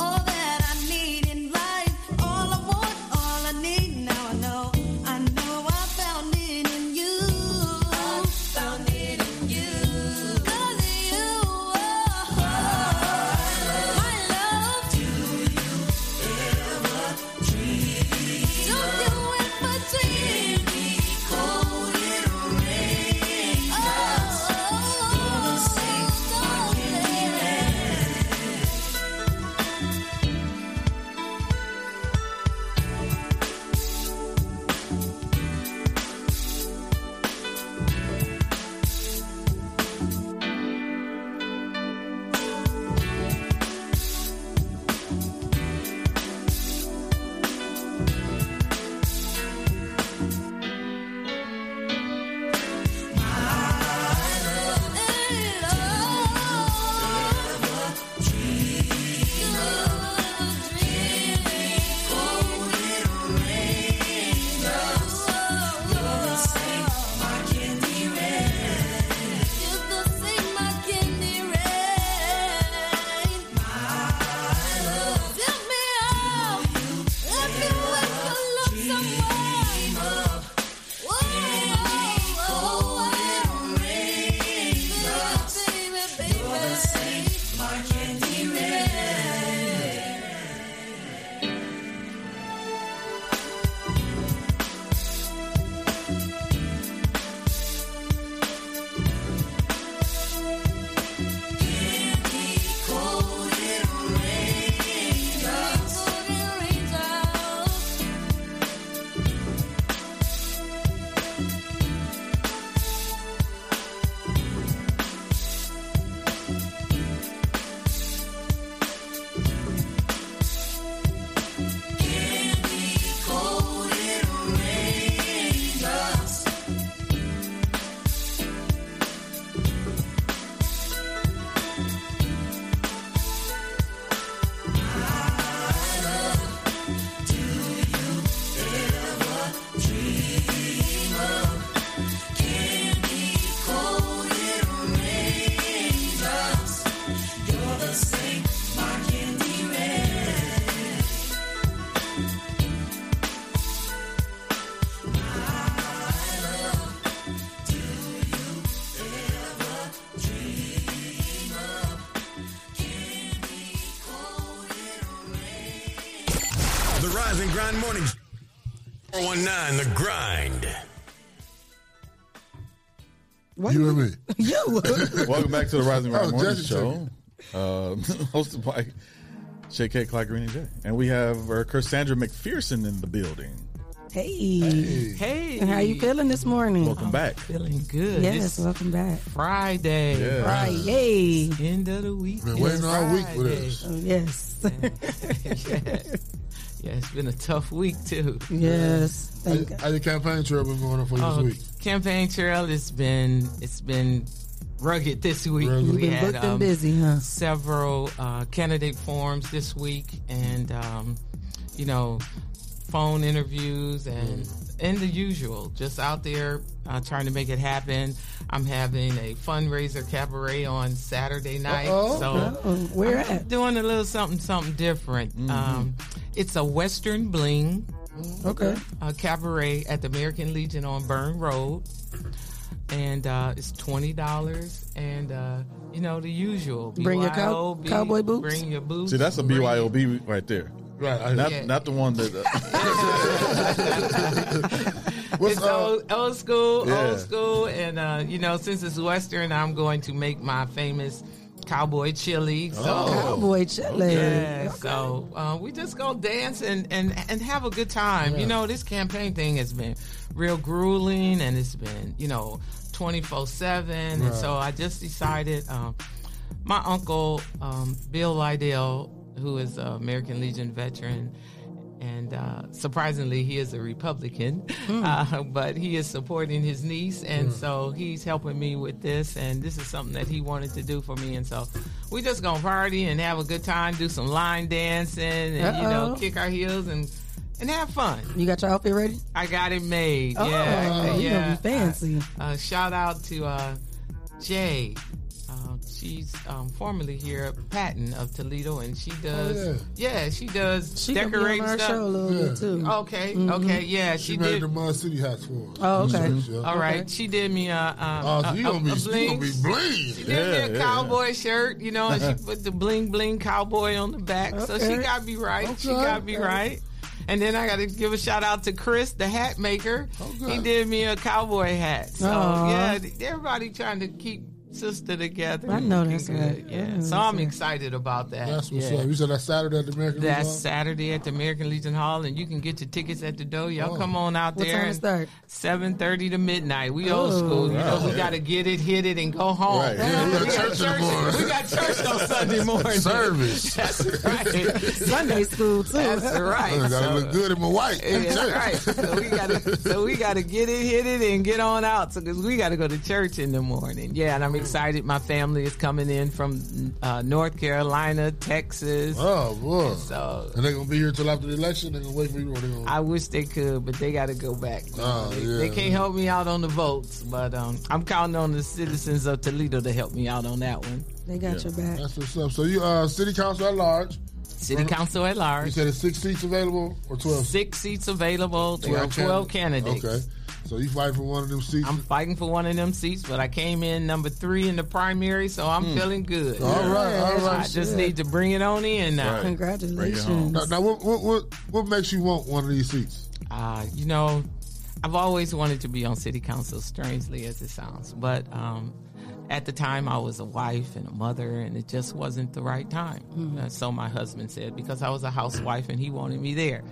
D: all that I need in life. All I want, all I need. Now I know, I know I've Oh,
A: The Rise and Grind Morning Show. 419 The Grind.
P: You and me.
O: you.
N: Welcome back to the Rising Ground
P: Oh,
N: Morning
P: Jesse
N: Show, uh, hosted by Shay K. Clyde Green and Jay, and we have uh, Cassandra McPherson in the building.
O: Hey.
Y: Hey.
O: How you feeling this morning?
N: Welcome back.
Y: Feeling good.
O: Yes,
Y: It's
O: welcome back.
Y: Friday.
N: Yeah.
O: Friday.
Y: End of the week.
P: Been waiting all week for this.
O: Oh, Yes.
Y: Yeah, it's been a tough week too.
O: Yes.
P: How, how your campaign trail been going on for you
Y: Oh,
P: this week?
Y: campaign trail has been it's been rugged this week. um,
O: You've been booked and busy, huh?
Y: Several uh, candidate forums this week, and um, you know, phone interviews and and the usual. Just out there uh, trying to make it happen. I'm having a fundraiser cabaret on Saturday night,
O: Uh-oh.
Y: so
O: Uh-oh. Where at?
Y: I'm
O: Mm-hmm.
Y: Doing a little something something different. Um, it's a Western bling.
O: Okay.
Y: A cabaret at the American Legion on Burn Road. And uh, it's twenty dollars, and uh, you know the usual.
O: Bring your cow-
Y: BYOB,
O: cowboy boots?
Y: Bring your boots.
N: See, that's a BYOB right there.
P: Right,
N: not
Y: Yeah.
N: not the one that. Uh,
Y: it's old, old school,
N: uh, Yeah.
Y: old school, and uh, you know since it's Western, I'm going to make my famous cowboy chili. So
N: Oh.
O: Cowboy chili.
Y: Yeah, so uh, we just go dance and, and, and have a good time. You know, this campaign thing has been real grueling and it's been, you know, 24 7. And so I just decided um, my uncle, um, Bill Lydell, who is an American Legion veteran, and uh, surprisingly, he is a Republican, uh, but he is supporting his niece, and so he's helping me with this. And this is something that he wanted to do for me, and so we just gonna party and have a good time, do some line dancing, and you
O: Uh-oh.
Y: know, kick our heels and and have fun.
O: You got your outfit ready?
Y: I got it made.
O: Oh,
Y: yeah,
O: you
Y: yeah.
O: gonna be fancy.
Y: Uh, shout out to uh, Jay. Uh, she's um, formerly here, Patton of Toledo, and she does.
P: Oh,
Y: yeah. she does
O: She gonna be on
Y: decorate
O: our
Y: stuff.
O: show a little bit, too. Mm-hmm.
Y: Okay, okay, yeah, she,
P: She made
Y: did.
P: the Mud City hats for us.
O: Oh, okay.
Y: All right, she did me a. Um,
P: Oh, so
Y: a-
P: you
Y: a-
P: gonna be-
Y: a
P: you gonna
Y: bling.
P: be bling.
Y: She did
P: Yeah,
Y: me
P: yeah,
Y: a
P: yeah.
Y: cowboy shirt, you know, and she put the bling bling cowboy on the back. So she
O: Okay.
Y: got me right. She
O: Okay,
Y: got me
O: okay.
Y: right. And then I got to give a shout out to Chris, the hat maker. He did me a cowboy hat. So
O: Aw.
Y: yeah, th- everybody trying to keep sister together.
O: I know that's
Y: Looking
O: right.
Y: good,
O: I
Y: Yeah.
O: know
Y: So
O: that's
Y: I'm
O: right.
Y: excited about that.
P: That's what's
Y: yeah.
P: up. You said that Saturday at the American
Y: That's
P: Legion?
Y: Saturday at the American Legion Hall, and you can get your tickets at the door. Y'all
O: Oh.
Y: come on out
O: What
Y: there.
O: time it start?
Y: Seven thirty to midnight. We old
O: Oh.
Y: school. You know, we
O: Wow.
Y: gotta get it, hit it, and go home.
O: Right. Yeah, we got
Y: We, got
O: church in the
Y: church,
O: morning.
Y: we got church on Sunday morning.
P: Service.
Y: That's right.
O: Sunday school, too.
Y: That's right.
P: I gotta look good in my white.
Y: Yeah, That's
P: Church.
Y: right. So we gotta, so we gotta get it, hit it, and get on out. So, cause we gotta go to church in the morning.
P: Hmm.
Y: Yeah, and I'm excited. My family is coming in from uh, North Carolina, Texas.
P: Oh, boy.
Y: So
P: and they're gonna be here till after the election. They're gonna wait for you. Or they gonna,
Y: I wish they could, but they got to go back.
P: Oh,
Y: they,
P: yeah.
Y: they can't help me out on the votes, but um, I'm counting on the citizens of Toledo to help me out on that one.
O: They got your back.
P: That's what's up. So you, uh, city council at large.
Y: City council at large.
P: You said it's six seats available or twelve.
Y: Six seats available. There are 12 candidates.
P: Okay. So you fight for one of them seats.
Y: I'm fighting for one of them seats, but I came in number three in the primary, so I'm
P: Hmm.
Y: feeling good.
P: All right, all
Y: So I
P: right.
Y: just
P: Shit.
Y: need to bring it on in now.
P: Now, now what, what what what makes you want one of these seats?
Y: Uh, you know, I've always wanted to be on city council, strangely as it sounds. But um, at the time, I was a wife and a mother, and it just wasn't the right time.
O: Mhm.
Y: Uh, so my husband said, because I was a housewife and he wanted me there.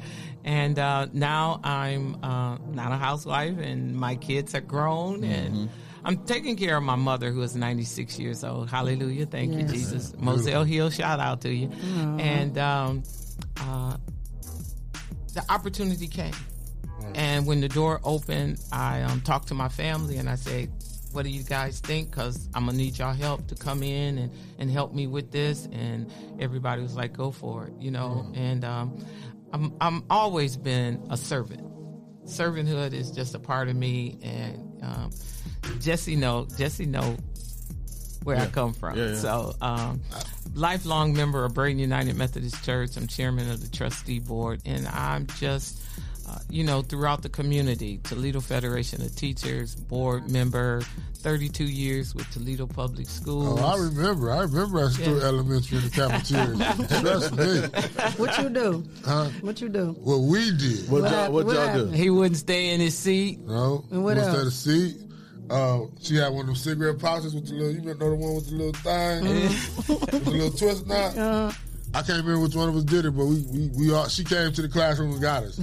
Y: And uh, now I'm uh, not a housewife, and my kids are grown,
O: Mm-hmm.
Y: and I'm taking care of my mother, who is 96 years old. Hallelujah. Thank
O: Yes.
Y: you, Jesus.
O: Yeah.
Y: Moselle Hill, shout out to you.
O: Aw.
Y: And um, uh, the opportunity came.
O: Mm.
Y: And when the door opened, I um, talked to my family and I said, What do you guys think? Because I'm going to need y'all help to come in and, and help me with this. And everybody was like, Go for it, you know?
O: Mm.
Y: And um, I'm, I'm always been a servant. Servanthood is just a part of me. And um, Jesse know, Jesse know where I
O: Yeah.
Y: come from.
O: Yeah, yeah.
Y: So, um, lifelong member of Braden United Methodist Church. I'm chairman of the trustee board, and I'm just uh, you know, throughout the community. Toledo Federation of Teachers, board member, 32 years with Toledo Public Schools.
P: Oh, I remember. I remember I still
Y: Yeah.
P: elementary in the cafeteria. Trust me.
O: What you do?
P: Huh?
O: What you do?
P: What we did.
O: What What y'all- what hap- what y'all do? happened?
Y: He wouldn't stay in his seat.
P: No.
O: And what
P: Instead of
O: else?
P: seat. Uh, she had one of them cigarette pouches with the little, you know the one with the little thing,
O: Uh-huh.
P: with the little twist knot. I can't remember which one of us did it, but we, we, we all, she came to the classroom and got us.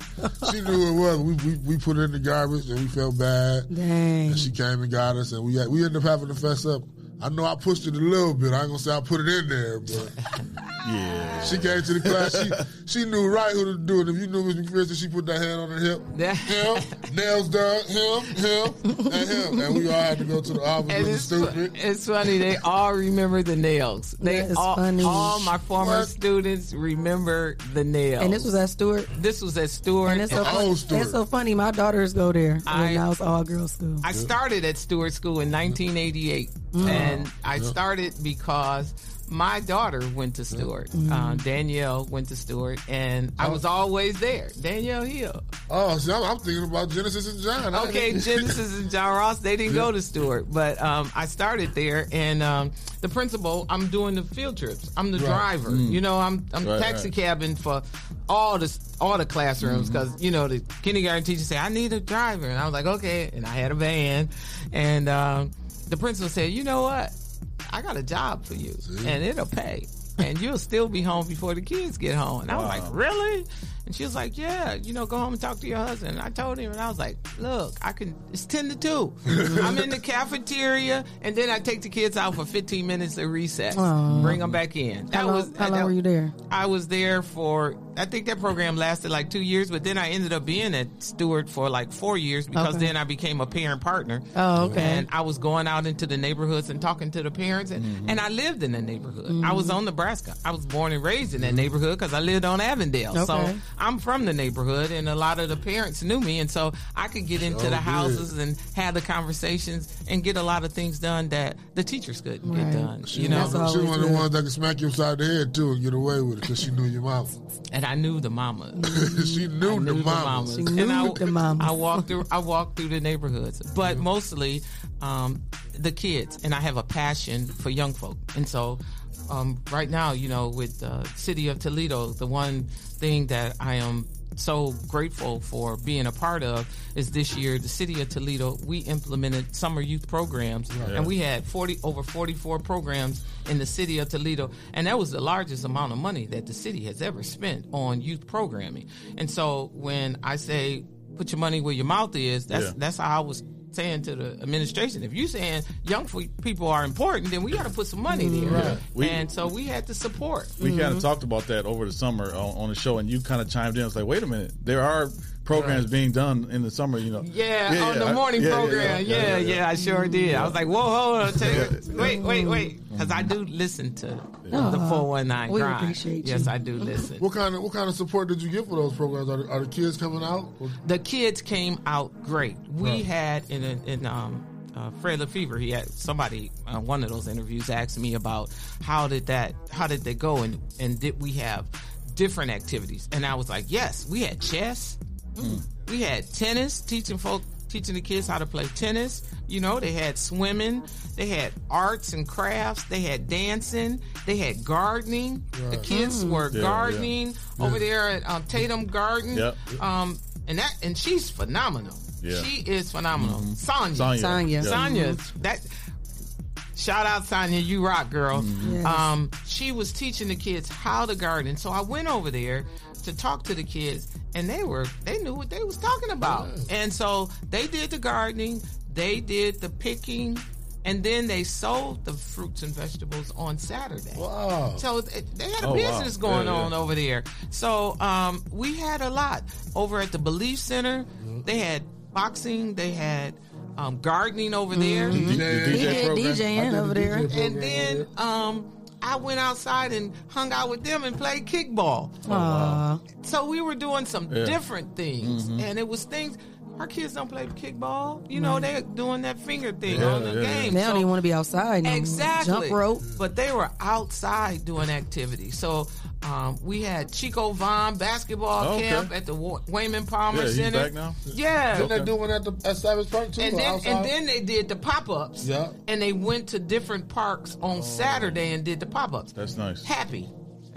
P: she knew who it was. We, we, we put it in the garbage and we felt bad.
O: Dang.
P: And she came and got us and we, had- we ended up having to fess up. I know I pushed it a little bit. I ain't gonna say I put it in there, but.
N: Yeah.
P: She came to the class. She, she knew right who to do it. If you knew Miss McPherson, she put that hand on her hip. him, nails done, him, him, and him. And we all had to go to the office
Y: And
P: looking
Y: it's, fu-
P: stupid.
Y: it's funny, they all remember the nails. They
O: That is
Y: all,
O: funny.
Y: all my former
O: What?
Y: students remember the nails.
O: And this was at Stewart.
Y: This was at Stewart.
O: And it's so, funny. it's so funny. My daughters go there.
Y: I-
O: and now it's all girls school.
Y: I started at Stewart School in 1988,
O: Mm.
Y: and I
O: Yeah.
Y: started because my daughter went to Stewart.
O: Mm. Oh.
Y: Uh, Danielle went to Stewart, and I was always there. Danielle Hill.
P: Oh, see, I'm, I'm thinking about Genesis and John. I
Y: Okay,
P: ain't-
Y: Genesis and John Ross, they didn't go to Stewart, but um, I started there, and um, the principal, I'm doing the field trips. I'm the
I: Right.
Y: driver.
I: Mm.
Y: You know, I'm I'm
I: Right,
Y: taxi
I: right. Mm-hmm.
Y: cabbing for all the all the classrooms because you know the kindergarten teacher said I need a driver, and I was like okay, and I had a van, and um, the principal said, you know what, I got a job for you, and it'll pay. And you'll still be home before the kids get home. And I was
I: Wow.
Y: like, really? And she was like, yeah, you know, go home and talk to your husband. And I told him, and I was like, look, I can, it's 10 to 2. I'm in the cafeteria, and then I take the kids out for 15 minutes of recess,
O: Aw.
Y: bring them back in. That
O: how long,
Y: was,
O: how long were you there?
Y: I was there for, I think that program lasted like two years, but then I ended up being at Stewart for like four years because
O: Okay.
Y: then I became a parent partner.
O: Oh, okay.
Y: And I was going out into the neighborhoods and talking to the parents, and, and I lived in the neighborhood. I
O: Mm-hmm.
Y: was
I: Mhm.
Y: on Nebraska. I was born and raised in that neighborhood because I lived on Avondale. So
I: Okay.
Y: I'm from the neighborhood, and a lot of the parents knew me, and so I could get into
I: Sure
Y: the
I: did.
Y: houses and have the conversations and get a lot of things done that the teachers couldn't get done.
P: She,
Y: You know,
P: was one- she one of the ones that could smack you upside the head too and get away with it because she knew your mama.
Y: And I knew the mama.
P: she knew, the mama.
Y: mamas. And I, I walked through. I walked through the neighborhoods, but mostly um, the kids. And I have a passion for young folk. And so, um, right now, you know, with the city of Toledo, the one thing that I am so grateful for being a part of is this year the city of Toledo we implemented summer youth programs
I: Right.
Y: and we had 40 over 44 programs in the city of Toledo and that was the largest amount of money that the city has ever spent on youth programming and so when I say put your money where your mouth is that's
I: Yeah.
Y: that's how I was saying to the administration if you saying young fo- people are important then we got to put some money there
N: Mm-hmm. Right. We-
Y: and so we Mm-hmm. had to support
N: We kind of talked about that over the summer on, on the show, and you kind of chimed in. It's like, wait a minute, there are programs being done in the summer. You know,
Y: Yeah, on the
N: I-
Y: morning
N: yeah, yeah,
Y: program. Yeah yeah, I sure did. I was like, whoa, hold on. Tell you, wait, wait, wait. Because I do listen to the
P: Aw,
Y: 419
P: Uh-huh. we
Y: grind.
P: appreciate you.
Y: Yes, I do listen.
P: What kind of what kind of support did you get for those programs? Are the, are the kids coming out?
Y: The kids came out great. We
P: Right.
Y: had in a, in um, uh, Fred Lefevre. He had somebody uh, one of those interviews asked me about how did that how did they go and and did we have different activities? And I was like, yes, we had chess, we had tennis, teaching folk teaching the kids how to play tennis. You know, they had swimming, they had arts and crafts, they had dancing, they had gardening. The
I: Right.
Y: kids
I: Mm.
Y: were
I: Yeah, yeah.
Y: gardening over
I: Yeah.
Y: there at um, Tatum Garden.
I: Yep.
Y: Um, and that and she's phenomenal.
I: Yeah.
Y: She is phenomenal.
I: Mhm.
Y: Sonya.
I: Sonya. Sonya. Yeah.
Y: Sonya.
I: Mhm.
Y: That shout out Sonya, you rock girl.
I: Mhm.
Y: Um, she was teaching the kids how to garden. So I went over there to talk to the kids and they were they knew what they was talking about. And so they did the gardening, they did the picking, and then they sold the fruits and vegetables on Saturday.
P: Wow.
Y: So th- they had a
I: Oh, wow.
Y: business going
I: Yeah, yeah.
Y: on over there. So um, we had a lot over at the Belief Center.
O: Mm-hmm.
Y: They had boxing. They had um, gardening over there.
O: Mhm. The D- the He DJ did program. DJing I did the over there. DJ program
Y: And then um, I went outside and hung out with them and played kickball.
O: Aw.
Y: So we were doing some
O: Oh, Yeah.
Y: different things,
O: Mhm.
Y: and it was things. Our kids don't play kickball. You know,
O: Right.
Y: they're doing that finger thing
O: Yeah,
Y: on
O: yeah.
Y: the game.
O: They don't even wanna be outside no more.
Y: Exactly.
O: Jump rope.
Y: But they were outside doing activities. So um, we had Chico Vaughn basketball
N: Oh, okay.
Y: camp at the Wa- Wayman Palmer
N: Yeah, he's
Y: Center.
N: back now?
Y: Yeah.
P: Didn't they do one at the at Savage Park too?
Y: And
P: or
Y: then,
P: outside?
Y: and then they did the pop ups.
P: Yeah.
Y: And they went to different parks on Saturday and did the pop ups.
N: That's nice.
Y: Happy.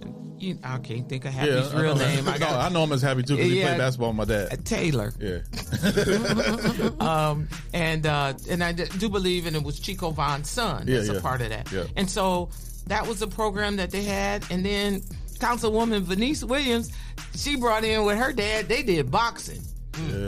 Y: And you, I can't think of Happy's
N: I
Y: real
N: know.
Y: name.
N: I, know, I know him as Happy too because he
Y: Yeah. Uh,
N: played basketball with my dad.
Y: Taylor.
N: Yeah.
Y: um, and uh, and I d- do believe, and it was Chico Von's son
N: Yeah,
Y: that's
N: yeah.
Y: a part of that.
N: Yeah.
Y: And so that was the program that they had, and then Councilwoman Venice Williams, she brought in with her dad. They did boxing.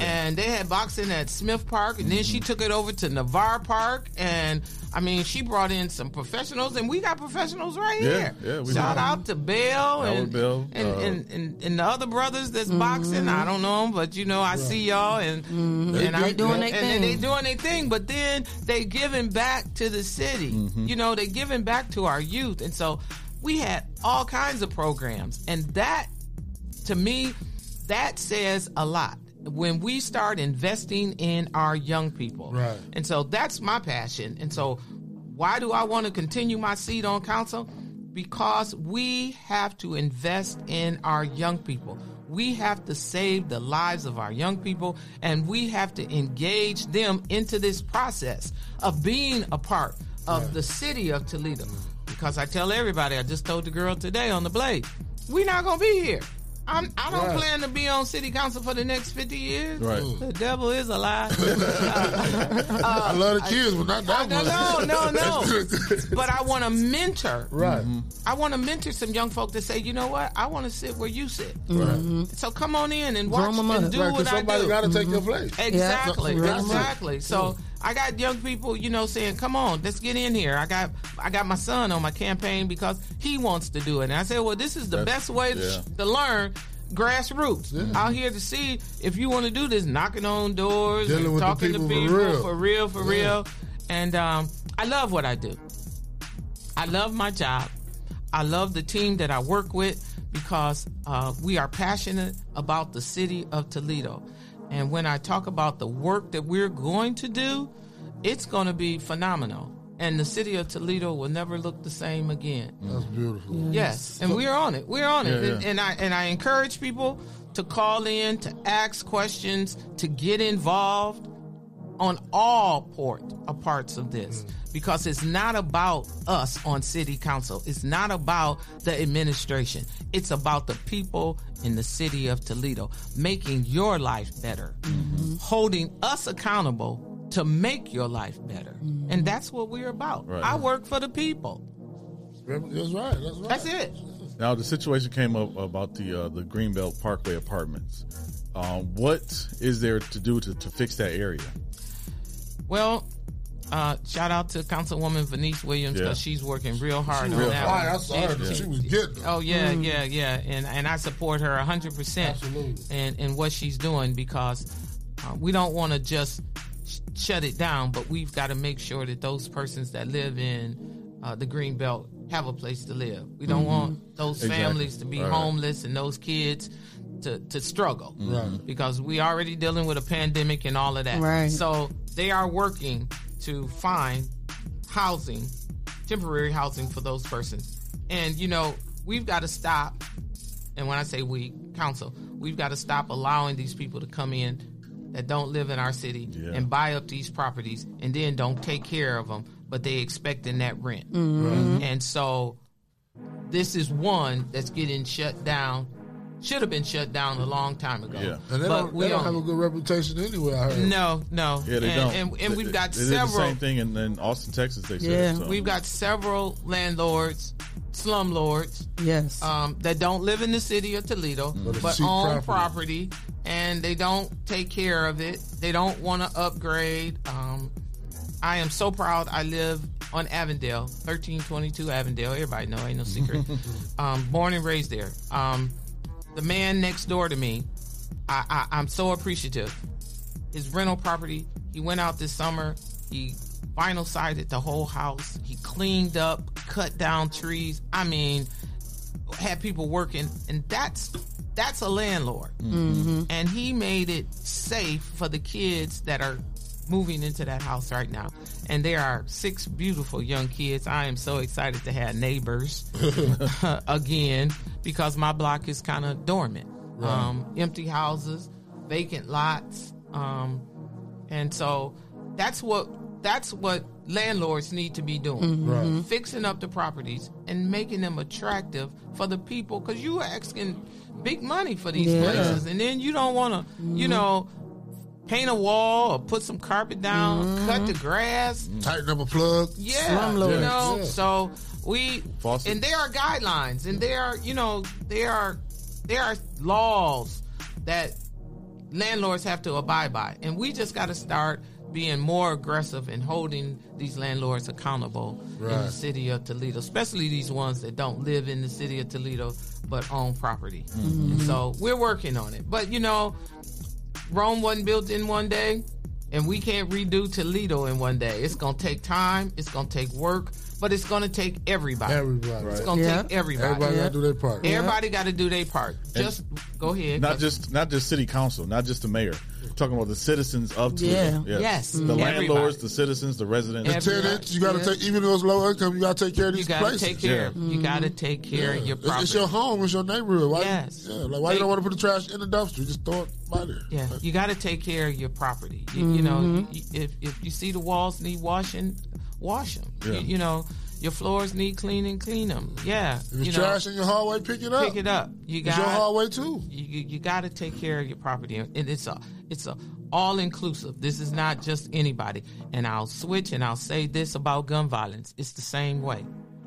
Y: And they had boxing at Smith Park, and then she
N: Mm-hmm.
Y: took it over to Navarre Park, and I mean, she brought in some professionals, and we got professionals right
N: Yeah,
Y: here.
N: yeah, we
Y: Shout
N: do.
Y: out to Bill
N: Howard
Y: and
N: Bell,
Y: and,
N: uh,
Y: and, and and the other brothers
O: Mm-hmm.
Y: that's boxing. I don't know them, but you know, I see y'all, and
O: They-
Y: and
O: they
Y: I'm-
O: Mm-hmm. doing
Y: and
O: their
Y: then
O: thing.
Y: they doing their thing, but then they giving back to the city.
N: Mm-hmm.
O: Mhm.
Y: You know, they giving back to our youth, and so we had all kinds of programs, and that to me, that says a lot. When we start investing in our young people,
P: Right.
Y: and so that's my passion, and so why do I want to continue my seat on council? Because we have to invest in our young people. We have to save the lives of our young people and we have to engage them into this process of being a part of the city of Toledo. Because I tell everybody, I just told the girl today on the blade, we're not going to be here. I'm, I don't
N: Right.
Y: plan to be on city council for the next 50 years. Mm.
N: Right.
Y: The devil is a lie. Uh,
P: I love the kids, but not that
Y: No,
P: much.
Y: no, no, no. but I want to mentor.
P: Right.
Y: I want to mentor some young folk to say, you know what? I want to sit where you sit.
P: Right.
Y: So come on in and
P: Mm-hmm. Drum 'em
Y: watch and
P: up.
Y: do
P: Right, 'cause
Y: what I do.
P: somebody gotta take your place. Yeah.
Y: Exactly,
P: So- so-
Y: exactly. So I got young people, you know, saying, "Come on, let's get in here." I got I got my son on my campaign because he wants to do it, and I said, "Well, this is the
N: That's-
Y: best way
N: yeah.
Y: to, to learn." Grassroots out here to see if you want to do this, knocking on doors,
P: Dealing
Y: and
P: with the
Y: talking
P: people
Y: to
P: for
Y: people
P: real.
Y: for real, for
P: Yeah.
Y: real. And um, I love what I do. I love my job. I love the team that I work with because uh, we are passionate about the city of Toledo. And when I talk about the work that we're going to do, it's going to be phenomenal. And the city of Toledo will never look the same again.
P: That's beautiful.
Y: Yes, and we're on it. We're on it,
P: Yeah,
Y: And,
P: yeah.
Y: and I and I encourage people to call in, to ask questions, to get involved on all port uh, parts of this because it's not about us on city council. It's not about the administration. It's about the people in the city of Toledo making your life better, holding us accountable to make your life better, and that's what we're about.
N: Right.
Y: I work for the people.
P: That's right. That's right.
Y: That's it.
N: Now the situation came up about the uh, the Greenbelt Parkway apartments. Um, what is there to do to, to fix that area?
Y: Well, uh, shout out to Councilwoman Venice Williams
N: Yeah.
Y: because she's working real hard
P: She
Y: on
P: was
Y: that.
P: fire.
Y: one.
P: I saw her. She was getting them.
Y: Oh yeah,
P: Mm.
Y: yeah, yeah, and and I support her hundred percent in in what she's doing because uh, we don't want to just sh- shut it down, but we've got to make sure that those persons that live in uh, the Green Belt have a place to live. We don't
N: Mhm.
Y: want those
N: Exactly.
Y: families to be
N: All right.
Y: homeless and those kids to to struggle
N: Right.
Y: because we already dealing with a pandemic and all of that.
O: Right.
Y: So they are working to find housing, temporary housing for those persons. And you know, we've got to stop and when I say we, council, we've got to stop allowing these people to come in that don't live in our city
N: Yeah.
Y: and buy up these properties and then don't take care of them, but they expecting that rent.
O: Mhm. Right.
Y: And so this is one that's getting shut down. Should have been shut down a long time ago.
P: Yeah. And they
Y: but
P: don't,
Y: we
P: they don't
Y: own
P: have a good reputation anyway. I
Y: it.
P: heard.
Y: no, no.
N: Yeah, they
Y: and,
N: don't.
Y: And, and we've
N: They-
Y: got
N: they did the
Y: several.
N: same thing in, in Austin, Texas. They said so.
Y: We've got several landlords, slumlords,
O: Yes.
Y: um, that don't live in the city of Toledo,
O: it's
Y: but,
O: cheap
Y: own
O: property.
Y: property. and they don't take care of it. They don't want to upgrade. Um, I am so proud. I live on Avondale, thirteen twenty two Avondale. Everybody know, ain't no secret. um, born and raised there. Um, the man next door to me, I, I, I'm so appreciative. His rental property, he went out this summer. He vinyl sided the whole house. He cleaned up, cut down trees. I mean, had people working, and that's that's a landlord, and he made it safe for the kids that are moving into that house right now. And there are six beautiful young kids. I am so excited to have neighbors again because my block is kind of dormant,
I: Right.
Y: um, empty houses, vacant lots, um, and so that's what that's what landlords need to be doing
I: Mhm. Right.
Y: fixing up the properties and making them attractive for the people because you are asking big money for these
I: Yeah.
Y: places and then you don't want to you know paint a wall or put some carpet down cut the grass
P: tighten up a plug
Y: yeah you know so we
P: Foster-
Y: and there are guidelines and there are you know there are there are laws that landlords have to abide by and we just got to start being more aggressive and holding these landlords accountable in the
I: Right.
Y: city of Toledo, especially these ones that don't live in the city of Toledo but own property.
I: Mhm.
Y: And so we're working on it. But you know, Rome wasn't built in one day, and we can't redo Toledo in one day. It's going to take time, it's going to take work, but it's going to take everybody.
P: Everybody.
Y: It's going to take everybody.
P: Everybody got to do their part.
Y: Everybody got to do their part. Just go ahead.
N: Not just not just city council, not just the mayor. We're talking about the citizens of Toledo.
Y: Yeah. Yes. Mm-hmm.
N: The
Y: Everybody.
N: landlords, the citizens, the residents.
P: The tenants, you got to take even those low income. You got to take care of these
Y: you gotta
P: places.
Y: take care. of You got to take care of your
P: Mm-hmm. It's-
Y: property.
P: It's your home. It's your neighborhood. Why,
Y: Yes.
P: Yeah. Like why you don't want to put the trash in the dumpster? Just throw it by there.
Y: Yeah, you got to take care of your property. You, you know,
P: Mhm.
Y: you, if if you see the walls need washing, wash them.
P: Yeah.
Y: You, you know, your floors need cleaning, clean them. Yeah,
P: If it's
Y: you know,
P: trash in your hallway, pick it up.
Y: Pick it up. You
P: It's
Y: got
P: your hallway too.
Y: You, you, you got to take care of your property, and it's a it's a all inclusive. This is not just anybody. And I'll switch and I'll say this about gun violence. It's the same way.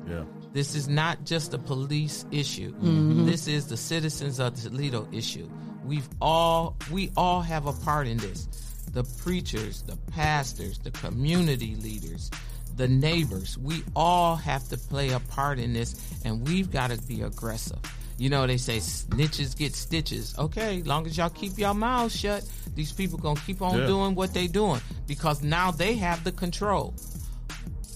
N: Yeah.
Y: This is not just a police issue.
P: Mm-hmm.
I: Mhm.
Y: This is the citizens of Toledo issue. We've all we all have a part in this. The preachers, the pastors, the community leaders, the neighbors. We all have to play a part in this and we've got to be aggressive. You know they say snitches get stitches. Okay, long as y'all keep y'all mouths shut, these people going to keep on
I: Yeah.
Y: doing what they doing because now they have the control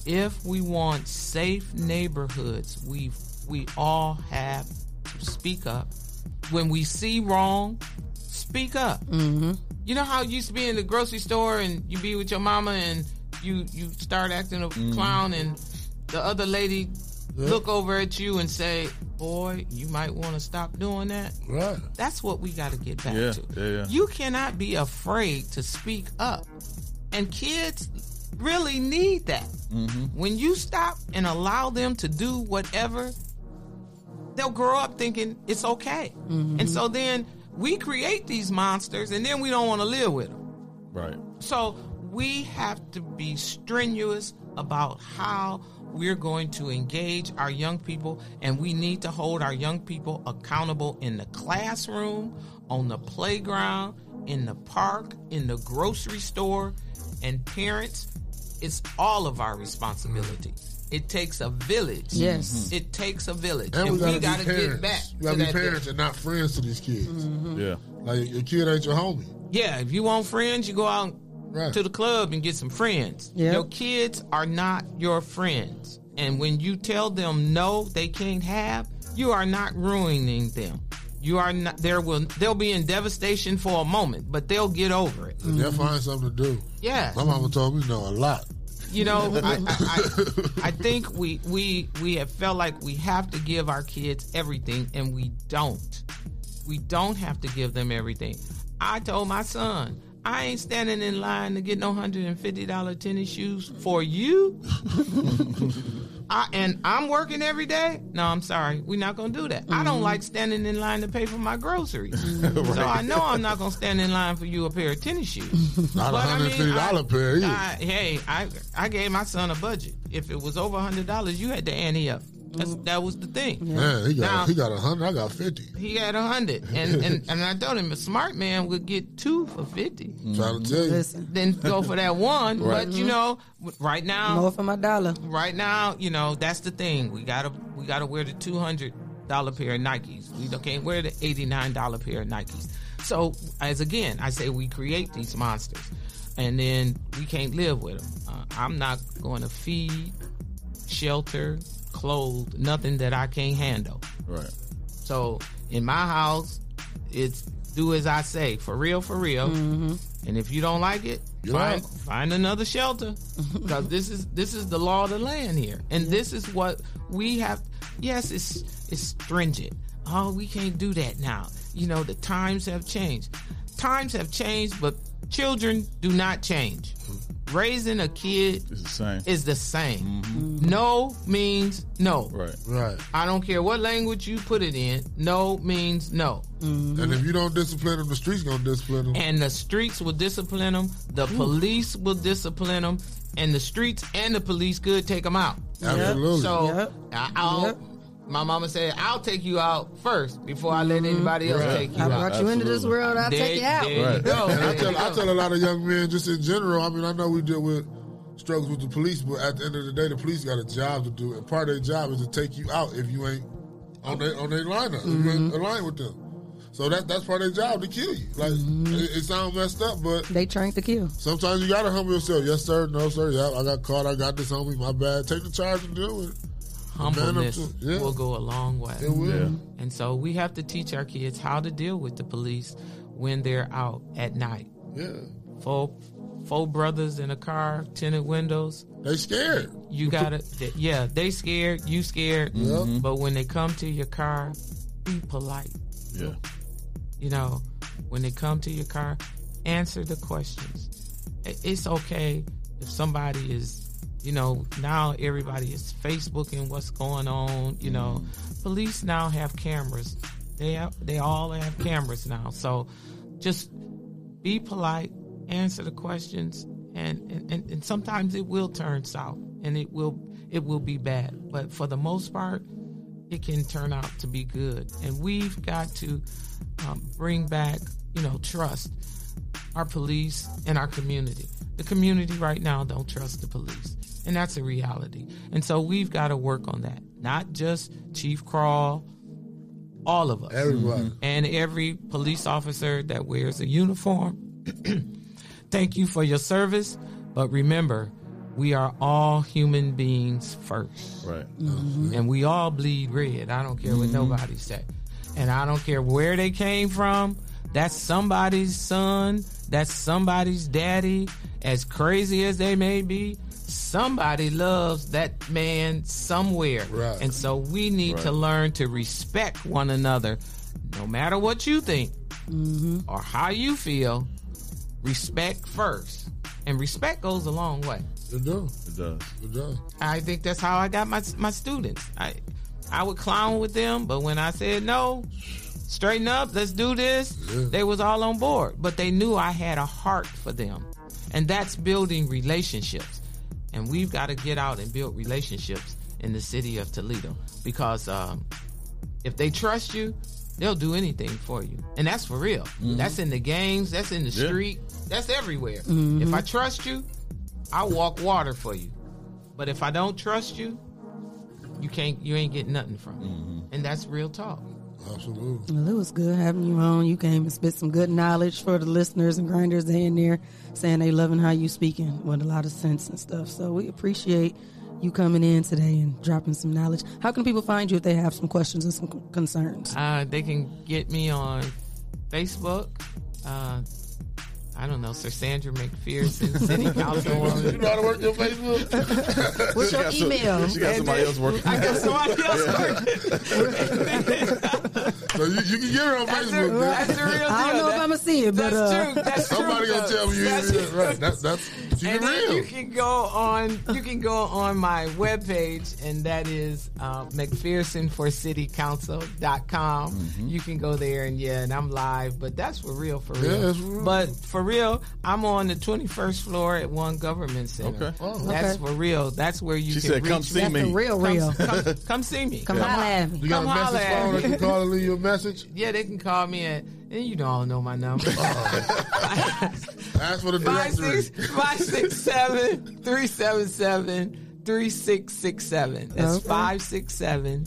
Y: if we want safe neighborhoods, we we all have to speak up. When we see wrong, speak up.
O: Mm-hmm.
Y: You know how you used to be in the grocery store and you be with your mama and you you start acting a
I: Mhm.
Y: clown and the other lady
I: Yeah.
Y: look over at you and say, "Boy, you might want to stop doing that."
P: Right.
Y: That's what we got to get back
N: Yeah,
Y: to.
N: yeah, yeah.
Y: You cannot be afraid to speak up. And kids really need that. When you stop and allow them to do whatever, they'll grow up thinking it's okay.
I: Mhm.
Y: And so then we create these monsters and then we don't want to live with them.
N: Right.
Y: So we have to be strenuous about how we're going to engage our young people, and we need to hold our young people accountable in the classroom, on the playground, in the park, in the grocery store, and parents. It's all of our responsibility. It takes a village.
P: Yes. Mhm.
Y: It takes a village.
P: And we gotta,
Y: gotta
P: be parents.
Y: get back.
P: We gotta
Y: to
P: be
Y: that Mm-hmm.
P: parents and not friends to these kids.
N: Yeah.
P: Like your kid ain't your homie.
Y: Yeah, if you want friends, you go out
P: Right.
Y: to the club and get some friends.
P: Yeah.
Y: Your kids are not your friends. And when you tell them no, they can't have, you are not ruining them. You are not there will they'll be in devastation for a moment, but they'll get over it.
P: They'll find something to do.
Y: Yes.
P: My mama told me no a lot.
Y: You know, I, I, I, I think we we we have felt like we have to give our kids everything, and we don't. We don't have to give them everything. I told my son, I ain't standing in line to get no hundred and fifty dollar tennis shoes for you. I, and I'm working every day. No, I'm sorry, we're not gonna do that. I
P: Mm-hmm.
Y: don't like standing in line to pay for my groceries, so I know I'm not gonna stand in line for you a pair of tennis shoes.
P: Not a
Y: But I
P: hundred
Y: mean,
P: fifty dollar
Y: I-
P: pair. Either.
Y: I, hey, I I gave my son a budget. If it was over hundred dollars, you had to ante up. That's, that was the thing.
P: Man, he got
Y: now,
P: he got a hundred. I got fifty.
Y: he had a hundred, and, and and I told him a smart man would get two for fifty.
P: Trying to tell you. Listen.
Y: Then go for that one,
O: Right.
Y: but you know, w- right now
O: More for my dollar.
Y: Right now, you know that's the thing. We gotta we gotta wear the two hundred dollar pair of Nikes. We don't- can't wear the eighty nine dollar pair of Nikes. So as again, I say we create these monsters, and then we can't live with them. Uh, I'm not going to feed, shelter, clothe, nothing that I can't handle.
N: Right.
Y: So in my house, it's do as I say, for real, for real. And if you don't like it,
P: Get
Y: find,
P: out.
Y: find another shelter because this is this is the law of the land here, and this is what we have. Yes, it's it's stringent. Oh, we can't do that now. You know the times have changed. Times have changed, but children do not change. Raising a kid is the
N: same.
Y: Is the same. No means no. Right.
P: Right.
Y: I don't care what language you put it in. No means no.
P: Mm-hmm. And if you don't discipline them, the streets gonna discipline them.
Y: And the streets will discipline them. The
P: Ooh.
Y: police will discipline them. And the streets and the police could take them out.
P: Absolutely.
Y: So I, I'll. My mama said, "I'll take you out first before I let anybody else
P: Right.
Y: take you
P: Mm-hmm. I
Y: out."
P: brought you into this
Y: Absolutely.
P: world, I'll
Y: There-
P: take you out.
Y: there you go.
P: And I
Y: There you
P: tell, I
Y: go.
P: tell a lot of young men, just in general, I mean, I know we deal with struggles with the police, but at the end of the day, the police got a job to do. And part of their job is to take you out if you ain't on their on their lineup, if you
O: Mm-hmm.
P: ain't aligned with them. So that, that's part of their job to kill you. Like, it, it sounds messed up, but
O: Mm-hmm. They trained to kill.
P: sometimes you got to humble yourself. Yes, sir. No, sir. Yeah, I got caught. I got this on me. My bad. Take the charge and deal with it. Man up to-
Y: humbleness
P: yeah.
Y: will go a long way.
P: It will. Yeah.
Y: And so we have to teach our kids how to deal with the police when they're out at night.
P: Yeah.
Y: Four, four brothers in a car, tinted windows.
P: They scared.
Y: You gotta, th- yeah, they scared, you scared. But when they come to your car, be polite.
N: Yeah.
Y: You know, when they come to your car, answer the questions. I- It's okay if somebody is, you know, now everybody is Facebooking what's going on. You know, police now have cameras. They have, they all have cameras now. So just be polite, answer the questions, and, and, and, and sometimes it will turn south and it will it will be bad. But for the most part, it can turn out to be good. And we've got to um, bring back, you know, trust our police and our community. The community right now don't trust the police, and that's a reality. And so we've got to work on that. Not just Chief Crawl, all of us,
P: Everybody.
Y: and every police officer that wears a uniform. Thank you for your service, but remember, we are all human beings first.
N: Right.
Y: And we all bleed red. I don't care what
N: Mhm.
Y: nobody say. And I don't care where they came from. That's somebody's son. That's somebody's daddy. As crazy as they may be, somebody loves that man somewhere. Right. And so we need to
N: Right.
Y: learn to respect one another, no matter what you think
P: Mm-hmm.
Y: or how you feel. Respect first, and respect goes a long way.
P: It does.
N: It does.
P: It does.
Y: I think that's how I got my my students. I I would clown with them, but when I said no, straighten up, let's do this, they was all on board. But they knew I had a heart for them, and that's building relationships. And we've got to get out and build relationships in the city of Toledo because um, if they trust you, they'll do anything for you, and that's for real.
N: Mhm.
Y: That's in the gangs, that's in the
N: Yeah.
Y: street, that's everywhere.
N: Mhm.
Y: If I trust you, I walk water for you. But if I don't trust you, you can't you ain't getting nothing from me. And that's real talk.
P: Mm-hmm. Absolutely.
O: Well, it was good having you on. You came and spit some good knowledge for the listeners and grinders they in there, saying they loving how you speaking with a lot of sense and stuff. So we appreciate you coming in today and dropping some knowledge. How can people find you if they have some questions and some concerns?
Y: Uh, they can get me on Facebook. Uh, I don't know, Sir Sandra McPherson, City Councilwoman.
P: You know how to work your Facebook?
Y: What's your
N: She got some-
Y: email?
N: she got somebody else working.
Y: I got somebody else
P: So you, you can get her on Facebook. now.
Y: That's the real deal.
O: I don't know if
Y: That-
O: I'm gonna see it, but
Y: that's
O: uh,
Y: true. That's
P: Somebody
Y: true,
P: gonna
Y: though.
P: tell you.
Y: That's
P: yeah, right. That's that's keep it
Y: and then
P: real.
Y: you can go on you can go on my webpage and that is uh, mcphersonforcitycouncil.com
P: Mm-hmm.
Y: you can go there and yeah and i'm live but that's for real for
P: Yeah,
Y: real,
P: that's for real.
Y: but for real i'm on the 21st floor at one government center
N: Okay. Oh,
Y: that's
N: okay.
Y: for real that's where you
N: She
Y: can
N: said,
Y: reach
N: "Come see That's me." the real,
Y: Come-
N: real.
Y: come, come see me
N: Come holla at
P: You got
Y: Come
P: a
Y: holla
P: message
Y: at
P: phone that
Y: me.
P: can call and leave you a message.
Y: yeah they can call me at and you don't all know my number
P: Ask for the
Y: Five
P: directory.
Y: six five six seven three seven seven three six six seven. That's
P: Okay.
Y: five six seven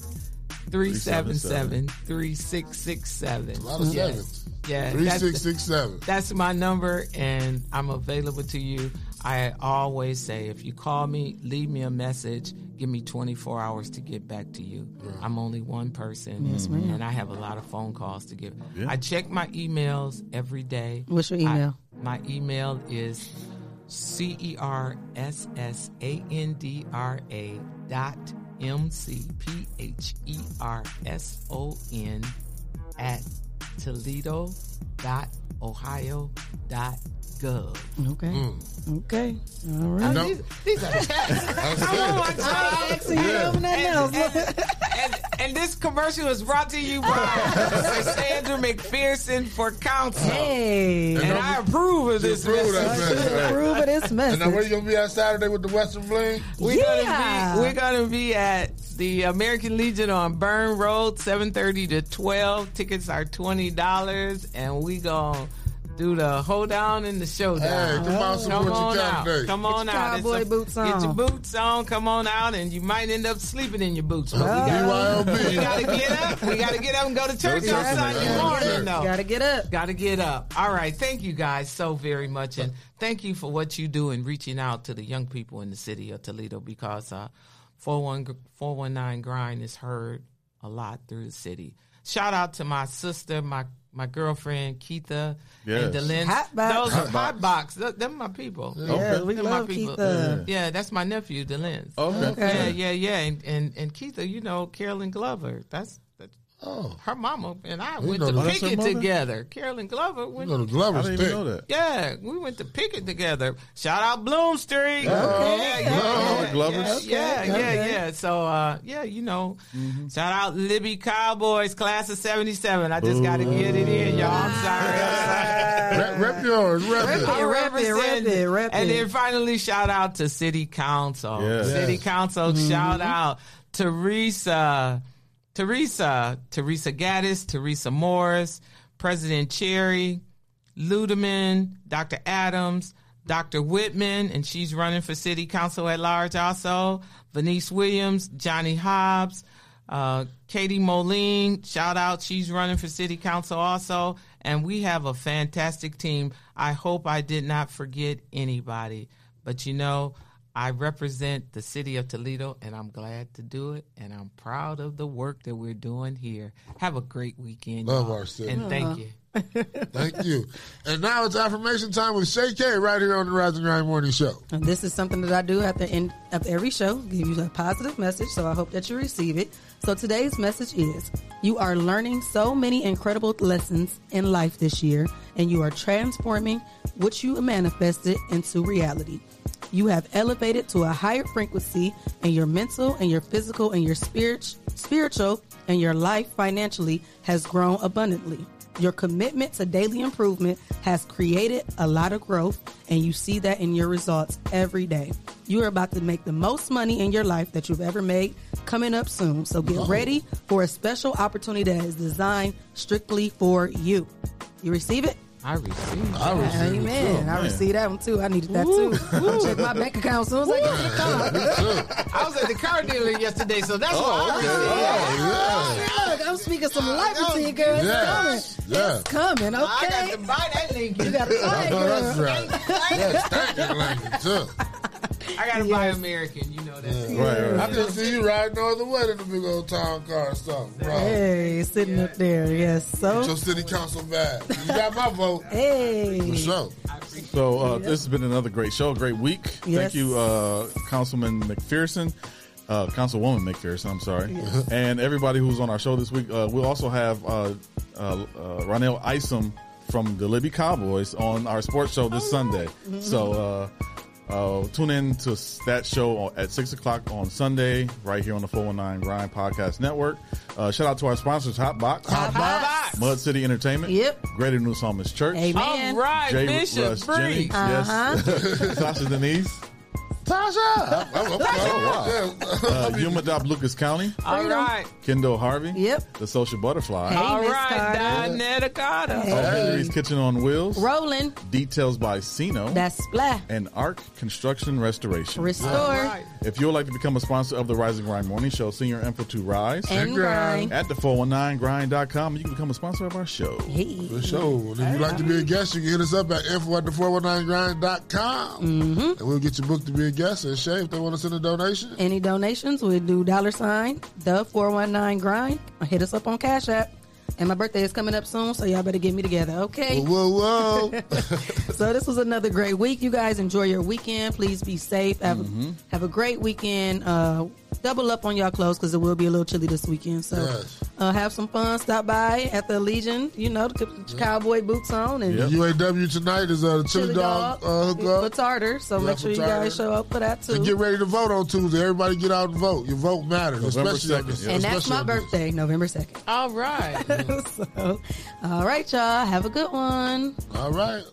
Y: three seven seven three six six seven.
P: A lot of
Y: Yes.
P: sevens.
Y: Yeah,
P: Three
Y: that's-
P: six six seven.
Y: That's my number, and I'm available to you. I always say, if you call me, leave me a message, give me 24 hours to get back to you. I'm only one person,
O: Yes, ma'am.
Y: and I have a lot of phone calls to give.
O: Yeah.
Y: I check my emails every day.
O: What's your
Y: I-
O: email?
Y: my email is C E R S S A N D R A dot M C P H E R S O N at Toledo dot Ohio dot gov.
O: Okay. Okay. All
Y: Oh,
O: right. Oh,
Y: these, these are texts. I want my texts.
O: You don't have nothing else.
Y: And, and this commercial is brought to you by Sandra McPherson for counsel.
O: Hey.
Y: And I approve of this message.
O: approve of this message.
P: And now, where you going to be at Saturday with the Western Bling?
Y: We're gonna be we're gonna be at the American Legion on Burn Road, seven thirty to twelve. Tickets are twenty dollars, and we gonna do the hold down and the showdown.
P: Hey, come out, support your
Y: out.
P: cowboy.
Y: Come
P: Oh. Get
Y: on
P: your
Y: out. It's
P: cowboy
Y: a-
P: boots
Y: Get your
P: on.
Y: boots on. Come on out, and you might end up sleeping in your boots. But we
P: gotta,
Y: we gotta get up. We gotta get up and go to church
O: Go
Y: on
O: to church,
Y: Sunday
O: man.
Y: morning. Though.
O: Gotta get up.
Y: Gotta get up. All right. Thank you guys so very much. And thank you for what you do in reaching out to the young people in the city of Toledo because uh, 41 419 Grind is heard a lot through the city. Shout out to my sister, my my girlfriend, Keitha
N: Yes.
Y: and Delin.
N: Hot box.
Y: Those
N: Hot
Y: are hot box. Th- Them my people.
N: Yeah, Okay. we
Y: Them my
N: love uh,
Y: people.
N: Keitha.
Y: Yeah, that's my nephew, Delin.
N: Okay. Okay.
Y: Yeah, yeah, yeah. And, and, and Keitha, you know, Carolyn Glover. That's, that's her mama and I
P: You
Y: went
P: know
Y: to
P: that. That's her
Y: Pickett
P: mother?
Y: together. Carolyn Glover went
P: You know the Glover's I didn't even thick. know that.
Y: Yeah, we went to Pickett together. Shout out Bloom Street. Yeah, yeah,
N: Oh,
Y: yeah,
N: Glover's.
Y: Yeah, yeah,
N: Okay,
Y: yeah,
N: okay. Mm-hmm.
Y: yeah. So uh, yeah, you know.
P: Mm.
Y: Shout out Libby Cowboys, class of seventy seven. I just gotta get it in, y'all. I'm sorry.
P: Rep, rep yours. Rep,
Y: Rep
P: it.
Y: it, rep it, rep it,
O: rep
Y: And
O: it.
Y: then finally, shout out to City Council.
O: Yes.
Y: City
O: Yes.
Y: Council,
O: Mhm.
Y: shout out Teresa, Teresa, Teresa Gaddis, Teresa Morris, President Cherry, Ludeman, Dr. Adams, Dr. Whitman, and she's running for City Council at large also. Venice Williams, Johnny Hobbs, uh, Katie Moline, shout out. She's running for city council also. And we have a fantastic team. I hope I did not forget anybody. But you know, I represent the city of Toledo and I'm glad to do it. And I'm proud of the work that we're doing here. Have a great weekend.
P: Love
Y: y'all,
P: our city.
Y: And thank you.
P: Thank you. And now it's affirmation time with Shay K right here on the Rising Grind Morning Show.
O: And this is something that I do at the end of every show, give you a positive message, so I hope that you receive it. So today's message is you are learning so many incredible lessons in life this year, and you are transforming what you manifested into reality. You have elevated to a higher frequency and your mental and your physical and your spirit spiritual and your life financially has grown abundantly. Your commitment to daily improvement has created a lot of growth, and you see that in your results every day. You are about to make the most money in your life that you've ever made coming up soon. So get ready for a special opportunity that is designed strictly for you. You receive it?
Y: I receive.
P: I receive it,
O: Amen.
P: too.
O: I
P: Man.
O: received that one too. I needed that too. Check my bank account as soon as I get to the car.
Y: I was at the car dealer yesterday, so
P: Oh,
Y: that's why I
O: okay.
Y: received.
O: Look, I'm speaking some life to you, girl. It's
P: Yes,
O: coming.
P: yes.
O: It's coming, okay?
Y: I got to buy that link.
O: You got to buy
P: I
O: it,
P: know
O: girl.
P: that's right. Yes, thank you, Lincoln, too.
Y: I gotta buy American. You know that.
P: Right, right. I just see you riding all the way to the big old town car or something, bro.
O: Hey, sitting up there, yes.
P: Get
O: So,
P: your city council back. You got my vote.
O: hey.
P: For sure.
N: So uh, this has been another great show, great week.
O: Yes.
N: Thank you, uh, Councilman McPherson, uh, Councilwoman McPherson. I'm sorry, and everybody who's on our show this week. Uh, we'll also have uh, uh, uh, Ronell Isom from the Libby Cowboys on our sports show
Y: Oh,
N: this Sunday.
Y: Mm-hmm.
I: Mhm.
N: So. Uh, uh, tune in to s- that show at 6 o'clock on Sunday, right here on the 419 Grind Podcast Network. Uh, shout out to our sponsors, Hot Box, Hot Box. Mud City Entertainment, yep. Greater New Psalmist Church,
O: Amen. All right,
N: Jay
O: Bishop
N: Rush
O: Bree.
N: Jennings, yes.
O: Uh-huh.
N: Sasha Denise,
P: Tasha. I'm, I'm, I'm,
N: Uh, Yuma Dop Lucas County.
Y: All right.
N: Kendall Harvey.
O: Yep.
N: The Social Butterfly.
Y: All right, Donetta Carter.
N: Oh, Henry's Kitchen on Wheels.
O: Rolling.
N: Details by
P: Oh.
N: Sino.
O: That's Splat.
N: And Arc Construction Restoration.
O: Restore. All right.
N: If you would like to become a sponsor of the Rising Grind Morning Show, send your info to Rise
O: And grind.
N: at the419grind.com. You can become a sponsor of our show.
P: For sure. And if you'd like to be a guest, you can hit us up at info at the 419grind.com. And we'll get you booked to be a guest. And Shay, if they want to send a donation,
O: Any donations, we do dollar sign, the 419 grind, or hit us up on Cash App. And my birthday is coming up soon, so y'all better get me together, okay?
P: Whoa, whoa.
O: so this was another great week. You guys enjoy your weekend. Please be safe. Have,
P: Mm-hmm.
N: Mhm.
O: a, have a great weekend. Uh, double up on y'all clothes because it will be a little chilly this weekend. So
P: Yes.
O: uh, have some fun. Stop by at the Legion. You know, to put your cowboy boots on and
P: the UAW tonight is uh, the Chili,
O: chili
P: Dog,
O: dog,
P: uh,
O: for
P: hookup.
O: tartar. So
P: Yeah,
O: make
P: for
O: sure you
P: Tartar.
O: guys show up for that too.
P: And get ready to vote on Tuesday. Everybody get out and vote. Your vote matters.
N: November
P: especially on
N: 2nd,
P: this-
O: and that's
P: especially
O: my
P: on this.
O: birthday, November 2nd.
Y: All right.
O: so, all right, y'all. Have a good one.
P: All right.